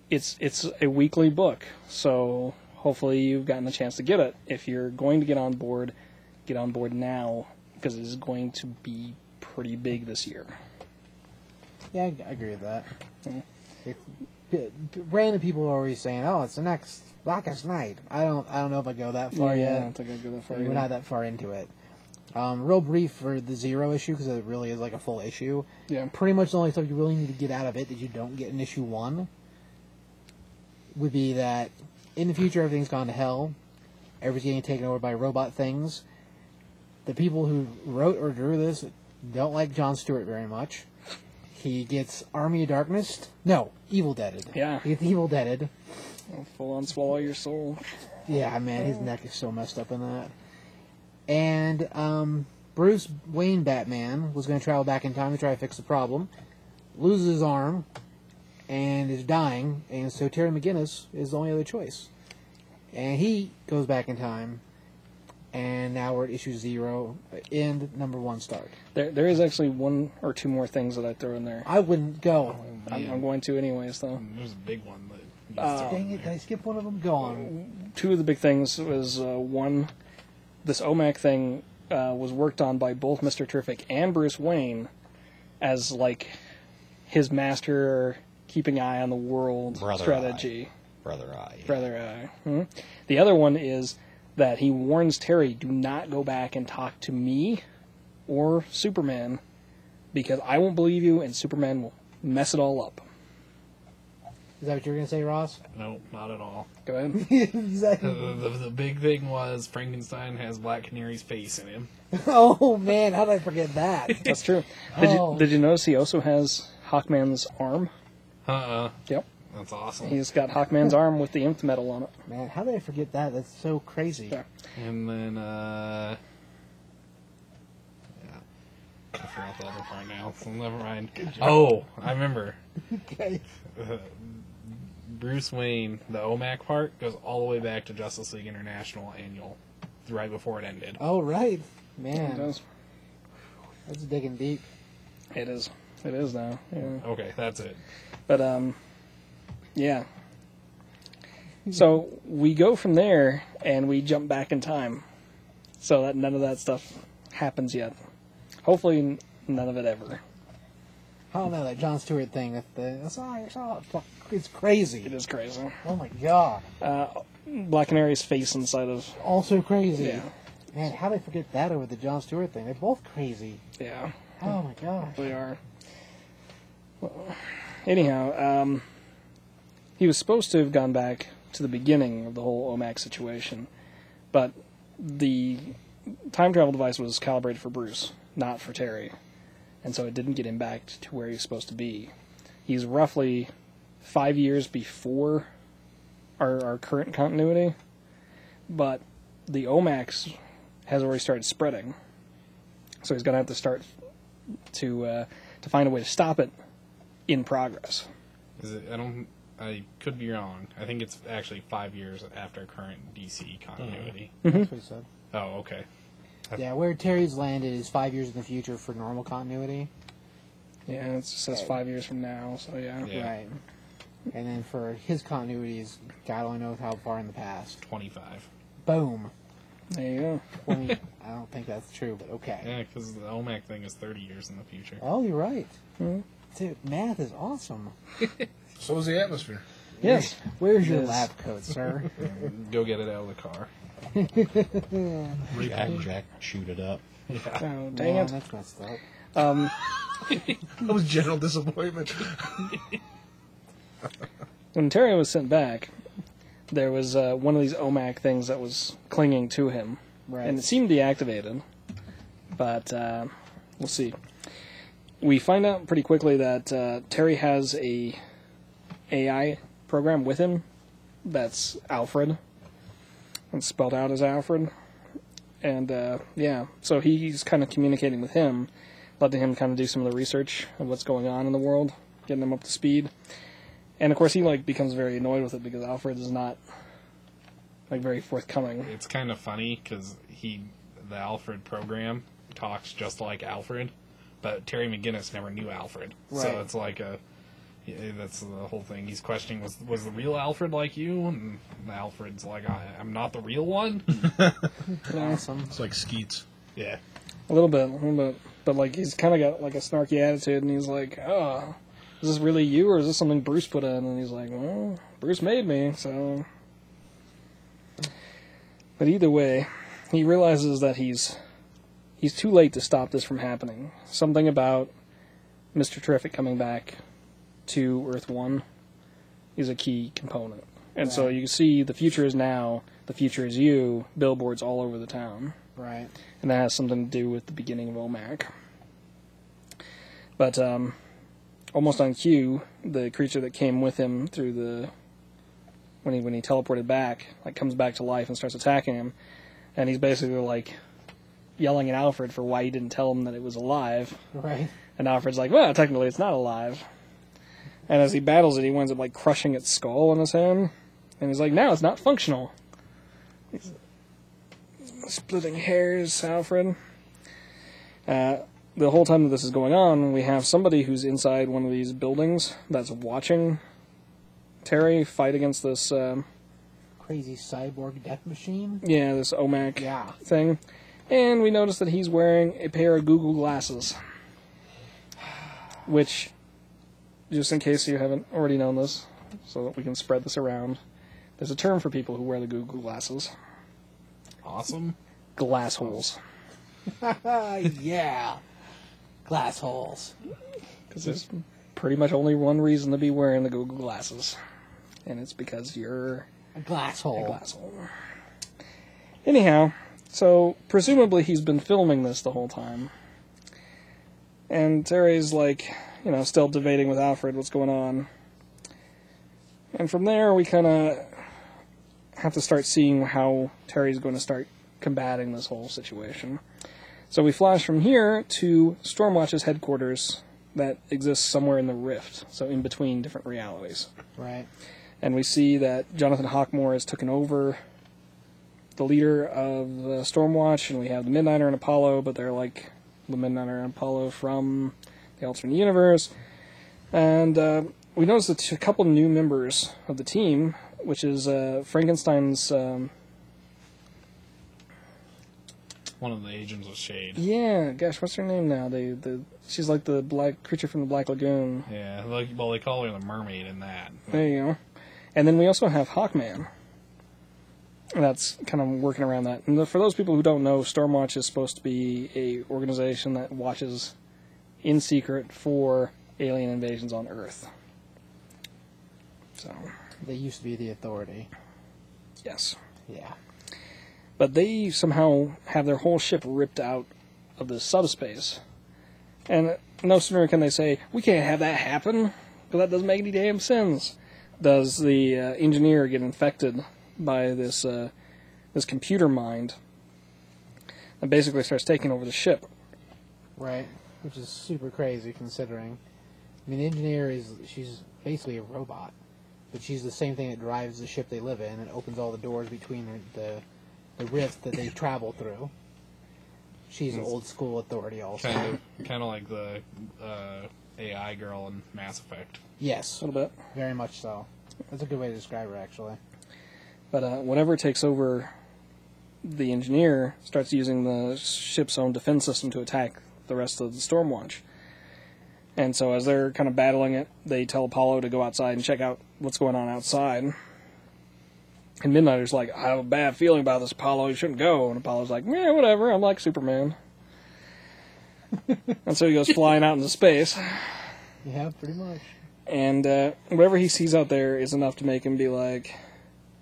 it's it's a weekly book, so hopefully you've gotten the chance to get it. If you're going to get on board, get on board now because it is going to be pretty big this year.
Yeah, I, I agree with that. If, p- p- random people are already saying, oh, it's the next Blackest Night. I don't, I don't know if I go that far
yeah, I
yet.
don't think I'd go that far.
Oh, We're
either.
not that far into it. Um, real brief for the zero issue because it really is like a full issue.
Yeah.
Pretty much the only stuff you really need to get out of it that you don't get in issue one would be that in the future everything's gone to hell, everything's getting taken over by robot things. The people who wrote or drew this don't like John Stewart very much. He gets Army of Darkness. No, Evil Deaded.
Yeah.
He gets Evil Deaded.
Full on swallow your soul.
Yeah, man, his neck is so messed up in that. And um, Bruce Wayne Batman was going to travel back in time to try to fix the problem. loses his arm and is dying, and so Terry McGinnis is the only other choice. And he goes back in time, and now we're at issue zero, uh, end number one start.
There, there is actually one or two more things that I throw in there.
Ah,
I wouldn't go.
I'm, I'm going to anyways, though.
There's a big one that.
Oh, Dang it, did I skip one of them? Go on.
Two of the big things was uh, one, this OMAC thing uh, was worked on by both Mr. Terrific and Bruce Wayne as like his master keeping eye on the world
Brother
strategy.
Brother Eye. yeah.
Brother Eye. Hmm? The other one is that he warns Terry, do not go back and talk to me or Superman because I won't believe you and Superman will mess it all up.
Is that what you were going to say, Ross?
No, not at all.
Go ahead.
The,
exactly.
the, the big thing was Frankenstein has Black Canary's face in him.
<laughs> Oh, man, how did I forget <laughs> that?
That's true. Did,
Oh.
you, did you notice he also has Hawkman's arm?
Uh uh
Yep.
That's awesome.
He's got Hawkman's arm with the Imp metal on it.
Man, how did I forget that? That's so crazy.
Yeah.
And then, uh. yeah. I forgot the other part now, so never mind. Oh, I remember.
<laughs> Okay.
Bruce Wayne, the OMAC part, goes all the way back to Justice League International Annual, right before it ended.
Oh, right.
It
Man,
is.
that's digging deep.
It is. It is now. Yeah.
Okay, that's it.
But um, yeah. So we go from there and we jump back in time, so that none of that stuff happens yet. Hopefully, n- none of it ever.
I don't know, that John Stewart thing. That the, that's all, it's, all, it's crazy.
It is crazy.
Oh, my God.
Black Canary's face inside of
Also crazy.
yeah,
Man, how did I forget that over the John Stewart thing? They're both crazy.
yeah.
Oh, my God.
They are. Anyhow, um, he was supposed to have gone back to the beginning of the whole OMAC situation, but the time travel device was calibrated for Bruce, not for Terry, and so it didn't get him back to where he was supposed to be. He's roughly five years before our, our current continuity, but the OMAX has already started spreading, so he's going to have to start to uh, to find a way to stop it in progress.
Is it? I don't. I could be wrong. I think it's actually five years after current DC continuity.
That's what he said.
Oh, okay.
Yeah, where Terry's landed is five years in the future for normal continuity.
Yeah, it says five years from now, so yeah.
Yeah.
Right. And then for his continuity is God only knows how far in the past.
Twenty-five.
Boom.
There you go. <laughs>
Twenty- I don't think that's true, but okay.
Yeah, because the OMAC thing is thirty years in the future.
Oh, you're right. Dude, math is awesome.
So is the atmosphere.
Yes.
Where's your
Yes.
lab coat, sir?
Go get it out of the car.
Jack, Jack chewed it up.
Oh, dang
Man,
it.
that's messed up.
Um,
That was general disappointment.
when Terry was sent back, there was uh, one of these OMAC things that was clinging to him,
Right.
and it seemed deactivated, but uh, we'll see. We find out pretty quickly that uh, Terry has a AI program with him that's Alfred. It's spelled out as Alfred. And uh, yeah, so he's kind of communicating with him, letting him kind of do some of the research of what's going on in the world, getting him up to speed. And of course, he like becomes very annoyed with it because Alfred is not like very forthcoming.
It's kind of funny because he, the Alfred program, talks just like Alfred, but Terry McGinnis never knew Alfred,
Right.
so it's like a. yeah, that's the whole thing. He's questioning was was the real Alfred like you, and Alfred's like I, I'm not the real one.
Awesome.
it's like skeets.
yeah.
A little bit, a little bit. But like he's kind of got like a snarky attitude, and he's like, "Oh, is this really you, or is this something Bruce put in?" And he's like, "Well, Bruce made me, so." But either way, he realizes that he's he's too late to stop this from happening. Something about Mister Terrific coming back to Earth One is a key component, and so
Right.
you can see the future is now. The future is you. Billboards all over the town
Right.
and that has something to do with the beginning of OMAC. But um, almost on cue, the creature that came with him through the when he when he teleported back, like comes back to life and starts attacking him, and he's basically like yelling at Alfred for why he didn't tell him that it was alive,
Right.
And Alfred's like, well, technically it's not alive. And as he battles it, he winds up like crushing its skull in his hand. And he's like, now it's not functional. He's splitting hairs, Alfred. Uh, the whole time that this is going on, we have somebody who's inside one of these buildings that's watching Terry fight against this, um,
Crazy cyborg death machine.
yeah, this OMAC
Yeah.
thing. And we notice that he's wearing a pair of Google glasses. Which, just in case you haven't already known this, so that we can spread this around, there's a term for people who wear the Google glasses
Awesome.
glass holes.
Ah, yeah. Glass holes.
Because there's pretty much only one reason to be wearing the Google glasses, and it's because you're
A glass hole.
a glass hole. Anyhow, so presumably he's been filming this the whole time. And Terry's like, you know, still debating with Alfred what's going on. And from there, we kind of have to start seeing how Terry's going to start combating this whole situation. So we flash from here to Stormwatch's headquarters that exists somewhere in the Rift, so in between different realities
Right.
and we see that Jonathan Hawkmore has taken over the leader of the Stormwatch, and we have the Midnighter and Apollo, but they're like the Midnighter and Apollo from the alternate universe. And uh, we notice that a couple new members of the team, which is uh, Frankenstein's, um,
One of the agents of Shade.
yeah, gosh, what's her name now? The the she's like the black creature from the Black Lagoon.
Yeah, like, well, they call her the mermaid in that.
There you go. And then we also have Hawkman. That's kind of working around that. And the- for those people who don't know, Stormwatch is supposed to be a organization that watches in secret for alien invasions on Earth. So,
They used to be the authority.
yes.
Yeah.
but they somehow have their whole ship ripped out of this subspace. And no sooner can they say, we can't have that happen, because that doesn't make any damn sense, does the uh, engineer get infected by this, uh, this computer mind that basically starts taking over the ship.
Right. Which is super crazy considering. I mean, the engineer is she's basically a robot, but she's the same thing that drives the ship they live in and opens all the doors between the the, the rift that they travel through. She's an old school authority, also.
Kind of, kind of like the uh, AI girl in Mass Effect.
Yes,
A little bit.
very much so. That's a good way to describe her, actually.
But uh, whatever takes over the engineer starts using the ship's own defense system to attack the rest of the Stormwatch. And so, as they're kind of battling it, they tell Apollo to go outside and check out what's going on outside. And Midnighter's like, I have a bad feeling about this, Apollo. You shouldn't go. And Apollo's like, Yeah, whatever. I'm like Superman. and so he goes flying out into space.
Yeah, pretty much.
And uh, whatever he sees out there is enough to make him be like,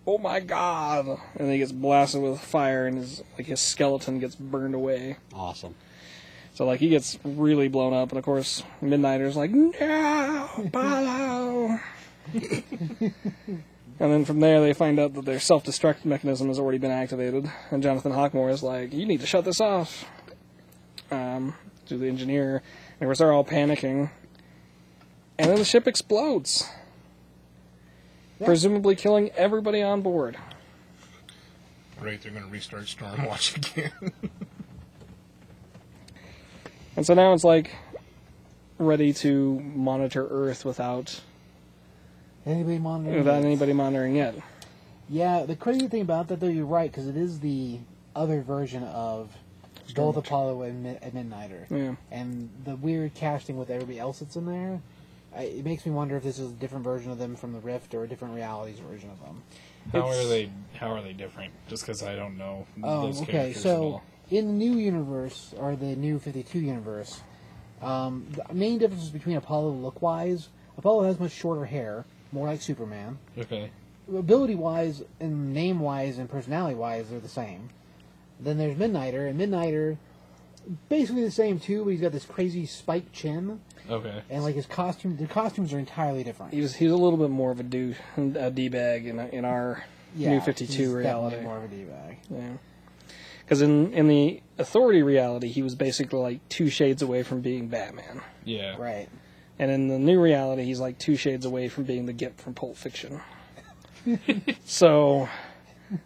"Oh my god!" And then he gets blasted with fire, and his like his skeleton gets burned away.
Awesome.
So like he gets really blown up, and of course Midnighter's like, "No, Apollo!" and then from there they find out that their self-destruct mechanism has already been activated, and Jonathan Hawkmore is like, "You need to shut this off." Um, to the engineer, and of course they're all panicking, and then the ship explodes, presumably killing everybody on board.
Great, they're going to restart Stormwatch <laughs> again.
And so now it's like ready to monitor Earth without
Anybody monitoring?
without
this?
anybody monitoring it.
Yeah, the crazy thing about that, though, you're right, because it is the other version of both Apollo and, Mid- and Midnighter.
Yeah.
And the weird casting with everybody else that's in there, I, it makes me wonder if this is a different version of them from the Rift or a different realities version of them.
How
It's-
are they? How are they different? Just because I don't know
Oh,
those
okay.
characters at
So
all.
in the new universe or the new Fifty Two universe, um, the main differences between Apollo look wise, Apollo has much shorter hair, more like Superman.
Okay.
ability wise and name wise and personality wise they're the same. Then there's Midnighter, and Midnighter basically the same too, but he's got this crazy spiked chin
Okay.
and like his costume the costumes are entirely different.
He was he was a little bit more of a do a d bag in in our
Yeah,
new fifty
he's
two
definitely
reality.
More of a D-bag.
Yeah. Because in in the Authority reality, he was basically like two shades away from being Batman,
Yeah.
Right. <laughs>
and in the new reality, he's like two shades away from being the Gip from Pulp
<laughs>
Fiction. so,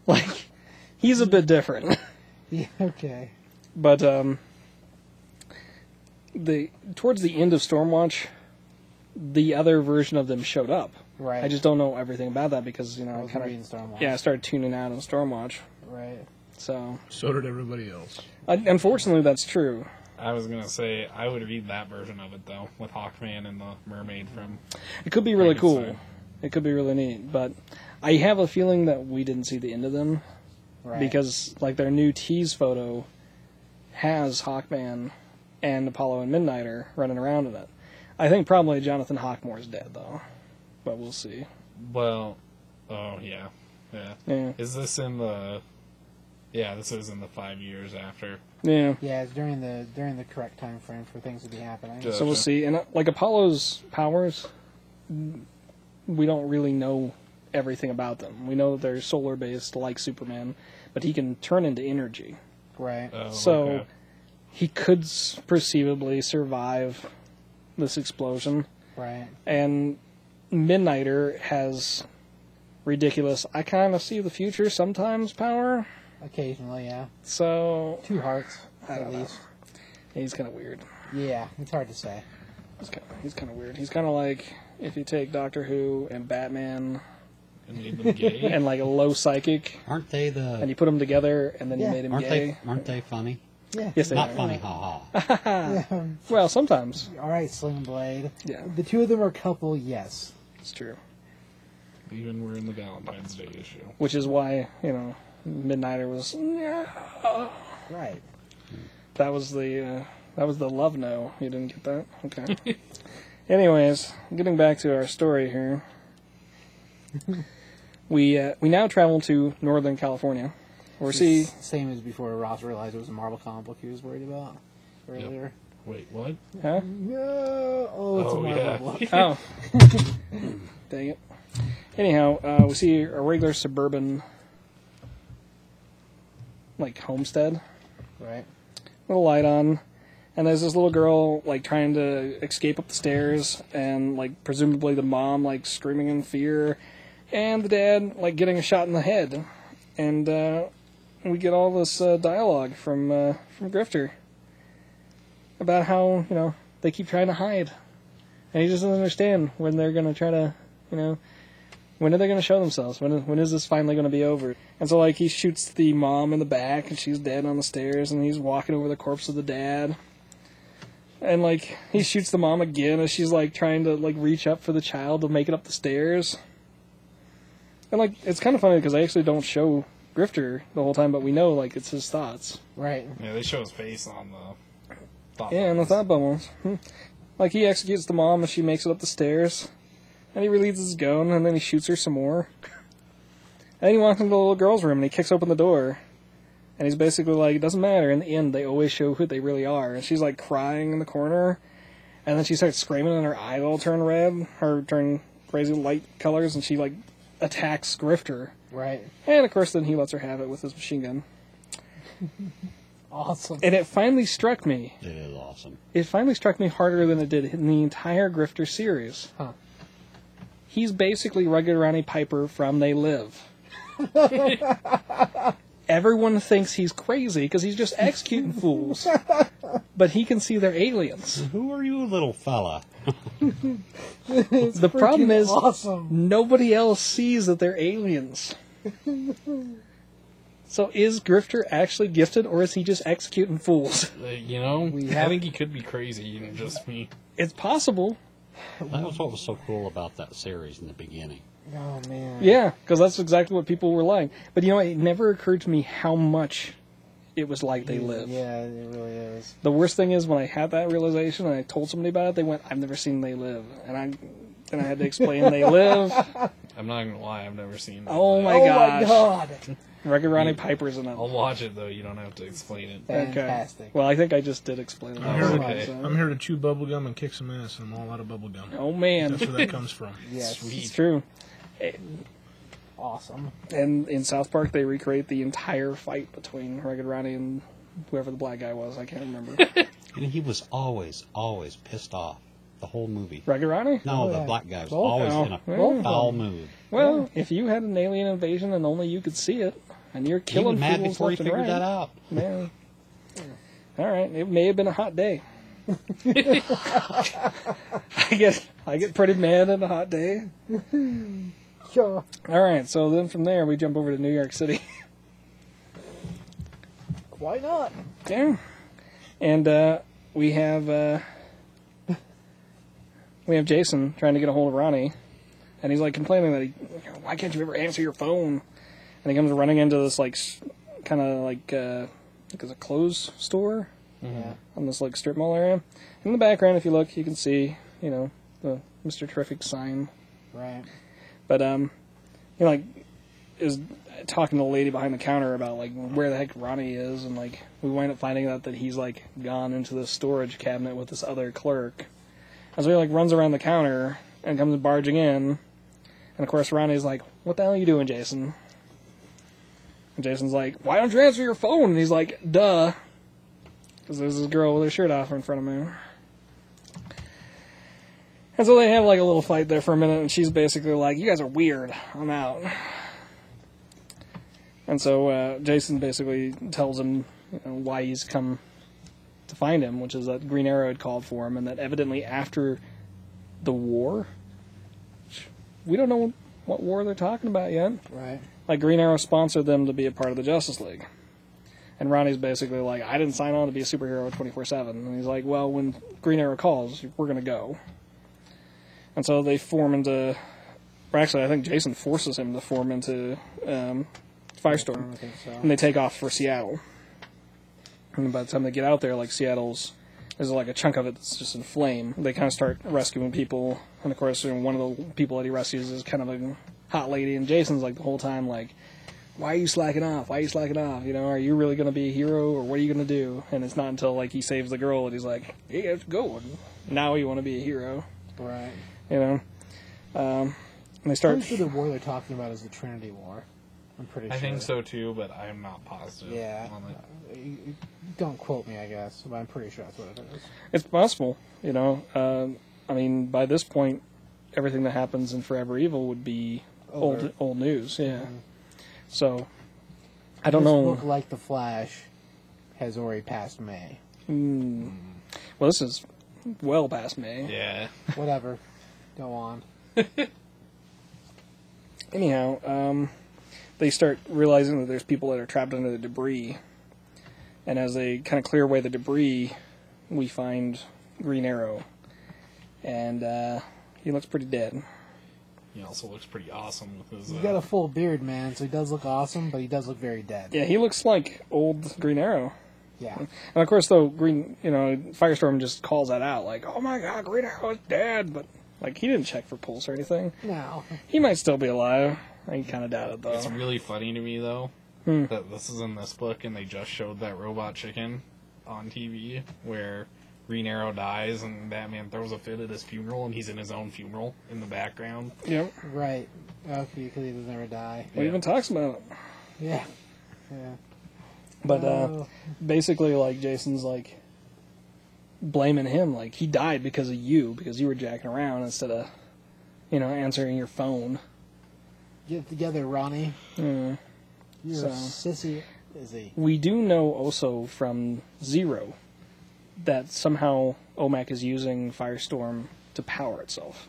like, he's a bit different.
Yeah. Okay.
but um, the towards the end of Stormwatch, the other version of them showed up.
Right.
I just don't know everything about that because you know I,
I was
kind
reading
of
Stormwatch.
yeah I started tuning out on Stormwatch.
Right.
So
So did everybody else.
un- unfortunately, that's true.
I was gonna say I would read that version of it though, with Hawkman and the mermaid from.
It could be really
Frankenstein.
cool. It could be really neat. But I have a feeling that we didn't see the end of them
Right.
because like their new tease photo has Hawkman and Apollo and Midnighter running around in it. I think probably Jonathan Hawkmore's dead though, but we'll see.
Well, oh yeah, yeah.
Yeah.
Is this in the? Yeah, this is in the five years after.
Yeah.
Yeah, it's during the during the correct time frame for things to be happening.
Just-
So we'll
Gotcha.
see. And uh, like Apollo's powers, n- we don't really know everything about them. We know that they're solar based, like Superman, but he can turn into energy.
Right.
uh,
Oh,
So-
okay.
He could s- perceivably survive this explosion.
Right.
And Midnighter has ridiculous, I kind of see the future sometimes power.
Occasionally, yeah.
So
Two hearts
I
at
don't know.
least.
he's kind of weird.
Yeah, it's hard to say.
He's kind of, he's kind of weird. He's kind of like if you take Doctor Who and Batman
and made them gay.
and like a low psychic.
Aren't they
and
the?
you put them together, and then you
Yeah.
made him
Aren't
gay.
they? Aren't they funny?
Yeah. <laughs> Um,
Yes, they
Not
are.
funny, haha.
<laughs> Well, sometimes.
All right, Sling Blade.
Yeah,
The two of them are a couple. Yes.
it's true.
Even we're in the Valentine's Day issue.
Which is why you know Midnighter was "Yeah."
Right.
that was the uh, that was the love no. You didn't get that. Okay.
<laughs>
Anyways, getting back to our story
<laughs>
here. We uh, we now travel to Northern California, where see
It's the Same as before, Ross realized it was a Marvel comic book he was worried about earlier.
Wait, what?
huh?
No. Oh, it's a
Oh,
Marvel book.
yeah.
Oh. <laughs> Dang it. Anyhow, uh, we see a regular suburban, like, homestead
Right.
with a light on. And there's this little girl, like, trying to escape up the stairs, and, like, presumably the mom, like, screaming in fear, and the dad, like, getting a shot in the head. And, uh, we get all this uh, dialogue from uh, from Grifter about how you know they keep trying to hide, and he just doesn't understand when they're gonna try to you know when are they gonna show themselves? When when is this finally gonna be over? And so like he shoots the mom in the back, and she's dead on the stairs, and he's walking over the corpse of the dad. And like he shoots the mom again as she's like trying to like reach up for the child to make it up the stairs. And like it's kind of funny because I actually don't show Grifter the whole time, but we know like it's his thoughts.
Right.
<laughs> Yeah, they show his face on the. Thought
Yeah, and the thought bubbles. Hmm. Like he executes the mom and she makes it up the stairs, and he releases his gun and then he shoots her some more. And he walks into the little girl's room and he kicks open the door, and he's basically like, "It doesn't matter." In the end, they always show who they really are, and she's like crying in the corner, and then she starts screaming and her eyes all turn red, her turn crazy light colors, and she like attacks Grifter.
Right.
And of course, then he lets her have it with his machine gun.
Awesome. <laughs>
And it finally struck me
It is awesome.
it finally struck me harder than it did in the entire Grifter series.
Huh.
He's basically Rugged Ronnie Piper from They
<laughs>
Live. Everyone thinks he's crazy because he's just executing
<laughs>
fools, but he can see they're aliens.
Who are you, little fella?
the problem
Freaking
is
awesome.
nobody else sees that they're
<laughs>
aliens. so is Grifter actually gifted, or is he just executing fools?
Uh, you know, I
have-
think he could be crazy and just be.
It's possible,
That was what was so cool about that series in the beginning.
Oh man.
Yeah, because that's exactly what people were like. But you know, it never occurred to me how much it was like they live.
Yeah, it really is.
The worst thing is when I had that realization and I told somebody about it, they went, "I've never seen They Live," and I and I had to explain
<laughs>
They Live.
I'm not gonna lie, I've never seen. that.
Oh my
oh
gosh! <laughs>
my god.
Rugged Ronnie Piper's in
I'll
it.
watch it though. You don't have to explain it.
Okay.
Oh, Fantastic. Oh,
Well, I think I just did explain it.
I'm here, to,
<laughs> okay.
So-
I'm here to chew bubblegum and kick some ass, and I'm all out of bubblegum.
Oh man,
That's where that comes from.
Yes.
it's true. It-
awesome.
And in South Park, they recreate the entire fight between Rugged Ronnie and whoever the black guy was. I can't
<laughs>
remember.
And he was always, always pissed off the whole movie.
Rugged Ronnie?
No,
Oh,
the
yeah.
black guy was
Both
always
of
in a
them. Both of them.
foul mood.
Well, if you had an alien invasion and only you could see it, and you're
He
killing
was mad
fools
before he
left and
figured
right,
that out.
Yeah. All right. It may have been a hot
<laughs>
day. <laughs> I get I get pretty mad on a hot day.
Sure.
All right. So then from there we jump over to New York City.
Why not?
Yeah. And uh, we have uh, we have Jason trying to get a hold of Ronnie, and he's like complaining that he, you know, why can't you ever answer your phone? And he comes running into this like kind of like uh, like it's a clothes store
Yeah.
on this like strip mall area. In the background, if you look, you can see you know the Mr. Terrific sign.
Right.
But um, he like is talking to the lady behind the counter about like where the heck Ronnie is, and like we wind up finding out that he's like gone into the storage cabinet with this other clerk. And so he like runs around the counter and comes barging in, and of course Ronnie's like, "What the hell are you doing, Jason?" And Jason's like, "Why don't you answer your phone?" And he's like, "Duh." Because there's this girl with her shirt off in front of me. And so they have like a little fight there for a minute, and she's basically like, "You guys are weird. I'm out." And so uh, Jason basically tells him you know, why he's come to find him, which is that Green Arrow had called for him, and that evidently after the war, which we don't know what war they're talking about yet.
Right.
Like Green Arrow sponsored them to be a part of the Justice League. And Ronnie's basically like, I didn't sign on to be a superhero 24 7. And he's like, Well, when Green Arrow calls, we're going to go. And so they form into. Or actually, I think Jason forces him to form into um, Firestorm.
I think
And
so.
they take off for Seattle. And by the time they get out there, like, Seattle's. There's like a chunk of it that's just in flame. They kind of start rescuing people. And of course, you know, one of the people that he rescues is kind of a hot lady. And Jason's like the whole time, like, why are you slacking off? Why are you slacking off? You know, are you really going to be a hero or what are you going to do? And it's not until like he saves the girl that he's like, hey, it's going. Now you want to be a hero,
Right.
you know? Um, and they
I'm
start.
sure the war they're talking about is the Trinity War. I'm pretty sure.
I think so too, but I'm not positive.
Yeah.
on it.
You- you- Don't quote me, I guess, but I'm pretty sure that's what it is.
It's possible, you know. Um, I mean, by this point, everything that happens in Forever Evil would be old
Over. Mm-hmm.
old news, yeah. So, I don't
This
know.
book, like The Flash, has already passed May.
Well, this is well past May.
Yeah.
Whatever. Go on.
anyhow, um, they start realizing that there's people that are trapped under the debris. And as they kind of clear away the debris, we find Green Arrow. And uh, he looks pretty dead.
He also looks pretty awesome with his.
He's
uh,
got a full beard, man, so he does look awesome, but he does look very dead.
Yeah, he looks like old Green Arrow.
Yeah.
And of course, though, Green, you know, Firestorm just calls that out, like, oh my god, Green Arrow is dead. But, like, he didn't check for pulse or anything.
Now,
He might still be alive. I kind of doubt it, though.
It's really funny to me though that this is in this book and they just showed that robot chicken on TV where Green Arrow dies and Batman throws a fit at his funeral and he's in his own funeral in the background.
Yep.
right. Okay, because he doesn't ever die.
Well,
Yeah.
even talks about it.
Yeah. Yeah.
But, uh,
Oh,
basically like Jason's like blaming him like he died because of you because you were jacking around instead of you know answering your phone.
get it together, Ronnie.
Mm.
You're
So-
a sissy. Is he?
We do know also from Zero that somehow OMAC is using Firestorm to power itself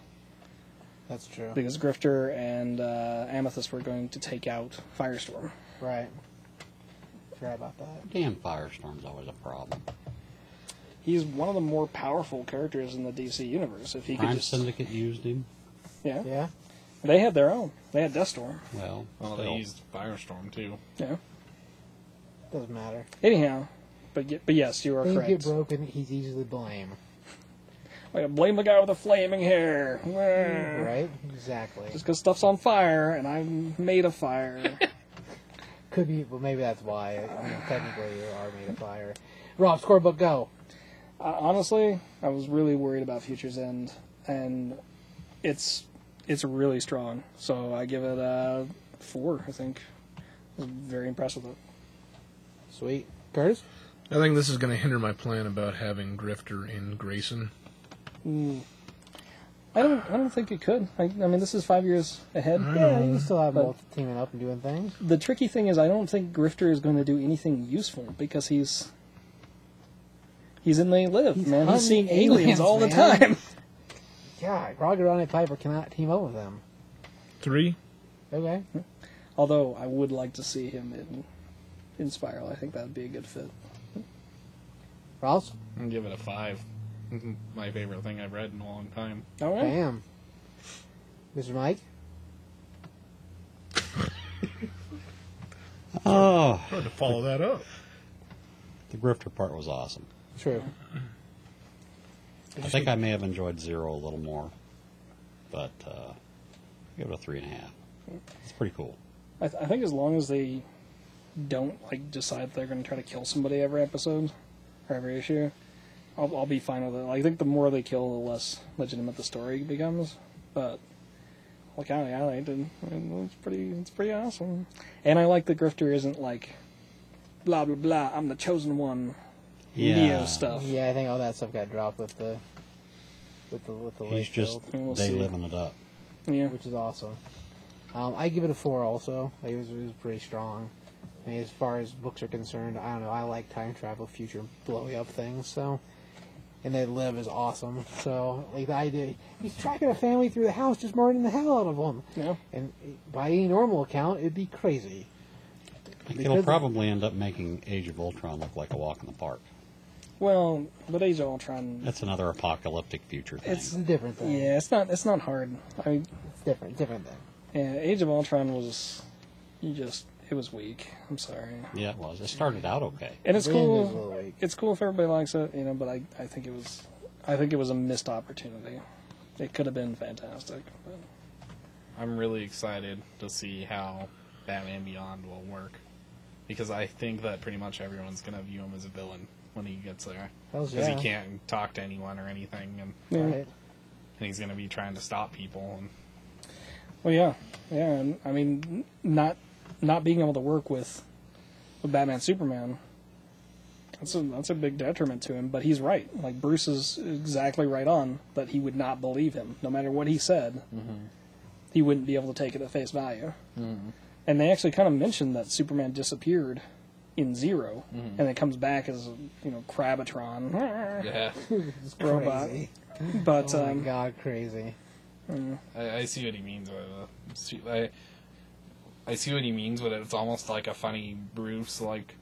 That's true.
because Grifter and uh, Amethyst were going to take out Firestorm.
Right. Forgot about that.
Damn, Firestorm's always a problem.
He's one of the more powerful characters in the DC universe. If he could
Crime
just,
Syndicate used him.
yeah,
Yeah.
they had their own. They had Deathstorm.
Well,
Well, they
still.
used Firestorm too.
Yeah.
Doesn't matter.
Anyhow, but ye- but yes, you are
Things
correct.
get broken. He's easily blamed.
Way to blame the guy with the flaming hair. Wah.
Right? Exactly.
Just because stuff's on fire and I'm made of fire.
Could be. Well, maybe that's why. I mean, technically, you are made of fire. Rob, scorebook, go.
uh, honestly, I was really worried about Future's End, and it's it's really strong. So I give it a four, I think. I was very impressed with it.
Sweet. Curtis?
I think this is going to hinder my plan about having Grifter in Grayson.
I don't. I don't think it could. I, I mean, this is five years ahead.
Yeah, you can still have
But-
both teaming up and doing things.
The tricky thing is, I don't think Grifter is going to do anything useful because he's he's in they live, man. He's
hunting
seeing aliens,
aliens,
all the
man.
time.
God, Grogger and Piper cannot team up with them.
Three?
Okay.
Although I would like to see him in in Spiral. I think that would be a good fit.
Ross?
I'm gonna give it a five. <laughs> My favorite thing I've read in a long time.
All right.
Bam. Mr. Mike?
Oh,
Hard to follow that up.
the grifter part was awesome.
True.
I think I may have enjoyed Zero a little more, but uh, I give it a three and a half. It's pretty cool.
I, th- I think as long as they don't like decide they're going to try to kill somebody every episode or every issue, I'll, I'll be fine with it. Like, I think the more they kill, the less legitimate the story becomes. But like I, I liked it. I mean, it's pretty. It's pretty awesome. And I like that Grifter isn't like blah blah blah. I'm the chosen one. Neo stuff.
Yeah, I think all that stuff got dropped with the with the with the
He's
lake
just
build,
And we'll
they
see.
living it up.
Yeah.
which is awesome. Um, I give it a four also. Like, it, was, it was pretty strong. I mean, as far as books are concerned, I don't know. I like time travel, future blowy up things. So, and they live is awesome. So, like the idea, he's tracking a family through the house, just murdering the hell out of them.
Yeah.
And by any normal account, it'd be crazy.
I think
Because-
it'll probably end up making Age of Ultron look like a walk in the park.
Well, but Age of Ultron.
That's another apocalyptic future thing.
It's a different thing.
Yeah, it's not. It's not hard. I mean,
It's different, different thing.
yeah, Age of Ultron was you just. It was weak. I'm sorry.
yeah, it was. It started out okay.
And it's
The end
cool.
is a little weak.
it's cool if everybody likes it, you know. But I, I think it was, I think it was a missed opportunity. It could have been fantastic. But
I'm really excited to see how Batman Beyond will work because I think that pretty much everyone's gonna view him as a villain when he gets there
Hells
because
yeah.
he can't talk to anyone or anything, and,
yeah.
Right.
and he's gonna be trying to stop people. And
Well, yeah, yeah. And I mean, n- not not being able to work with, with Batman Superman. That's a that's a big detriment to him. But he's right. Like Bruce is exactly right on that he would not believe him, no matter what he said. He wouldn't be able to take it at face value. And they actually kind of mentioned that Superman disappeared in 0 and then comes back as you know Krabatron
yeah,
It's
robot.
crazy.
But
Oh my
um,
god, crazy.
<laughs> I, I see what he means. With it. See- I, I see what he means with it. It's almost like a funny Bruce like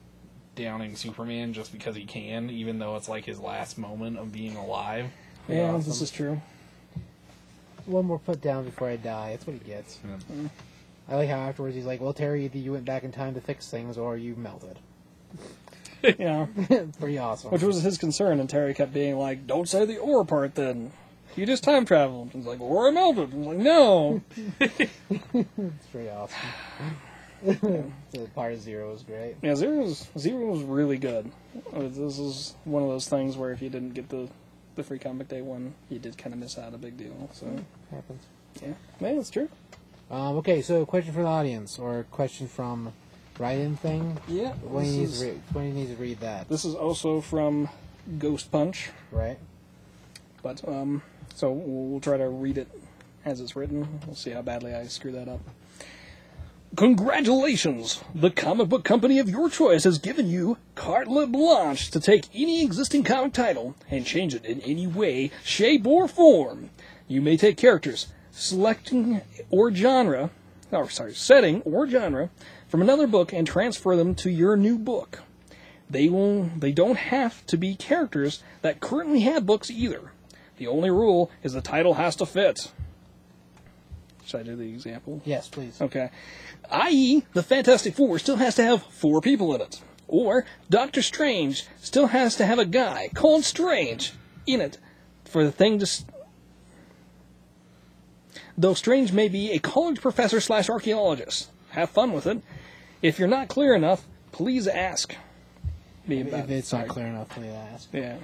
downing Superman just because he can, even though it's like his last moment of being alive.
yeah,
awesome.
this is true.
One more put down before I die. That's what he gets. I like how afterwards he's like, "Well, Terry, either you went back in time to fix things, or you melted."
Yeah.
Pretty awesome.
Which was his concern, and Terry kept being like, "Don't say the or part, then. You just time traveled." He's like, "Or I melted." I'm like, "No."
It's pretty awesome. <laughs> the part of zero was great.
yeah, zero's zero's really good. Uh, This is one of those things where if you didn't get the the free comic day one, you did kind of miss out a big deal. So
Happens.
yeah, yeah, that's true.
Um, okay, so question from the audience, or question from write-in thing.
Yeah,
When
this
you need to
is,
read, when you need to read that,
this is also from Ghost Punch,
right?
but um, so we'll we'll try to read it as it's written. We'll see how badly I screw that up. Congratulations! The comic book company of your choice has given you carte blanche to take any existing comic title and change it in any way, shape, or form. You may take characters, selecting or genre, or sorry, setting or genre from another book and transfer them to your new book. They will they don't have to be characters that currently have books either. The only rule is the title has to fit. Should I do the example?
Yes, please.
Okay. I.e., the Fantastic Four still has to have four people in it. Or Doctor Strange still has to have a guy called Strange in it for the thing to. s Though Strange may be a college professor slash archaeologist. Have fun with it. If you're not clear enough, please ask me about
If it's not
Sorry.
clear enough, please ask.
Yeah.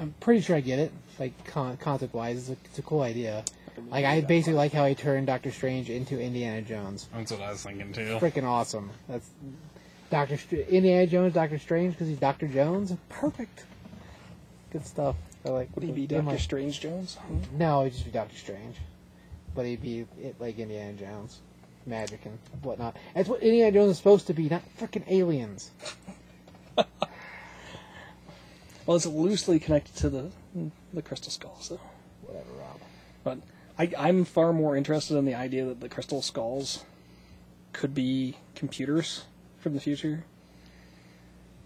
I'm pretty sure I get it. Like con- concept-wise, it's a, it's a cool idea.
could be
Like I basically like how he turned Doctor Strange into Indiana Jones.
That's what I was thinking too.
Freaking awesome. That's Doctor Str- Indiana Jones, Doctor Strange because he's Doctor Jones. Perfect. Good stuff. I like.
Would he be
they
Doctor
might-
Strange Jones? Hmm?
No, he'd just be Doctor Strange, but he'd be it, like Indiana Jones, magic and whatnot. That's what Indiana Jones is supposed to be, not freaking aliens.
Well, it's loosely connected to the the Crystal Skull, so.
Whatever, Rob.
But I, I'm far more interested in the idea that the crystal skulls could be computers from the future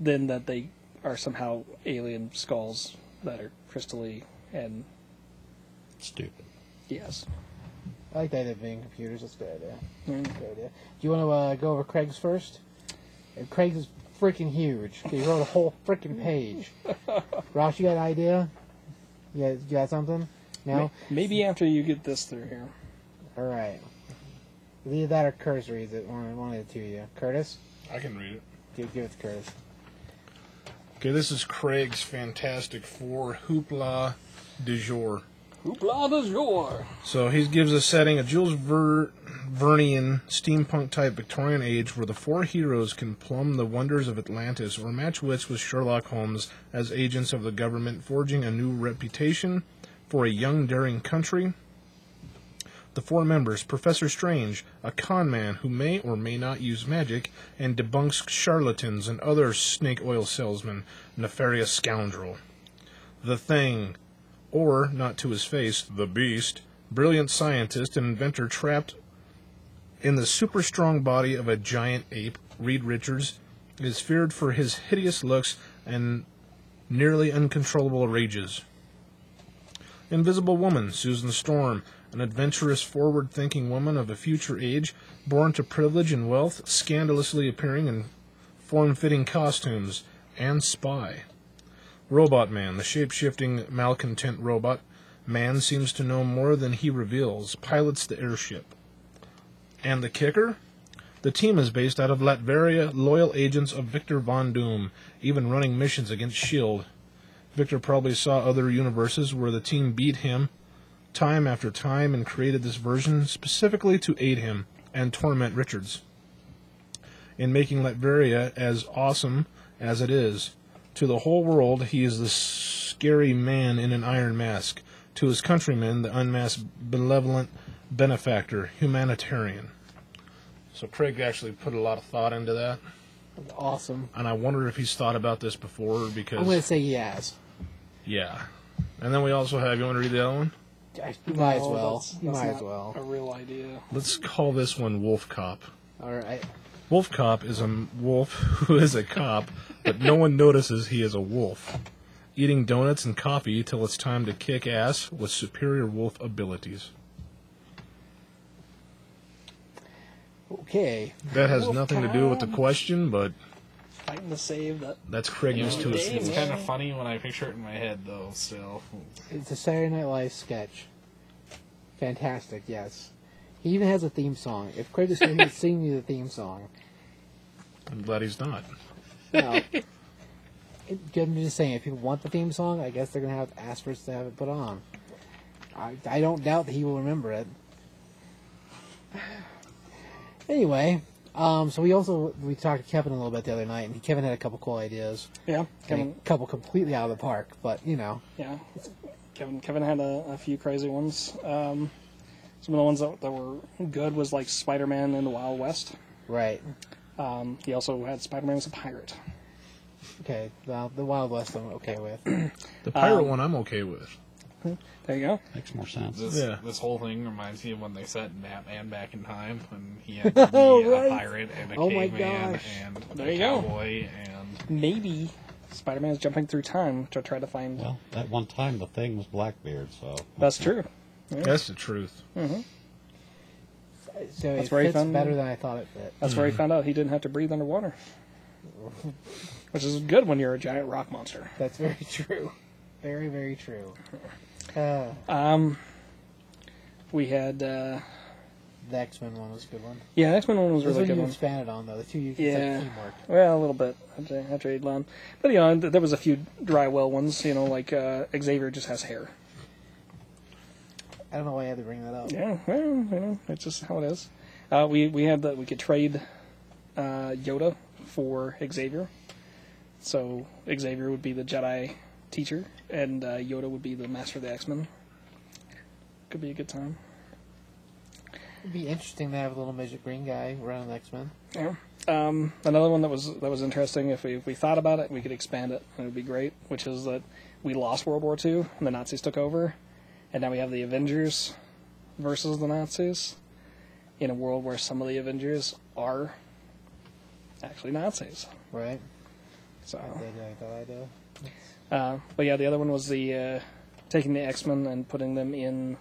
than that they are somehow alien skulls that are crystally and
Stupid.
yes.
I like the idea of being computers. That's a good idea.
Mm.
Good idea. Do you want to uh, go over Craig's first? Uh, Craig's is freaking huge. He wrote a whole freaking
<laughs>
page. Ross, you got an idea? You got, you got something? No?
May- Maybe after you get this through here.
All right. Either that or Curtis reads it. One, one of the two of you. Curtis?
I can read it.
Give, give it to Curtis.
Okay, this is Craig's Fantastic Four Hoopla du jour.
Hoopla does your.
So he gives a setting, a Jules Ver- Vernian steampunk type Victorian age where the four heroes can plumb the wonders of Atlantis or match wits with Sherlock Holmes as agents of the government, forging a new reputation for a young, daring country. The four members Professor Strange, a con man who may or may not use magic and debunks charlatans and other snake oil salesmen, nefarious scoundrel. The Thing, or, not to his face, the Beast, brilliant scientist and inventor trapped in the super strong body of a giant ape, Reed Richards, is feared for his hideous looks and nearly uncontrollable rages. Invisible Woman, Susan Storm, an adventurous, forward thinking woman of a future age, born to privilege and wealth, scandalously appearing in form fitting costumes, and spy. Robot Man, the shape shifting, malcontent robot. Man seems to know more than he reveals, pilots the airship. And the kicker? The team is based out of Latveria, loyal agents of Victor Von Doom, even running missions against S.H.I.E.L.D. E Victor probably saw other universes where the team beat him time after time and created this version specifically to aid him and torment Richards in making Latveria as awesome as it is. To the whole world, he is the scary man in an iron mask. To his countrymen, the unmasked benevolent benefactor, humanitarian. So Craig actually put a lot of thought into that,
That's awesome.
and I wonder if he's thought about this before because
I'm going to say yes.
yeah. And then we also have you want to read the other one?
I- You might as
No,
well.
that's-
You
that's
might
not
as well.
A real idea.
Let's call this one Wolf Cop.
All right.
Wolf Cop is a m- wolf <laughs> who is a cop, but no one notices he is a wolf. Eating donuts and coffee till it's time to kick ass with superior wolf abilities.
Okay.
That has
Wolf
nothing to do with the
Cop.
question, but
Fighting to save that.
that's Craig's
It's,
to his
Damn.
full.
kind of funny when I picture it in my head, though. Still,
It's a Saturday Night Live sketch. Fantastic, yes. He even has a theme song. If Craig was
<laughs>
here, he'd sing me the theme song.
I'm glad he's not.
No. It, I'm just saying, if people want the theme song, I guess they're going to have to ask for us to have it put on. I, I don't doubt that he will remember it. <sighs> Anyway, um, so we also we talked to Kevin a little bit the other night, and Kevin had a couple cool ideas.
Yeah.
and
Kevin.
a couple completely out of the park, but you know,
Yeah, Kevin. Kevin had a, a few crazy ones. Um, some of the ones that, that were good was like Spider-Man in the Wild West.
right?
Um, he also had Spider-Man as a pirate.
Okay, well, the Wild West I'm okay
<coughs>
with.
Um,
The pirate one I'm okay with.
There you go.
Makes more sense.
this
Yeah.
this whole thing reminds me of when they set Batman back in time when he had to be a
right.
pirate and a
Oh my
caveman
gosh.
and
There
a
you go.
cowboy and
Maybe Spider-Man is jumping through time to try to find.
Well, at one time the thing was Blackbeard, so
That's true.
That's the truth.
So
That's
it
very
fits
fun.
better than I thought it fit.
That's where he found out he didn't have to breathe underwater, which is good when you're a giant rock monster.
That's very <laughs> true. Very, very true. Uh,
We had uh,
the X Men one was a good one.
yeah, X Men one was a
This
really
one
good
you
one.
expanded on though. The two you it's
Yeah.
like teamwork.
Well, a little bit after, after he'd gone. But, you know, th- there was a few dry well ones, you know, like uh, Xavier just has hair.
I don't know why I had to bring that up.
Yeah, well, you know, it's just how it is. Uh, we we had that we could trade uh, Yoda for Xavier. So Xavier would be the Jedi teacher, and uh, Yoda would be the master of the X Men. Could be a good time.
It'd be interesting to have a little midget green guy running X Men.
Yeah. Um, another one that was that was interesting. If we if we thought about it, we could expand it, and it would be great. Which is that we lost World War II, and the Nazis took over, and now we have the Avengers versus the Nazis in a world where some of the Avengers are actually Nazis.
Right?
So,
They do, they do.
uh, but yeah, the other one was the uh, taking the X Men and putting them in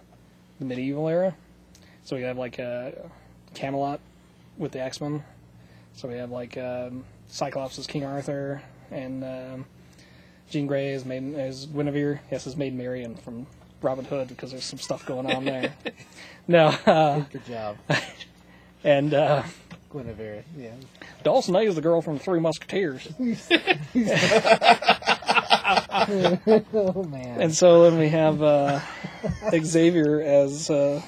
the medieval era. So we have like a Camelot with the X Men. So we have like um, Cyclops as King Arthur and um, Jean Grey is Maiden is Guinevere. Yes, is Maid Marian from Robin Hood because there's some stuff going on there. no, <laughs> uh, <laughs>
Good job,
and uh,
Guinevere. Yeah.
Dulcinea is the girl from Three Musketeers.
Oh man.
And so then we have uh, Xavier as uh,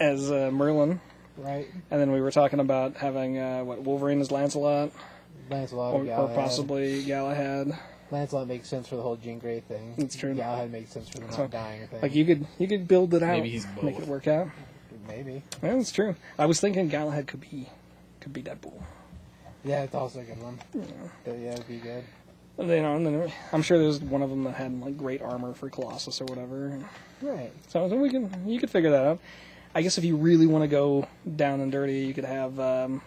as uh, Merlin,
right?
and then we were talking about having uh, what Wolverine as Lancelot,
Lancelot
or, or
Galahad.
possibly Galahad.
Lancelot makes sense for the whole Jean Grey thing.
It's true.
Galahad makes sense for the
So,
not dying thing.
Like you could you could build it out,
Maybe he's
make
both.
it work out.
Maybe.
Yeah, that's true. I was thinking Galahad could be could be Deadpool.
Yeah, it's also a good one. That- Yeah, it'd be good.
And then, and then I'm sure there's one of them that had like great armor for Colossus or whatever.
Right.
So, so we can you could figure that out. I guess if you really want to go down and dirty, you could have um,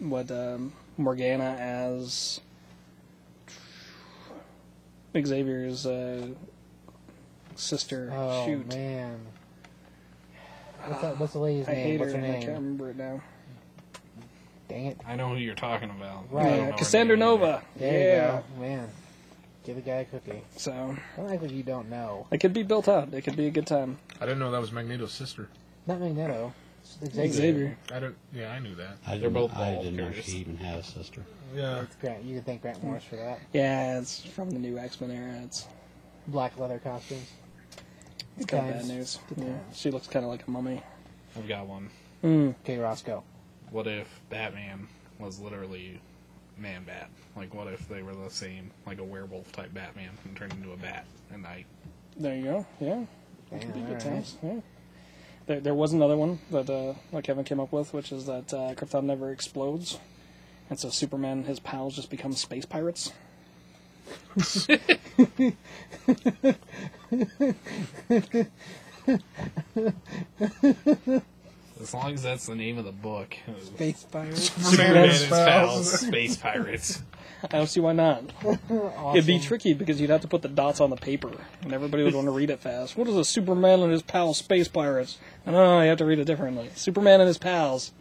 what um, Morgana as Xavier's uh, sister.
Oh
Shoot, <sighs>
man. What's, that, what's the lady's
I
name?
hate
What's
her.
her
and I can't
name?
remember it now.
Dang it.
I know who you're talking about.
Right.
I don't know
Yeah,
her
Cassandra
name either.
Nova.
There
yeah.
you go. Man. Give the guy a cookie.
So
Don't act like you don't know.
it could be built out. It could be a good time.
I didn't know that was Magneto's sister.
Not Magneto. It's Xavier.
Xavier.
I don't. Yeah, I knew that.
I
They're
didn't-
both
I
bald,
didn't know
Curtis.
she even had a sister.
Yeah.
It's Grant. You can thank Grant Morris for that.
Yeah, it's from the new X Men era. It's
Black leather costumes.
it's kind of
Guys.
bad news. Yeah. She looks kind of like a mummy. Hmm.
I've got one.
Okay, Roscoe.
What if Batman was literally Man Bat? Like, what if they were the same, like a werewolf type Batman and turned into a bat at night?
There you go. Yeah.
Damn,
Pretty good
alright.
times, yeah. There, there was another one that uh, that Kevin came up with, which is that uh, Krypton never explodes, and so Superman his pals just become space pirates.
As long as that's the name of the book.
Space Pirates.
Superman and his
Pals.
pals, space pirates.
<laughs> I don't see why not.
<laughs>
It'd be tricky because you'd have to put the dots on the paper, and everybody would want to read it fast. What is a Superman and his pals space pirates? And oh, you have to read it differently. Superman and his pals,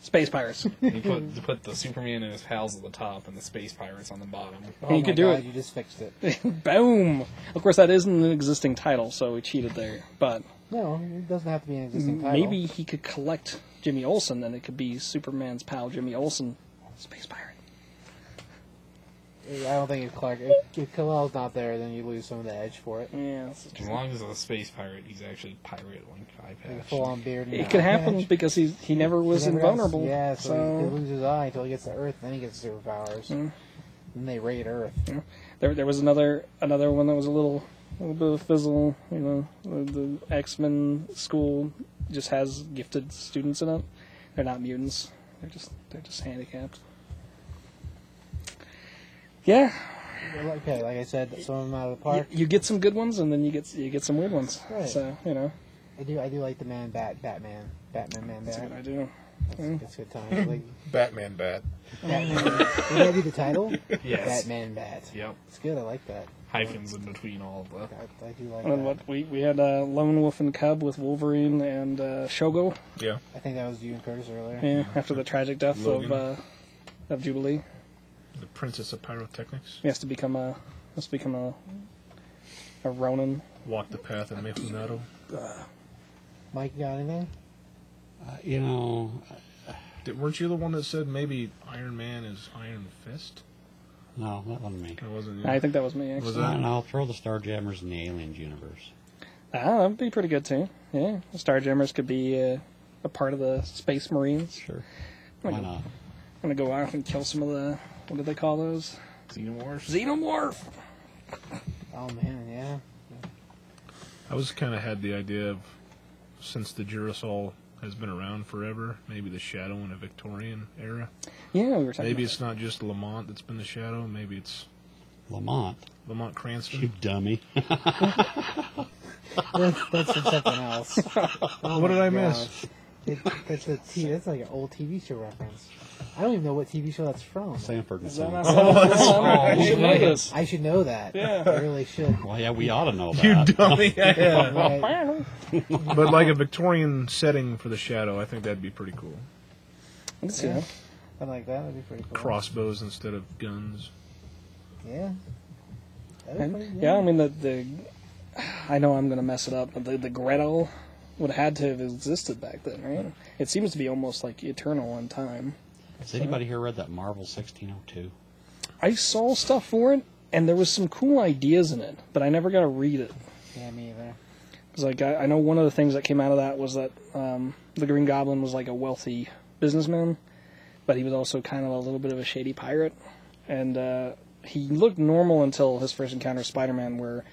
space pirates.
You put you put the Superman and his pals at the top and the space pirates on the bottom.
<laughs> Oh
You
my
could do
God,
it.
You just fixed it.
Boom. Of course, that isn't an existing title, so we cheated there. But
No, it doesn't have to be an existing title.
Mm, Maybe he could collect Jimmy Olsen, and it could be Superman's pal Jimmy Olsen, space pirate.
I don't think if Clark, if, if Kal-El's not there, then you lose some of the edge for it.
Yeah, that's
As long as it's a space pirate, he's actually pirate like eye
Like a
patch.
full-on beard. and
it
a
could
patch.
happen because he he never was
Whatever else-
invulnerable.
Yeah, so, he,
so
he
Mm.
loses eye until he gets to Earth, then he gets superpowers. Then they raid Earth.
there there was another another one that was a little a little bit of fizzle. You know, the, the X Men school just has gifted students in it. They're not mutants. They're just they're just handicapped. Yeah,
Well, okay, like I said, some of them out of the
you,
park.
you get some good ones, and then you get you get some weird ones.
Right.
So you know,
I do, I do like the man bat, Batman, Batman, man
that's what I
bat.
do.
It's good times.
<laughs>
Like
Batman Bat.
Batman. Would that be the title?
Yes.
Batman bat.
Yep.
It's good. I like that.
Hyphens in between all of the.
I, I do like
And then
that.
what we we had uh, Lone Wolf and Cub with Wolverine and uh, Shogo.
Yeah.
I think that was you and Curtis earlier.
Yeah, after the tragic death
Logan.
of uh, of Jubilee,
The Princess of Pyrotechnics.
he has to become a has to become a a Ronin.
Walk the path of Mifune.
Mike, you got anything?
Uh, you know,
Did, weren't you the one that said maybe Iron Man is Iron Fist?
no, that wasn't me.
That wasn't you.
I think that was me actually.
Was
No,
that?
no, throw the Starjammers in the Aliens universe.
Ah, that'd be pretty good too. Yeah, Starjammers could be uh, a part of the Space Marines.
Sure.
I'm
Why
gonna,
not?
I'm gonna go out and kill some of the what do they call those?
Xenomorphs.
Xenomorph.
Oh man, yeah.
I was kind of had the idea of since the Girasol has been around forever, maybe the shadow in a Victorian era.
Yeah, we were talking.
Maybe
about
<laughs> it's not just Lamont that's been the shadow. Maybe it's
Lamont,
Lamont
you
Cranston.
dummy.
That's, that's
<laughs>
something else.
Oh, what did I
gosh.
miss?
It, that's a t- That's like an old TV show reference. I don't even know what TV show that's from.
<laughs> Sanford and
Is that
Son.
not something? I should know
man.
this.
I should know that.
Yeah.
I really should.
Well, yeah, we ought to know that.
You dummy. Yeah.
<laughs> Right.
<laughs> but like a Victorian setting for the shadow, I think that'd be pretty cool.
Let's see that.
Something like that would be pretty cool.
Crossbows instead of guns.
Yeah. That'd be pretty
And,
good.
yeah, I mean the the. I know I'm gonna mess it up, but the the Gretel would have had to have existed back then, right? It seems to be almost like eternal in time.
Has anybody here read that Marvel 1602?
I saw stuff for it, and there was some cool ideas in it, but I never got to read it.
Yeah, me either.
It's like I, I know one of the things that came out of that was that um, the Green Goblin was like a wealthy businessman, but he was also kind of a little bit of a shady pirate, and uh, he looked normal until his first encounter with Spider-Man, where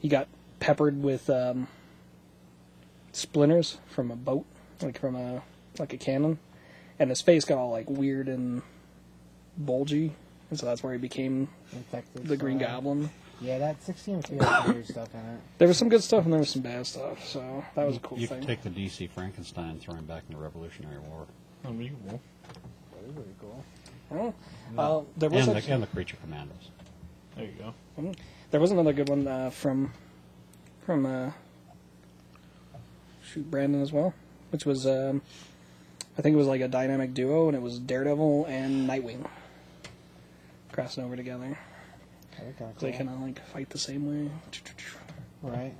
he got peppered with um, splinters from a boat, like from a like a cannon, and his face got all like weird and bulgy, and so that's where he became
Infected.
the Green
somehow.
Goblin.
Yeah, that 16 was some weird stuff in it.
There was some good stuff and there was some bad stuff, so that was a cool
you
thing.
could take the DC Frankenstein and throw him back in the Revolutionary War.
Unbelievable.
That'd be pretty cool.
Oh, uh, there was
And
actually-
the, and the Creature Commandos.
There you go.
There was another good one uh, from from uh, shoot Brandon as well, which was um, I think it was like a dynamic duo, and it was Daredevil and Nightwing crossing over together.
That'd be kinda
They
cool.
kind of like fight the same way.
Right.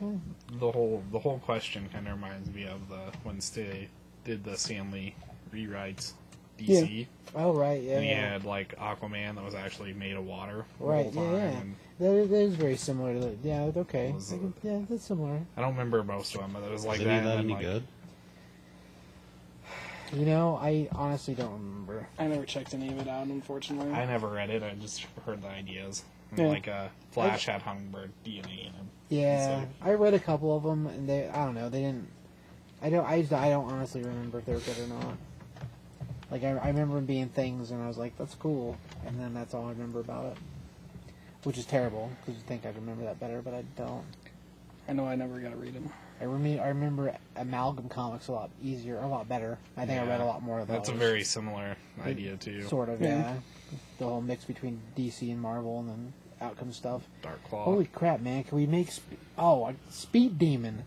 The whole the whole question kind of reminds me of the when Stay did the Stanley rewrites DC,
Oh, right, yeah.
and he
yeah.
had like Aquaman that was actually made of water. the
Right,
whole
yeah,
time,
yeah.
and
That is, that is very similar to the. Yeah, okay.
Was
I
it-
can- yeah, that's similar.
I don't remember most of them, but it was like
Is
that.
any of
and
that
then,
any
like,
good?
You know, I honestly don't remember.
I never checked any of it out, unfortunately.
I never read it. I just heard the ideas. And
Yeah.
Like uh, Flash had hummingbird DNA in him.
Yeah,
So-
I read a couple of them, and they. I don't know. They didn't. I don't. I, just- I don't honestly remember if they were good or not. Like I, I remember them being things, and I was like, "That's cool," and then that's all I remember about it, which is terrible because you think I'd remember that better, but I don't.
I know I never got to read them.
I remember. I remember amalgam comics a lot easier, a lot better. I think I
Yeah.
read a lot more of those.
That's a very similar idea too.
sort of yeah.
Yeah.
The whole mix between DC and Marvel, and then out comes stuff.
Dark Claw.
Holy crap, man! Can we make sp- oh a speed demon?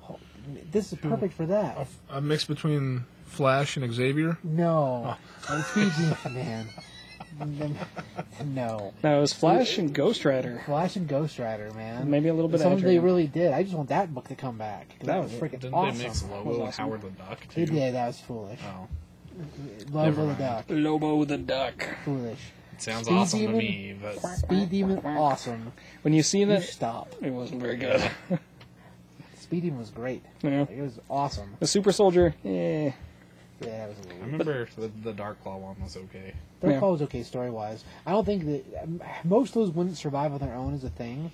Ho- This is perfect for that.
A mix between Flash and Xavier.
No, a speed demon, man. N- <laughs> No,
Now it was Flash and Ghost Rider.
Flash and Ghost Rider, man.
Maybe a little bit of
Something they
Adrian.
really did. I just want that book to come back. 'cause That was freaking
Didn't
awesome.
they mix
was
Lobo and
awesome.
Howard the Duck too?
They did. That was foolish.
Oh,
Love
Never
of the
mind.
Duck.
Lobo the Duck.
Foolish.
it sounds
Speed
awesome
Demon?
to me, but
Speed demon, awesome.
When you seen
You
it,
stop.
it wasn't very good.
Speed demon was great.
yeah.
It was awesome.
The Super Soldier, eh. yeah.
Yeah, it was a
I
<laughs> little.
remember the, the Dark Claw one was okay.
Dark
Yeah.
Claw was okay story wise. I don't think that um, most of those wouldn't survive on their own is a thing.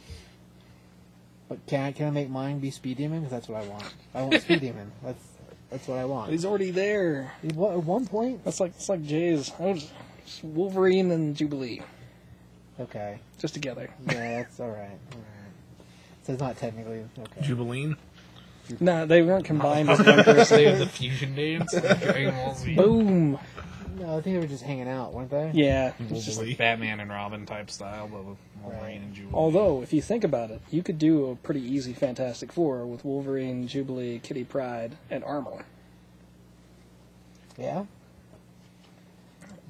But can I can I make mine be Speed Demon? Because that's what I want. I want Speed Demon. <laughs> That's that's what I
But
want.
he's already there.
At one at one point,
That's like it's like Jay's. I was it's Wolverine and Jubilee
okay,
just together.
yeah, that's all right. all right. So it's not technically okay.
Jubilee.
No, they weren't combined as one person.
They had the fusion names. like <laughs> Dragon Ball Z.
Boom.
No, I think they were just hanging out, weren't they?
Yeah.
It's just like Batman and Robin type style, but with Wolverine and Jubilee.
Although, if you think about it, you could do a pretty easy Fantastic Four with Wolverine, Jubilee, Kitty Pride, and Armor.
Yeah.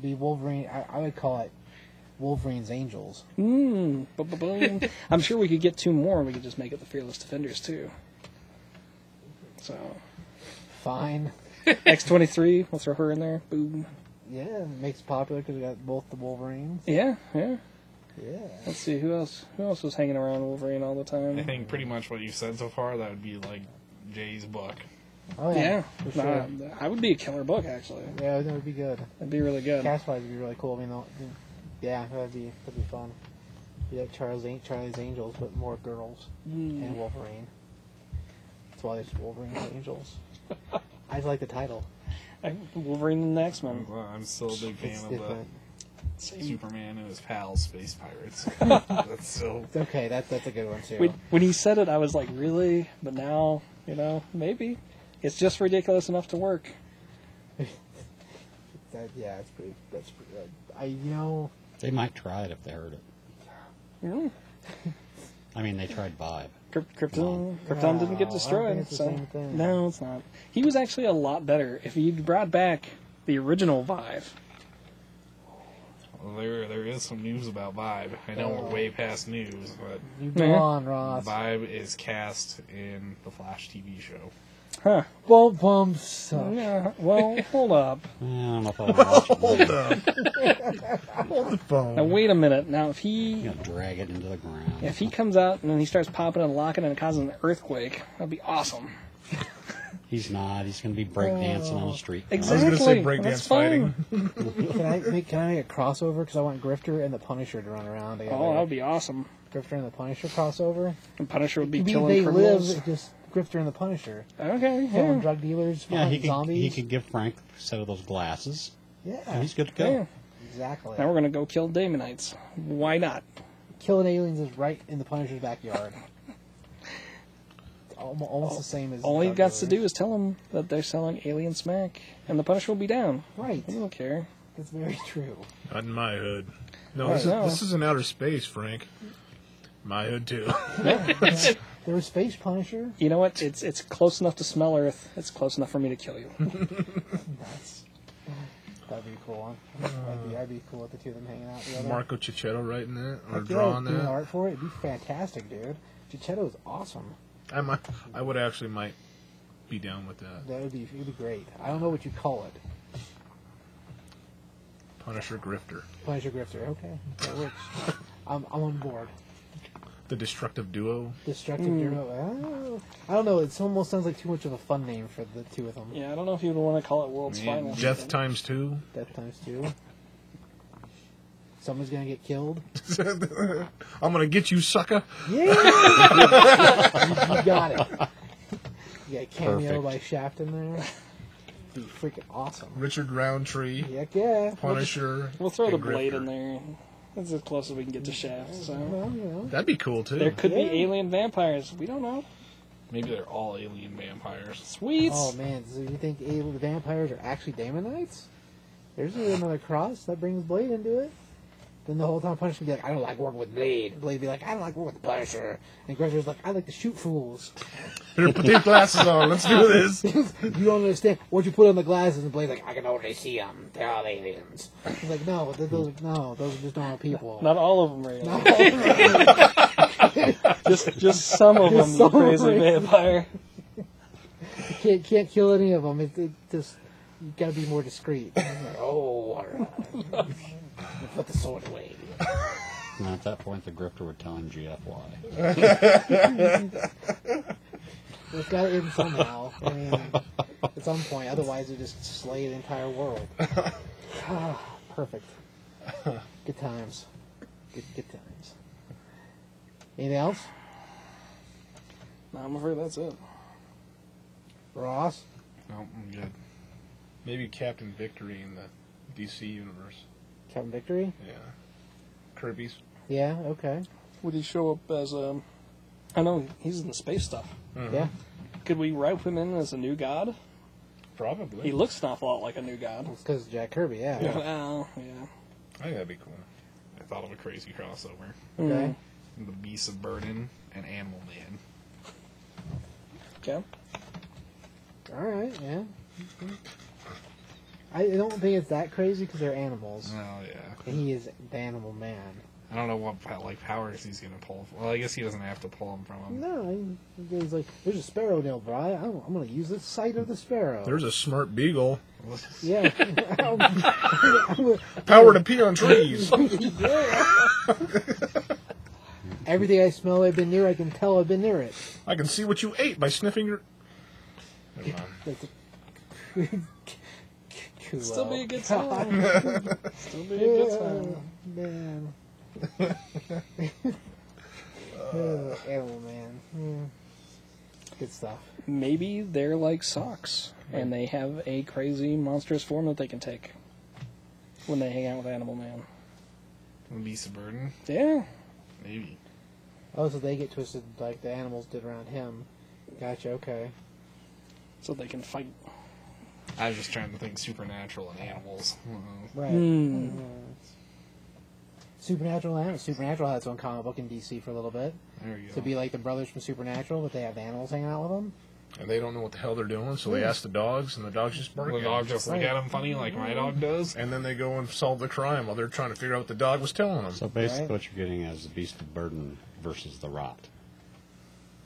Be Wolverine. I, I would call it Wolverine's Angels.
Mmm. Boom. I'm sure we could get two more. and We could just make it the Fearless Defenders too. So
Fine.
X23, we'll throw her in there. Boom.
Yeah, it makes it popular because we got both the Wolverines.
Yeah. Yeah. Let's see who else. Who else was hanging around Wolverine all the time?
I think pretty much what you've said so far, that would be like Jay's book.
Oh
Yeah, Uh,
for
nah,
sure.
I would be a killer book actually.
Yeah, that would be good.
That'd be really good.
Cast wise would be really cool. I mean, the- yeah, that'd be that'd be fun. Be like Charles An- Charlie's Angels, but more girls
Mm.
and Wolverine. That's why there's Wolverine's Angels. <laughs> I just like the title.
I, Wolverine and the X Men.
I'm, I'm still a big
Um,
fan
It's
of
different.
the Superman and his pals, Space <laughs> Pirates. That's still
It's okay. That's that's a good one too.
When, when he said it, I was like, really? But now, you know, maybe it's just ridiculous enough to work.
That, yeah, that's pretty. That's pretty good. I you know.
They might try it if they heard it.
Mm.
I mean, they tried Vibe.
Kryp- Krypton, Krypton didn't
No, I don't
get
think
destroyed.
it's the
so
same thing.
no, it's not. He was actually a lot better if he'd brought back the original Vive.
well, there. There is some news about Vibe. I know we're way past news, but
You go
Yeah.
on, Ross.
Vibe is cast in the Flash TV show.
Huh.
Well, bumps. suck.
Yeah, well, <laughs> hold up.
Eh, I don't know
<laughs>
if I'll watch it.
Hold up. Hold the phone.
Now wait a minute. Now if he
I'm gonna drag it into the ground.
if he comes out and then he starts popping and locking and causing an earthquake, that'd be awesome.
He's not. He's gonna be breakdancing on the street.
I was
Oh, Exactly.
gonna say
Well, that's
breakdance fighting.
fine.
Can I make Can I make a crossover? Because I want Grifter and the Punisher to run around. together.
Oh, that would be awesome.
Grifter and the Punisher crossover.
And Punisher would be
Maybe
killing
they
criminals.
live just Grifter and the Punisher,
Okay,
killing
yeah.
drug dealers,
Yeah, he
fighting
could,
zombies.
he could give Frank a set of those glasses.
yeah,
And he's good to go.
yeah.
exactly.
Now we're gonna go kill Damonites. Why not?
Killing aliens is right in the Punisher's backyard. Almo- Almost the same as
All he
drug
got to do is
dealers.
tell them that they're selling alien smack, and the Punisher will be down.
Right,
He don't care.
that's very true.
Not in my hood. No,
Right.
this is,
No.
this is in outer space, Frank. My
<laughs>
hood too.
There was Space Punisher.
You know what? It's it's close enough to smell Earth. It's close enough for me to kill you.
That'd be a cool one. That'd be, that'd be cool with the two of them hanging out together.
Marco Cicchetto writing that or
Heck yeah,
drawing
doing
that.
art for it. It'd be fantastic, dude. Chichetto is awesome.
I might. I would actually might be down with that.
That would be, it'd be great. I don't know what you call it.
Punisher Grifter,
Punisher Grifter. Okay, that works. <laughs> I'm, I'm on board.
the destructive duo.
Destructive Hero. Oh, I don't know. It almost sounds like too much of a fun name for the two of them.
Yeah, I don't know if you would want to call it World's
Man,
Final.
Death times two.
Death times two. Someone's gonna get killed.
I'm gonna get you, sucker.
Yeah, you, <laughs> you got it. You got a cameo
Perfect.
by Shaft in there. Be freaking awesome.
Richard Roundtree,
Heck yeah.
Punisher.
We'll throw
and
the blade
Grifter.
in there. That's as close as we can get to Shaft. So
Well, you know,
That'd be cool too.
there could
Yeah.
be alien vampires. We don't know.
Maybe they're all alien vampires.
Sweet.
Oh man, so you think alien vampires are actually Damonites? There's another cross that brings Blade into it. Then the whole time Punisher would be like, I don't like working with Blade. Blade would be like, I don't like working with Punisher. And Grifter's like, I like to shoot fools. <laughs>
Here, put these glasses on. Let's do this.
you don't understand. Once you put on the glasses, and Blade's like, I can already see them. They're all aliens. He's like, no, th- those, no, those are just normal people.
Not all of them are alien.
No. <laughs>
just just some of them.
some
you
of 'em
crazy
are alien.
vampire.
<laughs> can't, can't kill any of them. It, it just you gotta be more discreet. He's like, oh, all right. Put the sword away.
And at that point, the grifter would tell him GFY.
It's got to end somehow. I mean, at some point, otherwise we just slay the entire world. Ah, perfect. Good times. Good good times. Anything else,
No, I'm afraid that's it.
Ross?
No, I'm good.
Maybe Captain Victory in the DC universe.
Captain Victory?
Yeah, Kirby's.
Yeah. Okay.
Would he show up as um? I know he's in the space stuff.
Yeah.
Could we rope him in as a new god?
Probably.
He looks an awful lot like a new god.
It's because Jack Kirby. Yeah.
Well, yeah.
I think that'd be cool.
I thought of a crazy crossover:
Okay.
the Beast of Burden and Animal Man.
Okay.
All right. Yeah. I don't think it's that crazy because they're animals.
Oh yeah.
And He is the animal man.
I don't know what po- like powers he's gonna pull. Well, I guess he doesn't have to pull them from him.
No, he- he's like, there's a sparrow nearby. I'm, I'm going to use the sight of the sparrow.
There's a smart beagle.
Yeah.
Power to pee on trees.
yeah. Everything I smell, I've been near. I can tell I've been near it.
I can see what you ate by sniffing your. Never mind.
Like the- Cool.
Still be a good time. Still be a good time.
man. Uh, animal man. Good stuff.
Maybe they're like socks, and they have a crazy, monstrous form that they can take when they hang out with Animal Man.
Would be suburban,
Yeah,
maybe.
Oh, so they get twisted like the animals did around him. Gotcha. Okay.
so they can fight.
I was just trying to think supernatural and animals. Uh,
Right. Uh,
Hmm.
Supernatural animals. Supernatural had its own comic book in DC for a little bit.
There you
To
go.
be like the brothers from Supernatural, but they have animals hanging out with them.
And they don't know what the hell they're doing, so they ask the dogs, and the dogs just bark.
the
at
dog
them.
just look at him funny like my dog does.
And then they go and solve the crime while they're trying to figure out what the dog was telling them.
So basically,
Right.
what you're getting is the beast of burden versus the rot.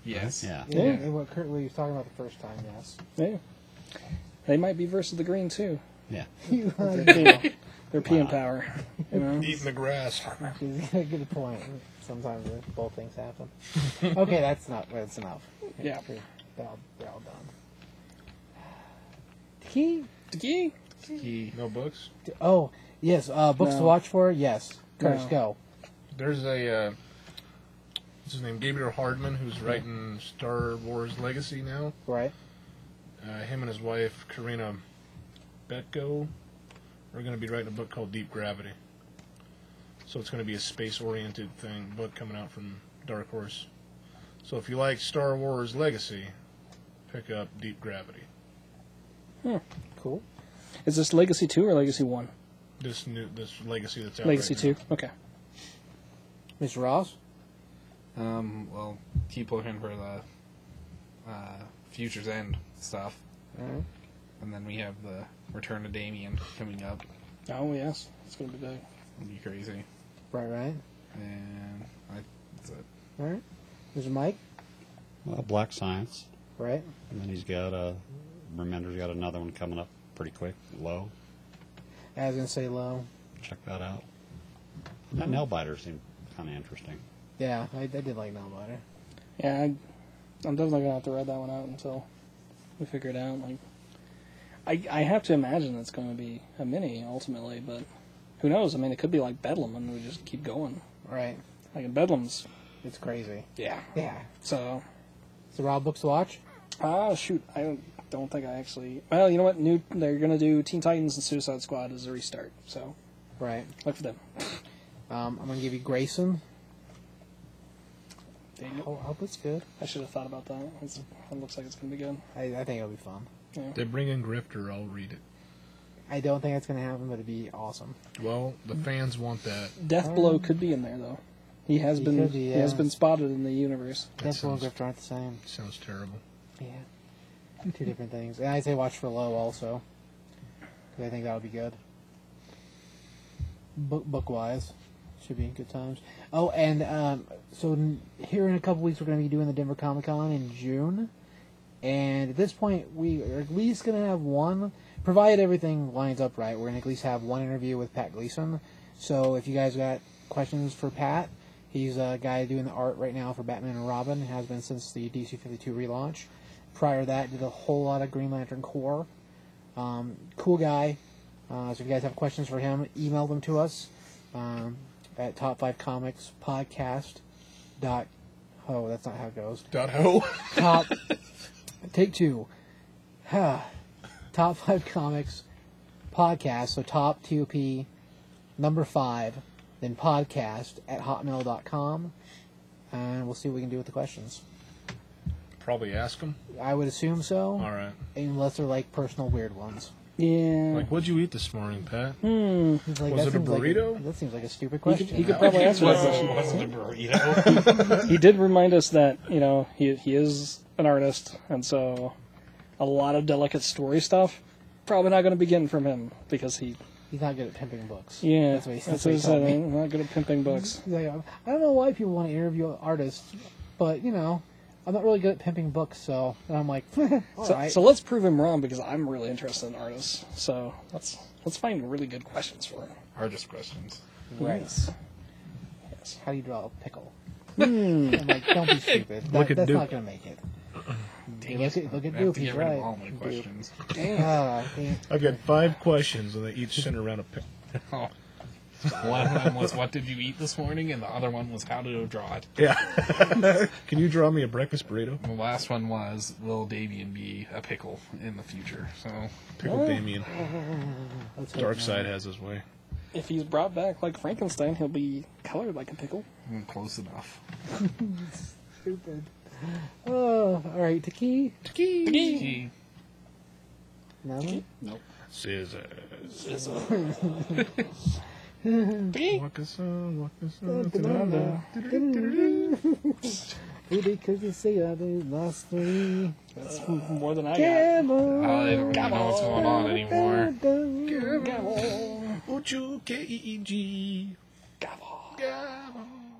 Yes.
Yeah.
Yeah.
Yeah.
and What Kurt we were talking about the first time, yes.
Yeah, they might be versus the green too.
Yeah.
<laughs> You are
They're peeing, they're peeing power. You
<laughs>
know,
Eating the grass.
He's gonna get a point. Sometimes both things happen. Okay, that's not. That's enough.
Yeah.
We're, we're all, we're all done. He.
Gee.
He-
No books.
Oh yes. Uh, books to
No.
watch for. Yes. Curse
No.
go.
There's a uh, what's his name, Gabriel Hardman, who's writing Star Wars Legacy now.
Right.
Uh, him and his wife Karina Betko are going to be writing a book called Deep Gravity. So it's going to be a space-oriented thing book coming out from Dark Horse. So if you like Star Wars Legacy, pick up Deep Gravity.
Cool.
Is this Legacy 2 or Legacy 1?
This new this Legacy that's out.
Legacy
right
2.
Now.
Okay.
Mr. Ross.
Um, well, keep looking for the uh, Future's End stuff.
Alright.
And then we have the Return of Damien coming up.
Oh, yes. It's going to be big.
It'll be crazy.
Right. Right.
And I, that's it.
All right. Mr. Mike.
Well, black science.
Right.
And then he's got a. Remender's got another one coming up pretty quick. Low.
I was gonna say low.
Check that out. And
Mm-hmm.
that nailbiter seemed kind of interesting.
Yeah, I, I did like Nullbiter.
Yeah, I, I'm definitely going to have to ride that one out until we figure it out. Like, I, I have to imagine it's going to be a mini ultimately, but who knows? I mean, it could be like Bedlam and we just keep going.
Right.
Like, in Bedlam's.
It's crazy.
Yeah.
Yeah.
So,
So Rob books to watch.
ah, shoot. I don't, don't think I actually. Well, you know what? New They're going to do Teen Titans and Suicide Squad as a restart. So,
Right.
look for them.
Um, I'm gonna give you Grayson.
There
I
you go.
hope I hope it's good.
I should have thought about that. It's, it looks like it's going to be good.
I, I think it'll be fun.
They bring in Grifter. I'll read it.
I don't think that's going to happen, but it'd be awesome.
Well, the fans want that.
Death Blow could be in there though. He has
Um, He
been
could be,
he has
yeah.
been spotted in the universe.
Deathblow
That
and
sounds-
Grifter aren't the same.
Sounds terrible.
Yeah. Two different things. And I say watch for Low also. Because I think that would be good. Book, book wise. Should be good times. Oh, and um, so n- here in a couple weeks, we're going to be doing the Denver Comic Con in June. And at this point, we are at least going to have one, provided everything lines up right, we're going to at least have one interview with Pat Gleason. So if you guys got questions for Pat, he's a guy doing the art right now for Batman and Robin, has been since the DC 52 relaunch. Prior to that, did a whole lot of Green Lantern Corps. Um, cool guy. Uh, so if you guys have questions for him, email them to us um, at top 5 comics podcast dot oh that's not how it goes
Dot ho.
top <laughs> take two top five comics podcast so top top number five then podcast at hotmail.com and we'll see what we can do with the questions
Probably ask them.
i would assume so
All right.
unless they're like personal weird ones
Yeah.
Like, what'd you eat this morning, Pat?
It's like,
Was
that
it a
seems like
burrito?
that seems like a stupid
He could,
question
he could probably answer that
It
question.
wasn't a
<laughs>
burrito.
He did remind us that, you know, he he is an artist and so a lot of delicate story stuff probably not going to begin from him because he
he's not good at pimping books
yeah
that's what he, that's
what
what he
said
told me.
I'm not good at pimping books
He's like, I don't know why people want to interview artists, but you know, I'm not really good at pimping books, so and I'm like, <laughs> all
so,
right.
so let's prove him wrong because I'm really interested in artists so let's let's find really good questions for him
Hardest questions.
Right. guys.
How do you draw a pickle? I'm like, don't be stupid. That,
Look at
that's
Duke.
not gonna make it. look at look at
I
Duke.
have to
He's
get rid
right.
of all my questions. <laughs>
Ah, dang it.
I've got five questions, and they each center around a pick.
Oh. One of them was what did you eat this morning, and the other one was how to draw it.
Yeah. Can you draw me a breakfast burrito?
The last one was will Damien be a pickle in the future? So
Pickle Damien.
Let's hope
Dark
not.
side has his way.
If he's brought back like Frankenstein, he'll be colored like a pickle.
mm, close enough.
Stupid. Oh, all right, Tiki.
Key.
No.
Nope.
Scissors. <laughs>
Beep.
Walk us on, walk us on.
Who because you see others lost me.
That's more than I
Camel.
I don't even know what's going on anymore.
got. Gobble.
Ocho K E E G.
Gobble.
Gabba.